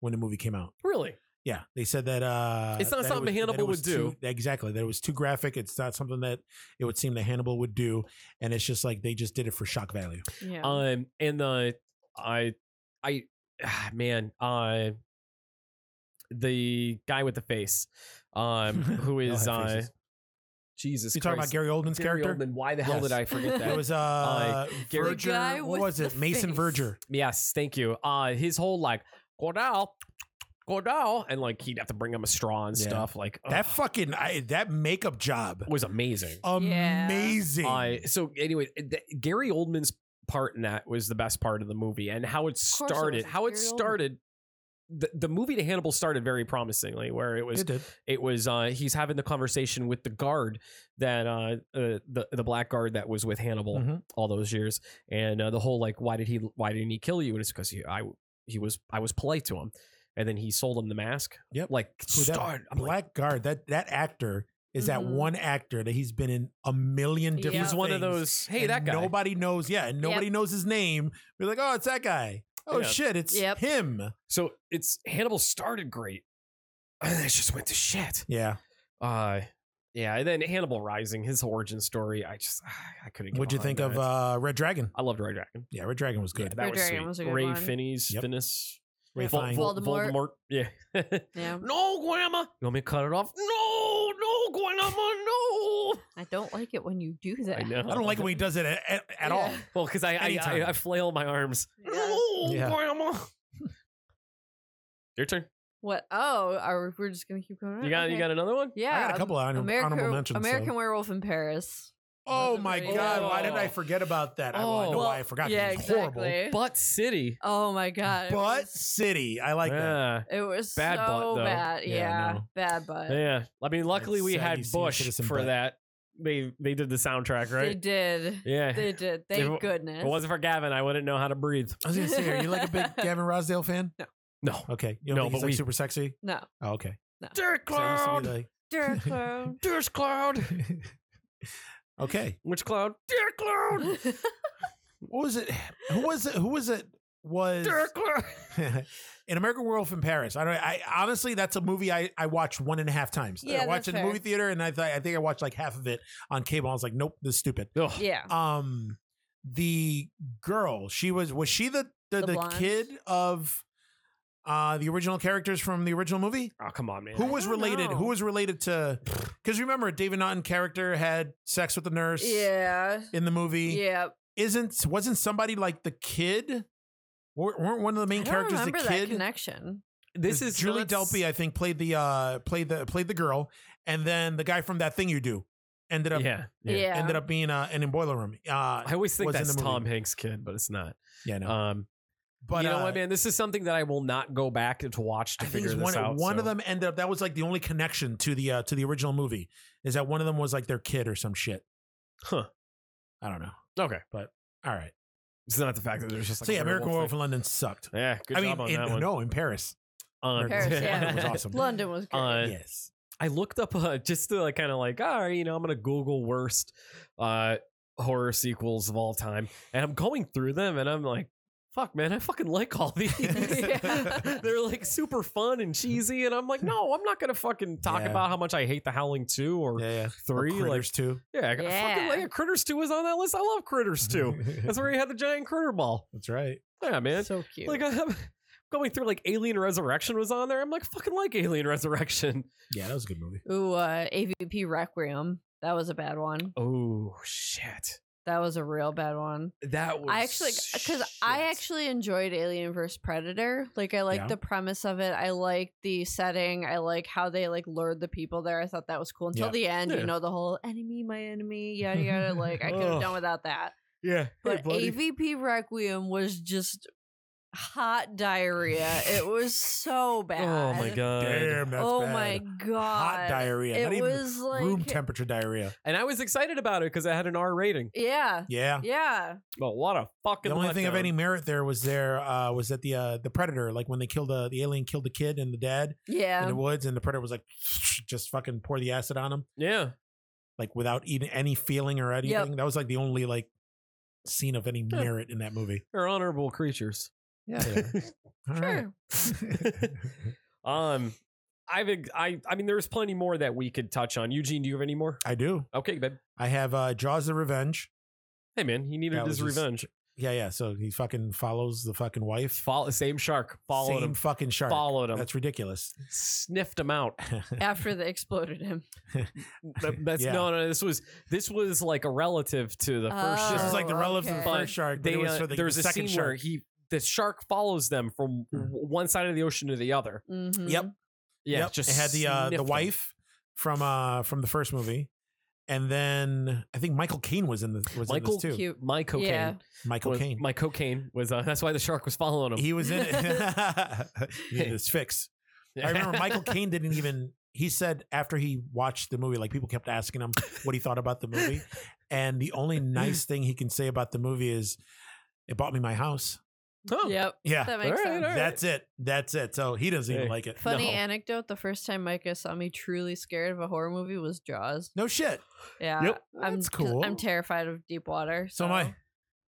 S1: when the movie came out.
S2: Really?
S1: Yeah, they said that uh,
S2: It's not
S1: that it
S2: something
S1: was- that
S2: Hannibal
S1: it was
S2: would do.
S1: too- exactly, that it was too graphic. It's not something that it would seem that Hannibal would do, and it's just like they just did it for shock value.
S4: yeah.
S2: Um, and the I, I, ah, man, uh, the guy with the face, um, who
S1: They all
S2: is
S1: had
S2: uh,
S1: faces.
S2: Jesus?
S1: you talking about
S2: Christ.
S1: Gary Oldman's
S2: Gary
S1: character?
S2: Oldman. Why the hell
S1: Yes.
S2: did I forget that?
S1: It was uh,
S2: Gary- The
S1: Verger.
S4: guy
S1: what
S4: with
S1: was
S4: the
S1: it? Mason
S4: face.
S1: Verger.
S2: yes, thank you. Uh, his whole like Cordell, Cordell, and like he'd have to bring him a straw and
S1: Yeah.
S2: stuff. Like
S1: That
S2: ugh,
S1: fucking I, that makeup job,
S2: was amazing.
S4: Yeah.
S1: amazing.
S2: Uh, so anyway, th- Gary Oldman's part in that was the best part of the movie, and how it
S4: course it was.
S2: started. how it
S4: Gary Oldman.
S2: started. The, the movie to Hannibal started very promisingly, where it was
S1: it did.
S2: it was uh, he's having the conversation with the guard that uh, uh the the black guard that was with Hannibal
S1: Mhm.
S2: all those years, and uh, the whole like why did he why didn't he kill you? And it's because he I he was I was polite to him, and then he sold him the mask.
S1: Yep.
S2: like
S1: Dude, that
S2: start. I'm like,
S1: Black Guard. That that actor is that
S4: Mhm.
S1: one actor that he's been in a million
S4: He's
S1: different.
S2: he's Mm-hmm. one of
S1: things.
S2: those. Hey,
S1: and
S2: that guy.
S1: Nobody knows. Yeah, and nobody knows his name. We're like, oh, it's that guy. Oh
S2: Yeah.
S1: shit, it's
S4: Yep.
S1: him.
S2: So it's Hannibal started great, and then it just went to shit.
S1: Yeah.
S2: Uh yeah, and then Hannibal Rising, his origin story, I just I couldn't. Get
S1: What'd you
S2: behind
S1: think of
S2: that.
S1: uh, Red Dragon?
S2: I loved Red Dragon.
S1: Yeah, Red Dragon was good.
S2: that
S4: Red
S2: was
S4: Dragon
S2: sweet.
S4: was a good
S2: Ray
S4: one.
S2: Finney's
S1: Yep.
S2: Finnis.
S1: Ray
S2: Vol-
S1: Fine.
S2: Vol-
S4: Voldemort.
S2: Voldemort. Yeah.
S4: yeah.
S2: no, Grandma. You want me to cut it off? No, no, Grandma,
S4: I don't like it when you do
S2: no.
S4: that.
S2: I know.
S1: I don't like it when he does it at, at, at all.
S4: Yeah.
S2: Well, because I I, I
S1: Anytime.
S2: I flail my arms.
S4: Yeah.
S2: No,
S1: Yeah.
S2: Grandma. Your turn.
S4: What? Oh, are we, we're just gonna keep going.
S2: You got
S4: Okay.
S2: you got another one?
S4: Yeah.
S1: I got a couple of honor-
S4: America-
S1: honorable mentions.
S4: American
S1: so.
S4: Werewolf in Paris.
S1: Oh
S4: Wasn't
S1: my
S4: very
S1: god!
S4: good.
S1: Why did I forget about that? I, well, I
S2: Oh.
S1: know
S2: Well,
S1: why I forgot. 'cause
S4: yeah,
S1: it was horrible.
S4: exactly.
S2: Butt City.
S4: Oh my god. it
S1: But
S4: was-
S1: City, I like that.
S2: yeah.
S4: it was
S2: Bad
S4: so
S2: butt, though.
S4: bad.
S1: Yeah,
S4: Yeah,
S1: I know.
S4: bad butt.
S2: Yeah. I mean, luckily we
S1: Sad
S2: had
S1: you see a
S2: Bush
S1: citizen
S2: for
S1: butt.
S2: that. They they did the soundtrack,
S4: They
S2: right?
S4: did.
S2: yeah.
S4: They did. Thank
S2: wa-
S4: goodness.
S2: If it wasn't for Gavin, I wouldn't know how to breathe.
S1: I was gonna say, are you like a big Gavin Rosdale fan?
S2: No.
S1: Okay, you don't
S2: No,
S1: think he's
S2: but
S1: like
S2: we-
S1: super sexy.
S4: no.
S1: Oh, okay.
S2: Dirt
S1: 'Cause I used to be like-
S4: Dirt clone.
S2: Dirt Cloud.
S1: okay.
S2: Which cloud? Dirt Cloud.
S1: What was it? Who was it? Who was it? Was
S2: Dirt Cloud.
S1: in American Werewolf in Paris? I don't. I honestly, that's a movie I, I watched one and a half times.
S4: Yeah,
S1: I watched it
S4: that's
S1: in the
S4: fair.
S1: movie theater, and I th- I think I watched like half of it on cable. I was like, nope, this is stupid.
S2: Ugh.
S4: yeah.
S1: Um, the girl, she was was she the the,
S4: The
S1: the,
S4: blonde?
S1: kid of uh the original characters from the original movie?
S2: Oh, come on, man.
S1: Who
S4: I
S1: was
S4: don't
S1: related? Who
S4: know.
S1: was related to? Because remember, David Naughton character had sex with the nurse
S4: Yeah.
S1: in the movie.
S4: Yeah.
S1: Isn't wasn't somebody like the kid? Wa- Weren't one of the main
S4: I don't
S1: characters the
S4: remember that
S1: kid?
S4: connection.
S2: This
S1: Because
S2: is
S1: Julie
S2: that's-
S1: Delpy. I think played the uh played the played the girl, and then the guy from that thing you do ended up
S2: Yeah.
S4: Yeah.
S1: ended up being uh and in boiler room. Uh,
S2: I always think
S1: was in
S2: that's
S1: the movie.
S2: Tom Hanks' kid, but it's not.
S1: yeah, no.
S2: Um,
S1: but
S2: you know
S1: uh,
S2: what, man? This is something that I will not go back to watch to
S1: I think it's
S2: figure this
S1: one
S2: out.
S1: one of
S2: so-
S1: them ended up. That was like the only connection to the uh to the original movie is that one of them was like their kid or some shit.
S2: Huh.
S1: I don't know.
S2: Okay.
S1: All right.
S2: It's not the fact that there's just like
S1: so
S2: a
S1: yeah, American Werewolf
S2: werewolf
S1: in London sucked.
S2: thing. Yeah, good
S1: I
S2: job
S1: mean,
S2: on
S1: in,
S2: that one.
S1: no, in Paris.
S2: Um,
S4: Paris, yeah.
S1: London was awesome.
S4: London was great.
S2: Uh,
S1: yes.
S2: I looked up uh, just to like, kind of like, all right, you know, I'm gonna Google worst uh, horror sequels of all time, and I'm going through them, and I'm like, fuck, man, I fucking like all these.
S4: Yeah.
S2: They're like super fun and cheesy, and I'm like, no, I'm not gonna fucking talk
S1: Yeah.
S2: about how much I hate The Howling Two or
S1: Yeah, yeah. Or
S2: Three. Like,
S1: Critters too.
S2: yeah, I got fucking
S4: Yeah.
S2: like Critters Two was on that list. I love Critters Two. That's where he had the giant critter ball.
S1: That's right.
S2: Yeah, man.
S4: so cute.
S2: Like I'm going through like Alien Resurrection was on there. I'm like fucking like Alien Resurrection.
S1: Yeah, that was a good movie.
S4: Ooh, uh, AVP Requiem. That was a bad one.
S2: Oh shit.
S4: That was a real bad one.
S2: That was
S4: I actually, because I
S2: shit.
S4: actually enjoyed Alien vs Predator. Like, I like
S1: Yeah.
S4: the premise of it. I like the setting. I like how they like lured the people there. I thought that was cool until
S1: Yeah.
S4: the end.
S2: Yeah.
S4: You know, the whole enemy, my enemy, yada yada. like, I could
S2: Ugh.
S4: have done without that.
S2: Yeah.
S4: But AVP Requiem was just hot diarrhea. it was so bad.
S2: Oh my god.
S1: Damn, that's
S4: oh
S1: bad.
S4: my god.
S1: Hot diarrhea.
S4: It
S1: Not even
S4: was like
S1: room temperature diarrhea.
S2: And I was excited about it because I had an R rating.
S4: Yeah.
S1: Yeah.
S4: Yeah.
S2: But what a fucking
S1: The only thing of
S2: letdown.
S1: any merit there was there uh, was that the uh, the predator like when they killed the the alien killed the kid and the dad in
S4: Yeah.
S1: the woods and the predator was like just fucking pour the acid on him
S2: Yeah.
S1: like without even any feeling or anything. That was like the only like scene of any
S2: Yeah.
S1: merit in that movie.
S2: They're honorable creatures.
S1: Yeah, they are. All right.
S4: Sure.
S2: um I've ex- I I mean there's plenty more that we could touch on. Eugene, do you have any more?
S1: I do.
S2: Okay, babe.
S1: I have uh, Jaws the Revenge.
S2: Hey man, he needed
S1: That
S2: his
S1: was just-
S2: revenge.
S1: Yeah, yeah. So he fucking follows the fucking wife.
S2: Follow, same shark followed
S1: Same
S2: him.
S1: fucking shark.
S2: Followed him.
S1: That's ridiculous.
S2: sniffed him out.
S4: After they exploded him.
S2: That- that's
S1: Yeah.
S2: no, no. This was this was like a relative to the first.
S4: Oh,
S1: this
S2: shark.
S1: is like the relative of the
S4: okay.
S1: first shark. But
S2: They,
S1: it was
S2: uh,
S1: for the,
S2: there's
S1: the
S2: a
S1: second
S2: scene where
S1: shark. Mm-hmm.
S2: he the shark follows them from w- one side of the ocean to the other.
S4: Mhm.
S1: Yep.
S2: Yeah,
S1: Yep.
S2: just
S1: it had the uh,
S2: sniffed
S1: the
S2: 'em.
S1: wife from uh from the first movie, and then I think Michael Caine was in the was in
S2: Michael
S1: this too.
S4: Cute.
S2: My cocaine.
S4: Yeah.
S1: Michael
S2: was-
S1: Caine.
S2: My cocaine was. Uh, that's why the shark was following him.
S1: He was in it. it's fixed. I remember Michael Caine didn't even. He said after he watched the movie, like people kept asking him what he thought about the movie, and the only nice thing he can say about the movie is, "It bought me my house."
S2: Oh.
S4: Yep.
S1: Yeah,
S4: That makes
S2: All right,
S4: sense.
S2: all right.
S1: that's it. That's it. So he doesn't even
S2: Hey.
S1: like it.
S4: Funny
S2: No.
S4: anecdote: the first time Micah saw me truly scared of a horror movie was Jaws.
S1: No shit.
S4: Yeah,
S1: Yep.
S4: Uh, I'm,
S1: That's
S4: 'cause
S1: cool.
S4: I'm terrified of deep water.
S1: So am I.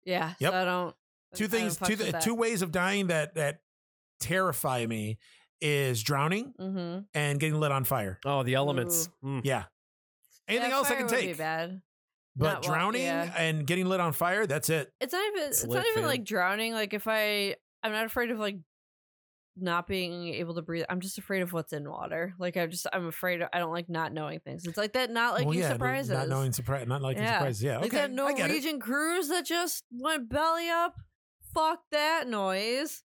S4: Yeah,
S1: Yep.
S4: so I don't.
S1: two
S4: I don't
S1: things
S4: fucks
S1: two
S4: with
S1: th-
S4: that.
S1: two ways of dying that that terrify me is drowning
S4: Mhm.
S1: and getting lit on fire
S2: Oh, the elements. Mm.
S1: yeah anything
S4: Yeah,
S1: else i
S4: fire
S1: can
S4: would be
S1: take
S4: bad.
S1: but
S4: Not wa-
S1: drowning
S4: yeah.
S1: and getting lit on fire that's it
S4: It's not even.
S2: It's
S4: It's,
S2: lit,
S4: not even
S2: fam.
S4: like drowning. Like if I, I'm not afraid of like not being able to breathe. I'm just afraid of what's in water. Like I just, I'm afraid. I don't like not knowing things. It's like that. Not like
S1: well,
S4: you
S1: yeah, no-
S4: surprises.
S1: not knowing surprise not liking
S4: Yeah.
S1: surprises yeah okay
S4: Like that
S1: I get it.
S4: Norwegian cruise that just went belly up. Fuck that noise.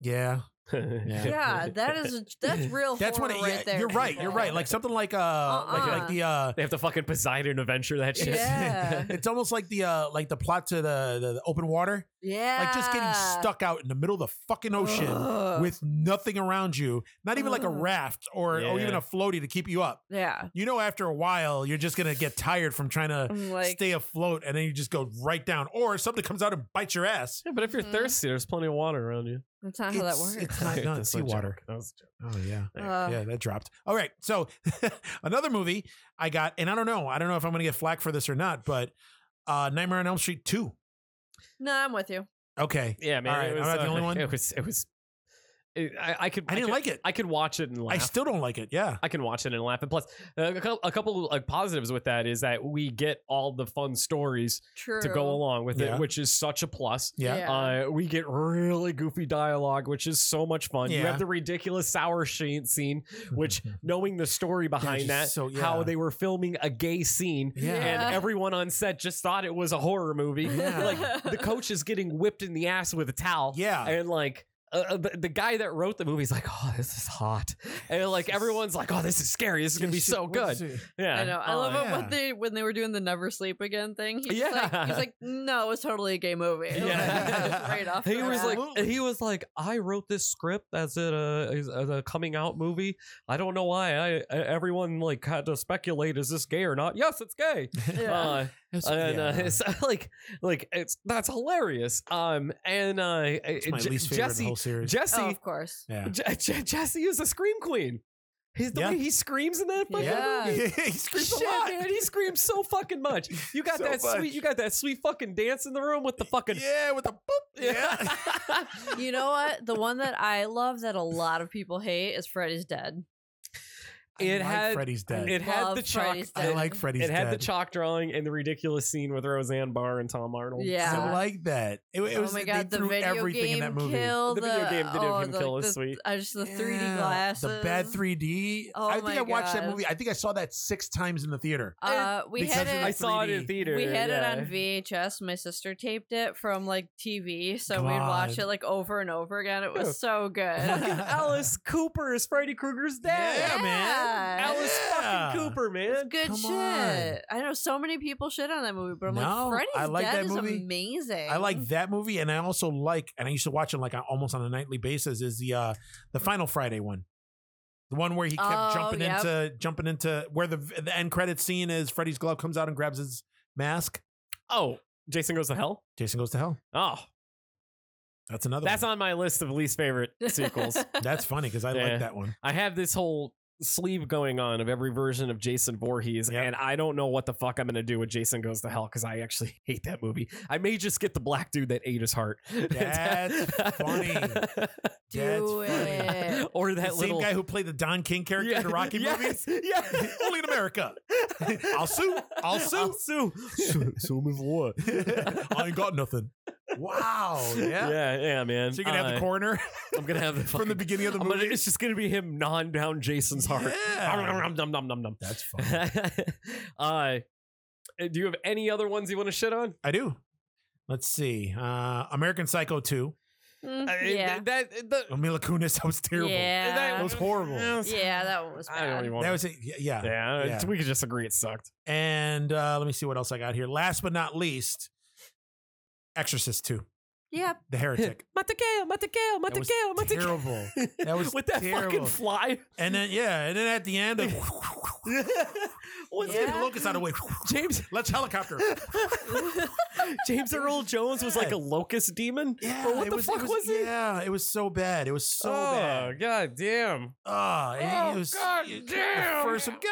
S1: yeah Yeah.
S4: Yeah, that is that's real.
S1: That's when
S4: horror
S1: it,
S4: right
S1: yeah,
S4: there. Uh-uh.
S1: you're right. You're
S4: people.
S1: right. Like something like uh, like like the uh,
S2: They have to fucking Poseidon adventure that shit.
S4: Yeah.
S1: it's almost like the uh, like the plot to the the, the open water,
S4: yeah,
S1: like just getting stuck out in the middle of the fucking ocean
S4: Ugh.
S1: with nothing around you, not even like a
S4: Ugh.
S1: raft or or even
S2: Yeah.
S1: a floaty to keep you up.
S4: yeah.
S1: You know, after a while, you're just gonna get tired from trying to
S4: I'm like
S1: stay afloat, and then you just go right down, or something comes out and bites your ass.
S2: Yeah, but if you're
S4: Mhm.
S2: thirsty, there's plenty of water around you.
S4: that's not how that
S1: It's-
S4: works.
S1: It's not, no, it's
S2: That's a joke.
S1: seawater.
S2: That was a joke.
S1: Oh yeah.
S4: Uh,
S1: yeah, that dropped. All right. So another movie I got, and I don't know, I don't know if I'm gonna get flack for this or not, but uh Nightmare on Elm Street 2.
S4: No, I'm with you.
S1: Okay.
S2: Yeah, man.
S1: All right,
S2: it was,
S1: I'm not the
S2: uh,
S1: only one?
S2: It was. It was. It, I, I could.
S1: I didn't
S2: could-
S1: like it.
S2: I could watch it and laugh.
S1: I still don't like it. Yeah.
S2: I can watch it and laugh. And plus, uh, a couple, a couple like positives with that is that we get all the fun stories
S4: True.
S2: to go along with
S1: Yeah.
S2: it, which is such a plus.
S1: Yeah.
S2: Uh, we get really goofy dialogue, which is so much fun. You
S1: Yeah.
S2: have the ridiculous sour sheen scene, which knowing the story behind
S1: just
S2: that,
S1: so- yeah.
S2: how they were filming a gay scene,
S1: Yeah.
S4: Yeah.
S2: and everyone on set just thought it was a horror movie.
S1: Yeah.
S2: Like the coach is getting whipped in the ass with a towel.
S1: Yeah.
S2: And like uh, the, the guy that wrote the movie's like, oh, this is hot. And like everyone's like, oh, this is scary. This is gonna be so good. Yeah.
S4: I know. I love
S1: Oh,
S4: it
S1: yeah.
S4: when they when they were doing the never sleep again thing. He's yeah. like
S2: Yeah.
S4: he's like, no, it's totally a gay movie. It was
S2: Yeah.
S4: like, right off.
S2: He
S4: the
S2: was
S4: bat.
S2: like,
S1: Absolutely.
S2: he was like, I wrote this script as it uh, as as a coming out movie. I don't know why. I, I everyone like had to speculate: is this gay or not? Yes, it's gay.
S4: Yeah.
S1: Oh,
S4: Oh,
S2: Uh,
S1: It's-
S2: and
S1: yeah.
S2: uh, it's like, like it's that's hilarious. Um, and uh,
S1: It's my
S2: Je-
S1: least favorite in the
S2: Jesse,
S1: whole series.
S2: Jesse,
S4: oh, of course.
S1: yeah.
S2: Je- Je- Jesse is a scream queen. He's the
S1: Yeah.
S2: way he screams in that fucking
S4: Yeah.
S2: movie.
S1: he screams
S2: Shit,
S1: a lot.
S2: man, he screams so fucking much. You got
S1: So
S2: that
S1: much.
S2: sweet, you got that sweet fucking dance in the room with the fucking
S1: Yeah, with the boop. Yeah.
S4: You know what? The one that I love that a lot of people hate is Freddy's Dead.
S2: It
S1: I like
S2: had-
S1: Freddy's dead.
S2: it had
S4: Love
S2: the chalk.
S4: Freddy's
S1: I
S4: dead.
S1: like Freddy's
S2: It had
S1: dead.
S2: the chalk drawing and the ridiculous scene with Roseanne Barr and Tom Arnold.
S4: Yeah.
S1: I like that. It, it was
S4: oh my
S1: they
S4: god, the
S1: threw
S4: video
S1: everything
S4: game
S1: in that movie.
S4: kill.
S2: The video game video
S4: oh,
S2: game
S4: the,
S2: kill is
S4: the-
S2: swed.
S4: I just the 3D
S1: Yeah.
S4: glasses.
S1: The bad 3D.
S4: Oh
S1: I think
S4: my
S1: I watched that
S4: God.
S1: movie. I think I saw that six times in the theater.
S4: Uh, we had
S1: Because of
S4: it.
S1: the
S2: I saw it in
S1: 3D.
S2: theater.
S4: We had
S2: yeah.
S4: it on VHS. My sister taped it from like TV, so we'd watch
S1: God.
S4: it like over and over again. It
S2: Yeah.
S4: was so good.
S2: Fucking Alice Cooper is Freddy Krueger's dad.
S1: Yeah, man.
S4: Yeah.
S2: Alice
S1: Yeah.
S2: fucking Cooper, man.
S4: Good
S1: Come
S4: shit. I know so many people shit on that movie, but I'm
S1: No,
S4: like,
S1: I
S4: Freddy's
S1: like
S4: Dead
S1: that
S4: is
S1: movie.
S4: amazing.
S1: I like that movie, and I also like, and I used to watch it like on- almost on a nightly basis. Is the uh the Final Friday one, the one where he kept
S4: Oh,
S1: jumping
S4: yep.
S1: into jumping into where the the end credit scene is. Freddy's glove comes out and grabs his mask.
S2: Oh, Jason Goes to Hell?
S1: Jason goes to hell.
S2: Oh,
S1: That's another.
S2: that's
S1: one.
S2: on my list of least favorite sequels.
S1: that's funny because I
S2: Yeah.
S1: like that one.
S2: I have this whole sleeve going on of every version of Jason Voorhees,
S1: Yep.
S2: and I don't know what the fuck I'm gonna do with Jason Goes to Hell because I actually hate that movie. I may just get the black dude that ate his heart.
S1: That's funny.
S4: Do
S1: That's funny.
S4: it.
S2: or
S1: The
S2: that
S1: same
S2: little
S1: guy who played the Don King character in the Rocky movie.
S2: yes, yes.
S1: Only in America. I'll sue. I'll sue.
S2: I'll sue.
S1: Sue me for what? I ain't got nothing. Wow. Oh, Yeah.
S2: yeah, yeah, man.
S1: So you're gonna have the
S2: Uh,
S1: coroner
S2: I'm gonna have the
S1: from the
S2: fucking-
S1: beginning of the
S2: I'm gonna-
S1: movie.
S2: it's just gonna be him gnawing down Jason's heart.
S1: Yeah.
S2: Nom, nom, nom, nom, nom.
S1: That's fun.
S2: uh, do you have any other ones you want to shit on?
S1: I do. Let's see. Uh American Psycho 2.
S4: Mm,
S2: Uh,
S4: yeah.
S2: th- that the,
S1: Mila Kunis, that was terrible.
S4: Yeah.
S1: That was horrible.
S4: yeah, that one was bad.
S2: I don't even want.
S1: That was it. Yeah. yeah.
S2: yeah,
S1: yeah.
S2: we could just agree it sucked.
S1: And uh, let me see what else I got here. Last but not least, Exorcist 2.
S4: yeah,
S1: The Heretic.
S2: Matakeo, Matakeo,
S1: That was terrible. That was
S2: with that fucking
S1: terrible.
S2: fly.
S1: And then yeah, and then at the end of
S2: What's
S1: get
S2: it?
S1: the
S4: Yeah.
S1: locust out of the way.
S2: James
S1: Let's helicopter.
S2: James Earl Jones was like a locust demon.
S1: Yeah,
S2: or what
S1: it
S2: the fuck
S1: it
S2: was, it?
S1: Yeah, it was so bad. It was so
S2: oh
S1: bad.
S2: god damn!
S1: Oh, it,
S2: Oh,
S1: it was
S2: God
S1: it-
S2: damn.
S1: The first, God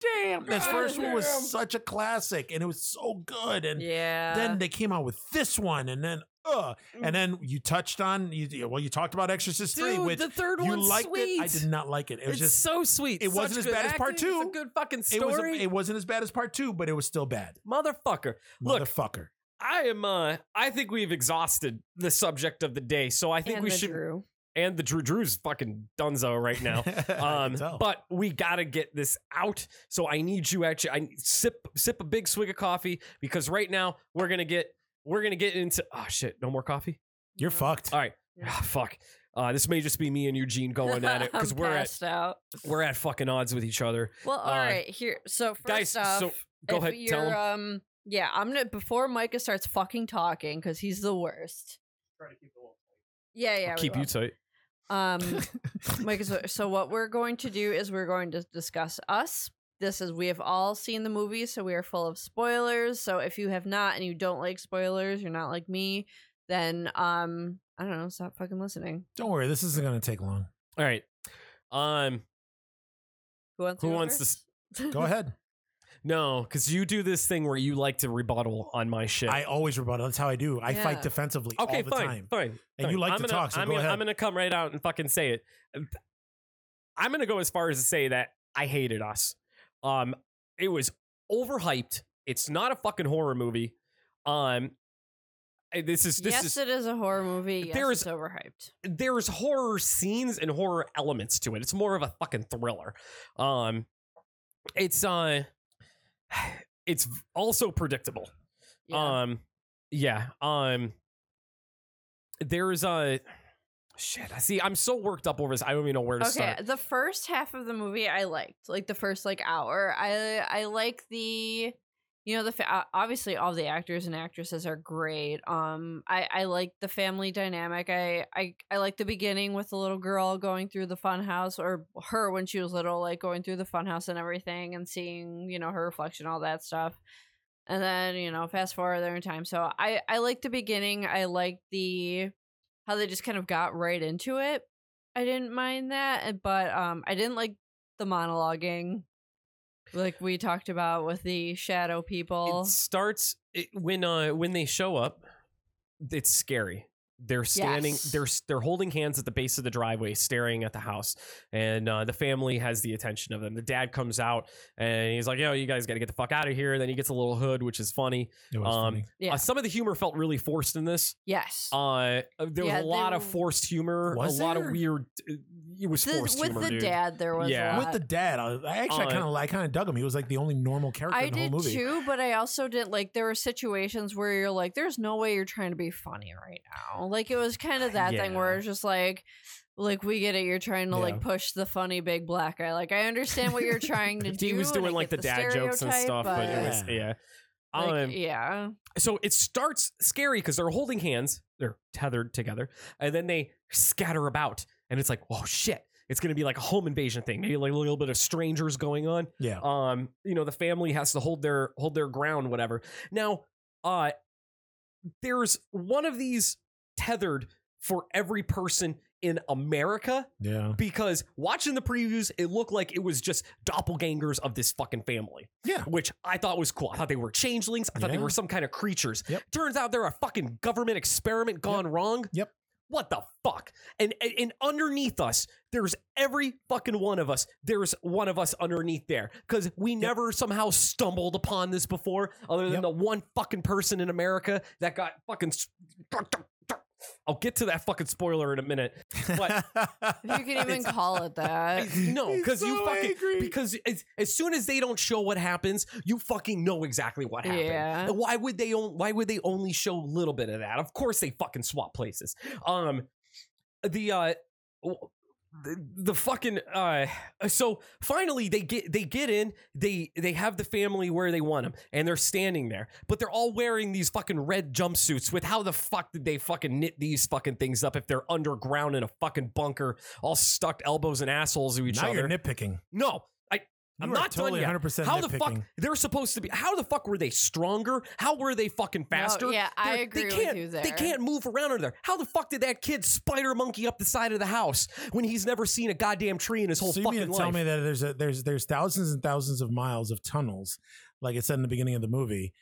S1: damn, this
S2: God
S1: first one was
S2: damn.
S1: such a classic, and it was so good. And
S4: yeah.
S1: then they came out with this one, and then uh, and then you touched on you- you. Well, you talked about Exorcist Three,
S2: Mm. Dude,
S1: which
S2: the third
S1: you
S2: one's
S1: liked
S2: sweet.
S1: it. I did not like it. It was
S2: it's
S1: just
S2: so sweet.
S1: it wasn't
S2: Such
S1: as
S2: good
S1: bad as part
S2: acting. It's
S1: two.
S2: a good fucking
S1: it was
S2: story.
S1: it wasn't as bad as part two, but it was still bad.
S2: Motherfucker. Look,
S1: Motherfucker.
S2: I am uh I think we've exhausted the subject of the day. So I think
S4: and
S2: we
S4: the
S2: should
S4: Drew.
S2: and the Drew Drew's fucking dunzo right now. Um but we got to get this out. So I need you actually I sip sip a big swig of coffee because right now we're going to get we're going to get into oh shit, no more coffee.
S1: you're fucked.
S2: All right.
S4: Yeah.
S2: Ah, fuck. Uh, this may just be me and Eugene going at it because
S4: I'm
S2: we're at
S4: passed out.
S2: we're at fucking odds with each other.
S4: Well, all
S2: Uh,
S4: right. Here, so first
S2: Guys,
S4: off,
S2: so go
S4: if
S2: ahead,
S4: you're,
S2: tell him.
S4: um, yeah, I'm gonna before Micah starts fucking talking because he's the worst.
S3: Try to keep the wall.
S4: Yeah, yeah. we
S2: Keep
S4: will.
S2: you tight.
S4: Um, Micah. So, so what we're going to do is we're going to discuss us. This is we have all seen the movie, so we are full of spoilers. So if you have not and you don't like spoilers, you're not like me. Then um, I don't know. Stop fucking listening.
S1: Don't worry, this isn't going to take long.
S2: All right. Um,
S4: Who wants?
S2: Who
S4: to go
S2: wants to s-
S4: first?
S1: Go ahead.
S2: no, because you do this thing where you like to rebuttal on my shit.
S1: I always rebut. That's how I do. I
S4: Yeah.
S1: fight defensively
S2: okay,
S1: all the
S2: fine,
S1: time.
S2: fine.
S1: And you
S2: fine.
S1: like
S2: I'm
S1: to
S2: gonna,
S1: talk, so
S2: I'm,
S1: go
S2: gonna,
S1: ahead.
S2: I'm gonna come right out and fucking say it. I'm gonna go as far as to say that I hated us. Um, it was overhyped. It's not a fucking horror movie. Um, I- this is this
S4: yes,
S2: is
S4: it is a horror movie. Yes,
S2: There
S4: it's
S2: is-
S4: overhyped.
S2: there's horror scenes and horror elements to it. It's more of a fucking thriller. Um, it's uh, it's also predictable.
S4: Yeah.
S2: Um, yeah. Um, there is a shit. I see. I'm so worked up over this. I don't even know where to
S4: okay
S2: start.
S4: the first half of the movie i liked like the first like hour i i like the you know the fa- uh, obviously all the actors and actresses are great um i i like the family dynamic i i i like the beginning with the little girl going through the fun house or her when she was little like going through the fun house and everything and seeing you know her reflection all that stuff and then you know fast forward there in time so i i like the beginning i like the how they just kind of got right into it I didn't mind that, and- but um, I didn't like the monologuing, like we talked about with the shadow people.
S2: It starts it, when uh when they show up. It's scary. They're standing.
S4: Yes.
S2: They're s- they're holding hands at the base of the driveway, staring at the house, and uh, the family has the attention of them. The dad comes out and he's like, "Yo, you guys got to get the fuck out of here." And then he gets a little hood, which is funny.
S1: It was
S2: Um,
S1: funny.
S4: Yeah.
S2: Uh, some of the humor felt really forced in this.
S4: yes,
S2: Uh, there was a
S4: Yeah,
S2: lot
S4: they-
S2: of forced humor,
S1: Was
S2: a lot of
S1: there?
S2: weird. uh, It was
S4: The-
S2: forced
S4: with
S2: humor,
S4: the
S2: dude.
S4: dad there was
S2: Yeah.
S4: a
S1: With
S4: lot.
S1: the dad, I, I actually
S2: Uh,
S1: I kind of I kind of dug him. He was like the only normal character
S4: I
S1: in the whole movie.
S4: did too, but I also didn't like. There were situations where you're like, "There's no way you're trying to be funny right now." Like it was kind of that thing where
S2: Uh, Yeah.
S4: it's just like, "Like we get it. You're trying to
S1: Yeah.
S4: like push the funny big black guy. Like I understand what you're trying to do."
S2: He was
S4: and I
S2: doing like
S4: get
S2: the, dad jokes and
S4: stereotype,
S2: stuff, but, it was
S1: but-
S2: yeah.
S4: like,
S2: um,
S4: yeah,
S2: so it starts scary because they're holding hands, they're tethered together, and then they scatter about, and it's like, oh shit, it's gonna be like a home invasion thing, maybe like a little bit of strangers going on.
S1: Yeah.
S2: Um, you know, the family has to hold their hold their ground, whatever. Now, uh, there's one of these tethered for every person in America
S1: Yeah.
S2: because watching the previews, it looked like it was just doppelgangers of this fucking family.
S1: Yeah.
S2: Which I thought was cool. I thought they were changelings. I thought they
S1: Yeah.
S2: were some kind of creatures.
S1: Yep.
S2: Turns out they're a fucking government experiment gone wrong.
S1: Yep.
S2: What the fuck? And, and and underneath us, there's every fucking one of us. There's one of us underneath there because we never somehow stumbled upon this before, other than
S1: Yep.
S2: the one fucking person in America that got fucking. s- I'll get to that fucking spoiler in a minute. But-
S4: if you can even call it that.
S2: I- no,
S1: He's
S2: because you
S1: so
S2: fucking
S1: angry.
S2: because as, as soon as they don't show what happens, you fucking know exactly what happened.
S4: Yeah.
S2: And Why would they? On, why would they only show a little bit of that? Of course, they fucking swap places. Um, the uh, w- the, the fucking uh, so finally they get they get in. They they have the family where they want them, and they're standing there, but they're all wearing these fucking red jumpsuits. With how the fuck did they fucking knit these fucking things up if they're underground in a fucking bunker, all stuck elbows and assholes to each
S1: now
S2: other?
S1: you're nitpicking.
S2: no, I I'm
S1: You are
S2: not done
S1: totally
S2: yet.
S1: 100%
S2: how
S1: nitpicking.
S2: the fuck they're supposed to be? How the fuck were they stronger? How were they fucking faster?
S4: No, yeah, I
S2: They're-
S4: agree
S2: they can't,
S4: with you there.
S2: They can't move around under there. How the fuck did that kid spider monkey up the side of the house when he's never seen a goddamn tree in his whole
S1: so you
S2: fucking
S1: mean to
S2: life?
S1: tell me that there's a, there's there's thousands and thousands of miles of tunnels, like it said in the beginning of the movie.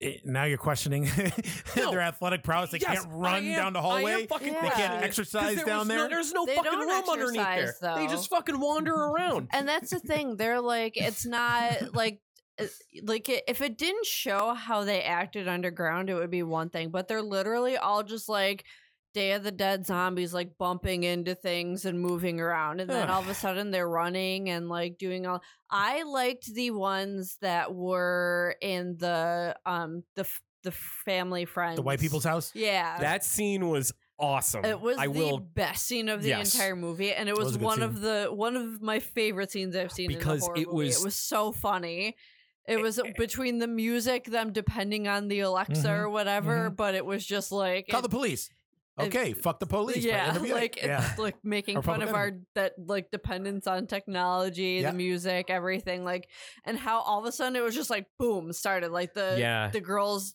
S1: It- now you're questioning
S2: No.
S1: their athletic prowess. They
S2: Yes,
S1: can't run
S2: I am-
S1: down the
S2: I am
S1: hallway.
S2: fucking
S4: They
S1: They
S2: questioning
S1: can't
S2: it. 'Cause
S1: exercise
S2: there
S1: down
S2: was no-
S1: there.
S2: there's no
S4: They
S2: fucking
S4: don't
S2: room underneath there.
S4: exercise,
S2: They
S4: though.
S2: just fucking wander around.
S4: and that's the thing they're like it's not like uh, like i- if it didn't show how they acted underground it would be one thing but they're literally all just like day of the dead zombies like bumping into things and moving around and then all of a sudden they're running and like doing all i liked the ones that were in the um the f- the family friends
S1: The white people's house.
S4: yeah
S2: that scene was awesome.
S4: It was
S2: I
S4: the
S2: will
S4: best scene of the
S2: Yes.
S4: entire movie, and it
S1: That
S4: was,
S1: was a good
S4: one
S1: scene.
S4: of the one of my favorite scenes I've seen
S2: Because
S4: in the horror
S2: it
S4: movie.
S2: was-
S4: It was so funny. It was between the music, them depending on the Alexa or whatever, but it was just like
S1: Call
S4: it-
S1: the police. Okay, fuck the police. by
S4: yeah,
S1: NWA.
S4: like
S1: yeah.
S4: it's like making
S1: Or
S4: fun
S1: public
S4: of our that like dependence on technology,
S1: Yeah.
S4: the music, everything, like, and how all of a sudden it was just like boom started, like the
S2: Yeah.
S4: the girls.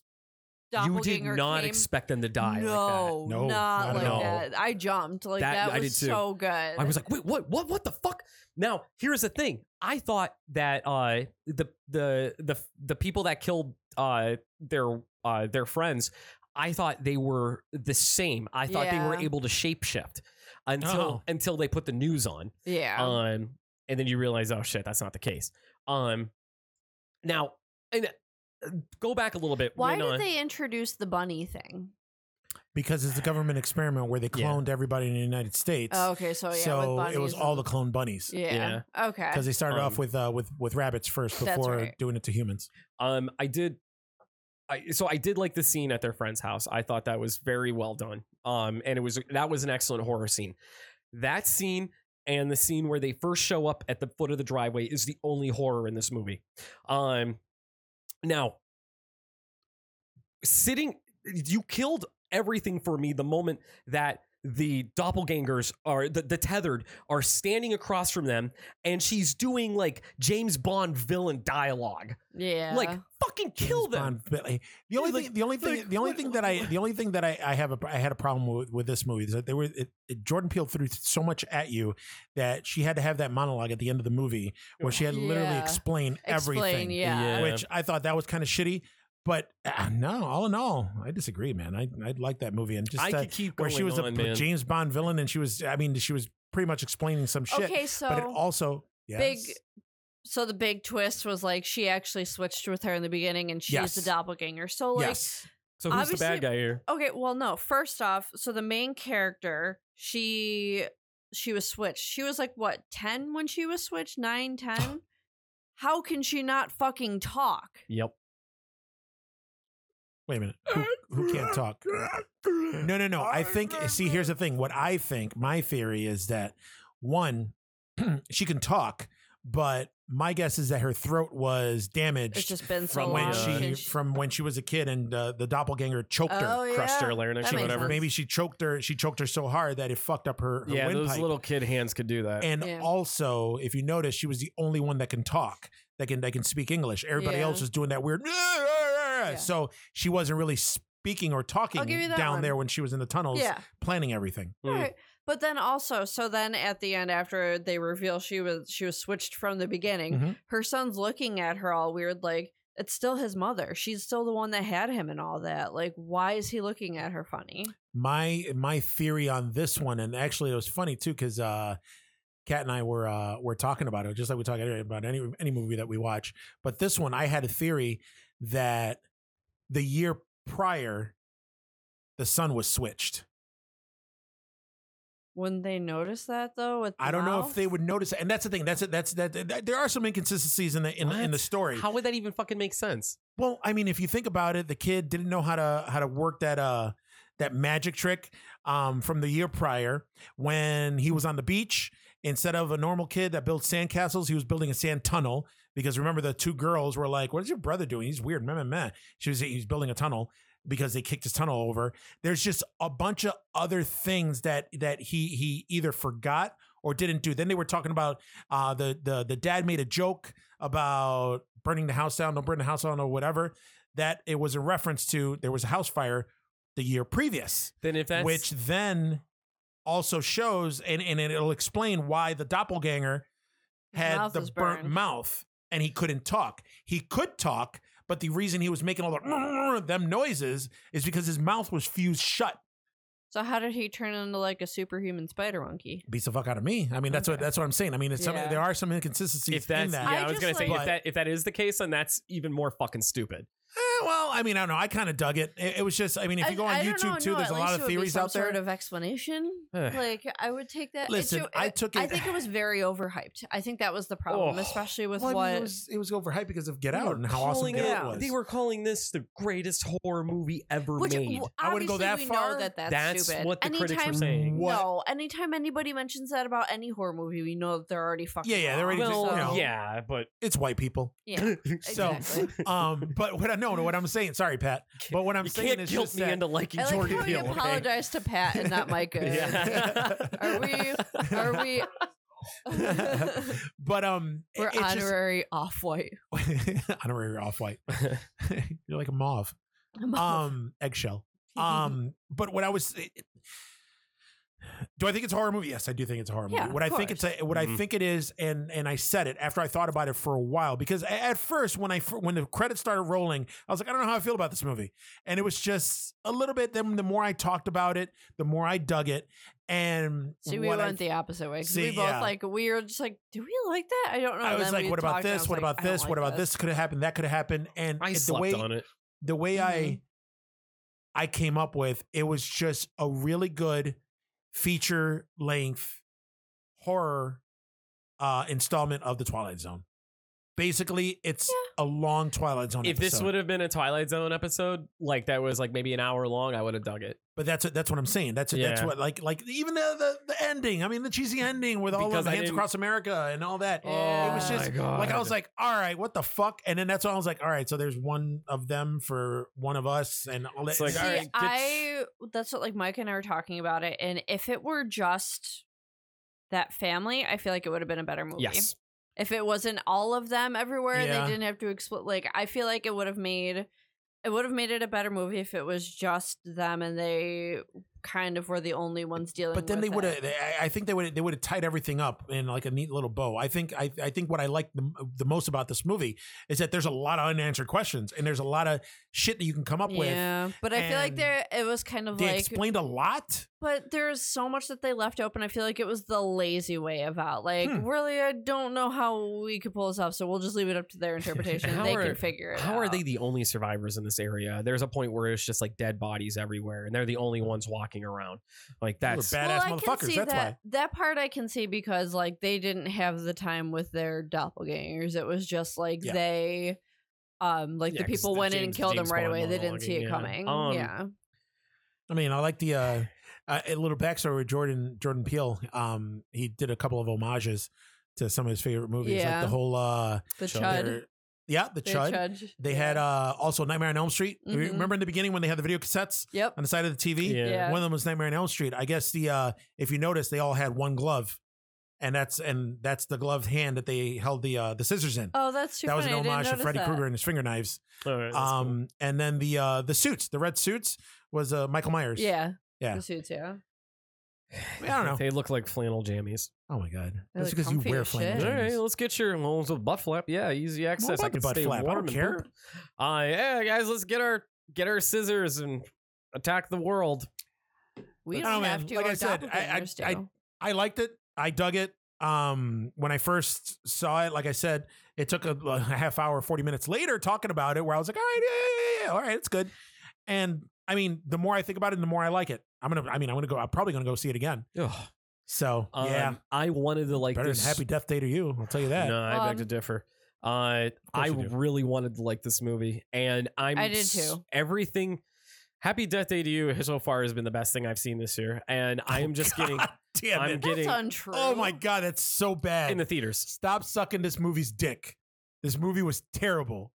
S2: you did
S4: doppelganger
S2: not
S4: came.
S2: expect them to die
S4: No,
S1: No, not
S4: not
S1: at
S4: like
S1: all.
S4: that. I jumped like
S2: That-
S4: that,
S2: I
S4: was
S2: did too.
S4: so good.
S2: like that. I was like, wait, what, what, what the fuck? Now, here's the thing. I thought that uh, the the the the people that killed uh, their uh, their friends, I thought they were the same. I thought they were
S4: Yeah.
S2: able to shapeshift until
S1: Oh.
S2: until they put the news on.
S4: yeah,
S2: Um, and then you realize, oh shit, that's not the case. Um, now, and uh, go back a little bit.
S4: Why
S2: when, uh,
S4: did they introduce the bunny thing?
S1: because it's a government experiment where they
S2: Yeah.
S1: cloned everybody in the United States.
S4: Oh, okay, so yeah, with
S1: so
S4: bunnies
S1: it was all the clone bunnies.
S4: yeah. Okay,
S1: Because they started
S2: Um,
S1: off with uh, with with rabbits first
S4: That's
S1: before
S4: right.
S1: doing it to humans.
S2: Um, I did. I, so I did like the scene at their friend's house. I thought that was very well done. Um, and it was that was an excellent horror scene. That scene and the scene where they first show up at the foot of the driveway is the only horror in this movie. Um, now sitting, you killed everything for me the moment that the doppelgangers are the, the tethered are standing across from them and she's doing like James Bond villain dialogue
S4: yeah,
S2: like fucking kill
S1: James
S2: them.
S1: Bond villain. eh, The only
S2: Like-
S1: thing, the only thing,
S2: like,
S1: the only
S2: what-
S1: thing that I, the only thing that I, I have a, I had a problem with with this movie is that they were it, it- Jordan Peele threw so much at you that she had to have that monologue at the end of the movie where she had to literally
S4: Yeah.
S1: explain,
S4: explain,
S1: everything,
S4: yeah.
S2: Yeah.
S1: which I thought that was kind of shitty. But uh, no, all in all, I disagree, man. I I like that movie and just
S2: I
S1: uh,
S2: could keep going
S1: where she was
S2: on,
S1: a
S2: man.
S1: James Bond villain and she was, I mean, she was pretty much explaining some shit,
S4: Okay, so
S1: but it also.
S4: big.
S1: yes.
S4: So the big twist was like she actually switched with her in the beginning, and she's
S1: Yes.
S4: the doppelganger. So like,
S1: yes.
S2: so who's the bad
S4: obviously-
S2: guy here?
S4: okay, well, no. First off, so the main character, she she was switched. She was like what ten when she was switched? Nine, ten. How can she not fucking talk?
S2: Yep.
S1: Wait a minute. Who, who can't talk? No, no, no. I think, see, here's the thing. What I think, my theory is that one, she can talk, but my guess is that her throat was
S4: It's
S1: damaged
S4: just been so
S1: from when
S4: long.
S2: Yeah.
S1: she,
S4: since
S1: from when she was a kid and uh, the doppelganger choked
S4: oh,
S1: her.
S4: yeah.
S2: Crushed her larynx
S4: That
S2: or
S4: makes
S2: whatever.
S4: sense.
S1: Maybe she choked her. She choked her so hard that it fucked up her, her
S2: Yeah,
S1: windpipe.
S2: those little kid hands could do that.
S1: and
S4: Yeah.
S1: also, if you notice, she was the only one that can talk, that can that can speak English. Everybody
S4: Yeah.
S1: else was doing that weird. So she wasn't really speaking or talking
S4: give you that
S1: down
S4: one.
S1: there when she was in the tunnels
S4: Yeah.
S1: planning everything.
S2: Mm.
S4: Right. But then also, so then at the end, after they reveal she was she was switched from the beginning,
S1: Mhm.
S4: her son's looking at her all weird, like it's still his mother. She's still the one that had him and all that. Like, why is he looking at her funny?
S1: My my theory on this one, and actually it was funny too, because uh, Kat and I were uh, were talking about it, just like we talk about any any movie that we watch. But this one, I had a theory that the year prior, the son was switched.
S4: Wouldn't they notice that though? With the
S1: I don't know if
S4: mouth?
S1: they would notice, it. and that's the thing. That's it. That's that, that- There are some inconsistencies in the in, in the
S2: What?
S1: story.
S2: How would that even fucking make sense?
S1: well, I mean, if you think about it, the kid didn't know how to how to work that uh that magic trick um from the year prior when he was on the beach. Instead of a normal kid that built sandcastles, he was building a sand tunnel because remember the two girls were like, "What is your brother doing? He's weird." Meh meh meh. She was he was building a tunnel because they kicked his tunnel over. There's just a bunch of other things that that he he either forgot or didn't do. Then they were talking about uh, the the the dad made a joke about burning the house down, don't burn the house down or whatever. That it was a reference to there was a house fire the year previous,
S2: Then if that's
S1: which then also shows and and it'll explain why the doppelganger
S4: His
S1: had
S4: mouth
S1: the
S4: was
S1: burnt
S4: burned.
S1: mouth and he couldn't talk. He could talk, but the reason he was making all the them noises is because his mouth was fused shut.
S4: So how did he turn into like a superhuman spider monkey?
S1: Beats the fuck out of me. I mean, that's what
S4: Okay.
S1: that's what I'm saying. I mean, it's
S4: Yeah.
S1: some, there are some inconsistencies
S2: if that's
S1: in that.
S2: yeah,
S4: I
S2: I, was
S4: just
S2: gonna say
S1: like-
S2: if that if that is the case, then that's even more fucking stupid.
S1: Eh, well, I mean, I don't know. I kind of dug it. it. It was just, I mean, if you go on
S4: I- I don't
S1: YouTube
S4: know,
S1: too,
S4: no,
S1: there's
S4: at
S1: a lot
S4: least
S1: of
S4: it would be
S1: theories
S4: some
S1: out there. Eh.
S4: Sort of explanation.
S2: Ugh.
S4: like I would take that. It
S1: Listen,
S4: should-
S1: I took
S4: I
S1: it-
S4: think it was very overhyped. I think that was the problem,
S2: Oh.
S4: especially with
S1: Well, I
S4: what.
S1: mean, it was it was overhyped because of Get
S2: They were
S1: Out and how awesome
S2: calling
S1: Get
S2: it-
S1: Out was.
S2: They were calling this the greatest horror movie ever
S4: which
S2: made.
S4: w-
S1: I wouldn't go
S4: obviously
S1: that
S4: we
S1: far.
S4: Know that that's,
S2: That's
S4: stupid.
S2: what the
S4: anytime,
S2: critics were saying.
S1: What?
S4: No, anytime anybody mentions that about any horror movie, we know that they're already fucking.
S1: Yeah, yeah, they're already-
S4: wrong.
S2: well,
S1: you know.
S2: yeah, but
S1: it's white people.
S4: yeah.
S1: So,
S4: Exactly.
S1: um, but what I know, what I'm saying, sorry, Pat, but what I'm
S2: you
S1: saying
S2: can't
S1: is
S2: guilt
S1: just
S2: me
S1: that,
S2: into liking
S4: I like
S2: Jordan
S4: how we
S2: Peele. okay?
S4: apologize to Pat and not Micah.
S2: Yeah.
S4: Are we? Are we?
S1: but um, it-
S4: We're
S1: it's just-
S4: honorary off-white.
S1: honorary off white. You're like a mauve. Um, eggshell.
S4: Mm-hmm.
S1: Um, but what I was. eh, do I think it's a horror movie? Yes, I do think it's a horror
S4: Yeah,
S1: movie. What I
S4: of
S1: think it's a, what I
S2: Mhm.
S1: think it is, and and I said it after I thought about it for a while because a- at first when I fir- when the credits started rolling, I was like, I don't know how I feel about this movie, and it was just a little bit. Then the more I talked about it, the more I dug it, and
S4: See, we
S1: what I
S4: went the opposite way. 'cause
S1: See,
S4: we both
S1: yeah.
S4: like we were just like, do we like that? I don't know.
S1: I
S4: And
S1: was
S4: then
S1: like,
S4: we
S1: what about
S4: talked, and I
S1: this?
S4: was
S1: What
S4: like,
S1: about
S4: I don't
S1: this? What
S4: like
S1: about this? Could have happened. That could have happened. And
S2: I
S1: it- the
S2: slept
S1: way
S2: on it.
S1: the way I I came up with it was just a really good feature length horror uh installment of the Twilight Zone. Basically, it's a long Twilight Zone.
S2: If this
S1: episode.
S2: would have been a Twilight Zone episode, like that was like maybe an hour long, I would have dug it.
S1: but that's what that's what I'm saying. That's that's
S2: Yeah.
S1: what like like even the, the the ending. I mean, the cheesy ending with all
S2: Because
S1: of
S2: I
S1: hands
S2: didn't- Oh
S1: across America and all that.
S4: Yeah.
S1: It was just
S2: my God.
S1: Like I was like, all right, what the fuck? And then that's when I was like, all right, so there's one of them for one of us, and all that.
S2: It's like,
S4: See,
S2: all right, get-
S4: I that's what like Mike and I were talking about it, and if it were just that family, I feel like it would have been a better movie.
S2: yes,
S4: If it wasn't all of them everywhere, and
S1: Yeah.
S4: they didn't have to explain. Like I feel like it would have made it would have made it a better movie if it was just them and they kind of were the only ones dealing.
S1: but then they
S4: with
S1: would
S4: it.
S1: have. I think they would. They would have tied everything up in like a neat little bow. I think. I, I think what I like the, the most about this movie is that there's a lot of unanswered questions, and there's a lot of shit that you can come up with.
S4: Yeah, but I feel like
S1: and
S4: there it was kind of
S1: They
S4: like
S1: explained a lot.
S4: But there's so much that they left open. I feel like it was the lazy way about. Like,
S1: Hmm.
S4: really, I don't know how we could pull this off, so we'll just leave it up to their interpretation.
S2: How
S4: they
S2: are-
S4: can figure it out.
S2: How are they the only survivors in this area? There's a point where it's just like dead bodies everywhere, and they're the only ones walking around. Like
S1: They were
S2: that's
S1: badass
S4: well, I can
S1: motherfuckers.
S4: see
S1: that's
S4: that
S1: why.
S4: that part I can see because like they didn't have the time with their doppelgangers. It was just like
S1: Yeah.
S4: they, um, like
S2: Yeah,
S4: the
S2: 'cause
S4: people
S2: the
S4: went in and
S2: James-
S4: killed
S2: James
S4: them right
S2: Bond
S4: away. They didn't see it
S2: monologuing, yeah.
S4: coming.
S2: Um,
S4: yeah,
S1: I mean, I like the uh, uh, a little backstory with Jordan Jordan Peele. Um, he did a couple of homages to some of his favorite movies, like
S4: Yeah.
S1: the whole uh,
S4: the
S2: Chud.
S4: chud,
S1: their- yeah, the
S4: the
S1: chud.
S4: chud.
S1: They had uh, also Nightmare on Elm Street. You
S4: Mhm.
S1: Remember in the beginning when they had the video cassettes
S4: Yep.
S1: on the side of the TV?
S2: Yeah.
S4: Yeah.
S1: One of them was Nightmare on Elm Street. I guess the uh, if you notice, they all had one glove, and that's and that's the gloved hand that they held the uh, the scissors in.
S4: Oh, that's too
S1: that was an
S4: funny. I didn't
S1: homage to
S4: notice
S1: Freddy
S4: that.
S1: Krueger and his finger knives.
S2: All right, that's cool.
S1: Um, and then the uh, the suits, the red suits, was uh, Michael Myers.
S4: Yeah.
S1: Yeah.
S4: The suits, yeah.
S1: I don't know.
S2: They look like flannel jammies.
S1: Oh my god,
S4: They're
S1: that's
S4: like
S1: because you
S4: comfy
S1: wear
S4: as shit.
S1: flannel.
S2: All right,
S1: jammies.
S2: let's get your ones with butt flap. Yeah, easy access.
S1: about
S2: I
S1: the
S2: can
S1: butt
S2: stay
S1: flap. I
S2: warm
S1: don't
S2: and
S1: care.
S2: poop. Uh, yeah, guys, let's get our get our scissors and attack the world.
S4: We
S1: I don't
S4: don't
S1: know,
S4: have
S1: man.
S4: to.
S1: um, Like
S4: our
S1: I said, I- I-
S4: doppelgangers
S1: I-
S4: do.
S1: I liked it. I dug it. Um, when I first saw it, like I said, it took a, a half hour, forty minutes later talking about it, where I was like, all right, yeah, yeah, yeah, yeah, all right, it's good. And I mean, the more I think about it, the more I like it. I'm gonna. I mean, I'm gonna go. I'm probably gonna go see it again.
S2: Ugh.
S1: So
S2: Um,
S1: yeah,
S2: I wanted to like
S1: better
S2: this.
S1: than Happy Death Day to you. I'll tell you that.
S2: No, I beg to
S4: Um,
S2: differ. Uh, I
S1: you do.
S2: really wanted to like this movie, and I'm.
S4: I did
S2: s-
S4: too.
S2: Everything. Happy Death Day to you so far has been the best thing I've seen this year, and I am just getting
S1: Oh, God damn
S2: I'm
S1: it.
S2: getting-
S4: That's untrue.
S1: oh my god, that's so bad.
S2: in the theaters.
S1: Stop sucking this movie's dick. This movie was terrible.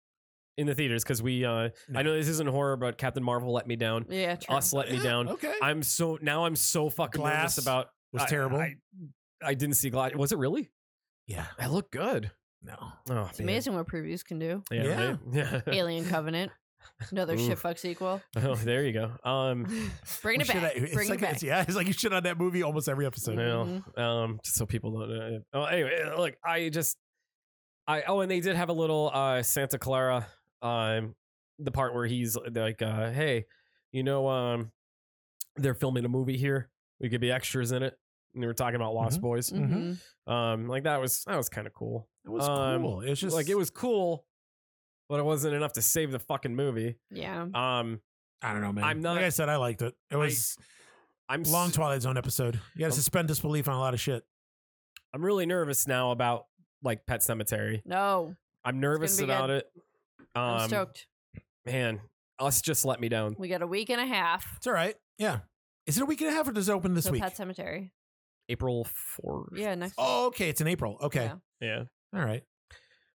S2: In the theaters because we. Uh,
S1: No.
S2: I know this isn't horror, but Captain Marvel let me down.
S4: Yeah, true.
S2: Us let me
S1: Yeah,
S2: down.
S1: Eh, Okay,
S2: I'm so now I'm so fucking
S1: Glass
S2: nervous about
S1: was
S2: I-
S1: terrible.
S2: I, I didn't see Glass. Was it really?
S1: yeah,
S2: I look good.
S1: no.
S2: Oh,
S4: It's amazing what previews can do.
S2: Yeah.
S1: Yeah.
S2: right? Yeah.
S4: Alien Covenant, another
S2: Oof.
S4: shitfuck sequel.
S2: oh, there you go. Um,
S4: Bringing it
S1: We shit
S4: back.
S1: on- it's
S4: Bringing
S1: like,
S4: it back.
S1: it's- yeah, it's like you shit on that movie almost every episode.
S2: no, um, just so people don't know. Oh, anyway, look, I just, I oh, and they did have a little uh Santa Clara, um, the part where he's like, uh, hey, you know, um, they're filming a movie here. We could be extras in it. And they were talking about Lost
S1: Mhm.
S2: Boys.
S4: Mhm.
S2: Um, like that was that was kind of cool.
S1: It was
S2: Um,
S1: cool. It was just
S2: like it was cool, but it wasn't enough to save the fucking movie.
S4: Yeah.
S2: Um,
S1: I don't know, man.
S2: I'm not-
S1: like I said, I liked it. It was
S2: I'm
S1: long
S2: s-
S1: Twilight Zone episode. You got to
S2: Um,
S1: suspend disbelief on a lot of shit.
S2: I'm really nervous now about like Pet Cemetery.
S4: No,
S2: I'm nervous
S4: be
S2: about
S4: good.
S2: it. Um,
S4: I'm stoked.
S2: man, us just let me down.
S4: We got a week and a half
S1: It's all right. Yeah. Is it a week and a half or does it open this
S4: to
S1: week?
S4: Pet Cemetery.
S2: April fourth.
S4: Yeah, next.
S1: Oh, okay. It's in April. Okay.
S4: Yeah.
S2: Yeah.
S1: All right.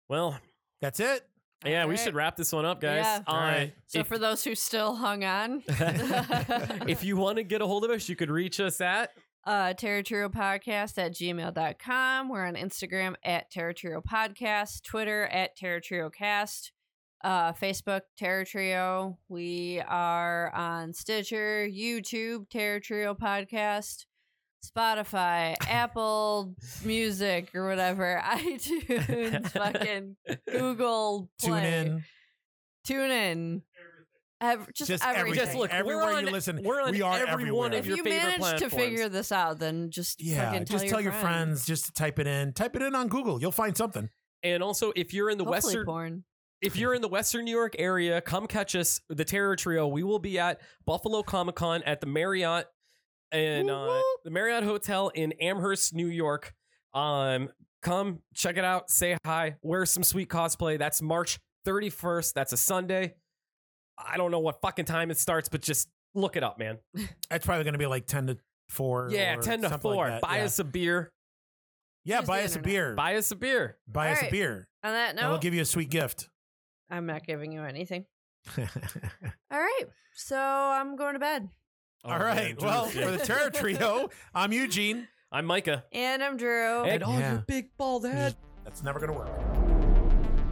S2: Well,
S1: That's it.
S2: yeah, we
S4: Alright.
S2: should wrap this one up, guys.
S4: Yeah.
S2: Uh,
S1: Alright.
S4: So
S2: if-
S4: for those who still hung on,
S2: if you want to get a hold of us, you could reach us at
S4: uh, Terraturo Podcast at gmail.com. We're on Instagram at Terraturo Podcast, Twitter at Terraturo Cast, uh, Facebook Terratrio. We are on Stitcher, YouTube Terratrio Podcast, Spotify, Apple Music or whatever, iTunes, fucking Google Play.
S1: Tune in.
S4: Tune in. Ev- just,
S1: Just
S4: everything.
S1: everything.
S2: Just look,
S1: Everywhere
S2: we're on,
S1: you listen,
S2: We're on
S1: we are
S2: every
S1: everywhere.
S2: one of
S4: if
S2: your
S4: you
S2: favorite
S4: manage
S2: platforms.
S4: to figure this out, then just
S1: Yeah.
S4: fucking
S1: just tell your friends. just to type it in. Type it in on Google. You'll find something.
S2: and also, if you're in the
S4: Hopefully
S2: western,
S4: porn.
S2: if you're in the Western New York area, come catch us, the Terror Trio. We will be at Buffalo Comic Con at the Marriott and
S4: Whoop,
S2: uh, the Marriott Hotel in Amherst, New York. Um, come check it out, say hi, wear some sweet cosplay. That's March 31st. That's a Sunday. I don't know what fucking time it starts, but just look it up, man.
S1: That's probably going to be like 10 to 4.
S2: yeah,
S1: or
S2: 10 to
S1: something
S2: 4.
S1: like that.
S2: buy
S1: yeah.
S2: us a beer.
S1: Yeah,
S4: Use
S1: buy
S4: the
S1: us a
S4: internet.
S1: beer.
S2: Buy us a beer.
S1: Buy us
S4: Alright.
S1: a beer.
S4: On that
S1: And we'll
S4: note,
S1: give you a sweet gift.
S4: I'm not giving you anything. All right. So I'm going to bed.
S1: All right. well,
S2: Oh, yeah.
S1: for the Terror Trio, I'm Eugene.
S2: I'm Micah.
S4: And I'm Drew.
S2: Oh, And all
S1: Yeah.
S2: your big bald head.
S1: That's never going to work.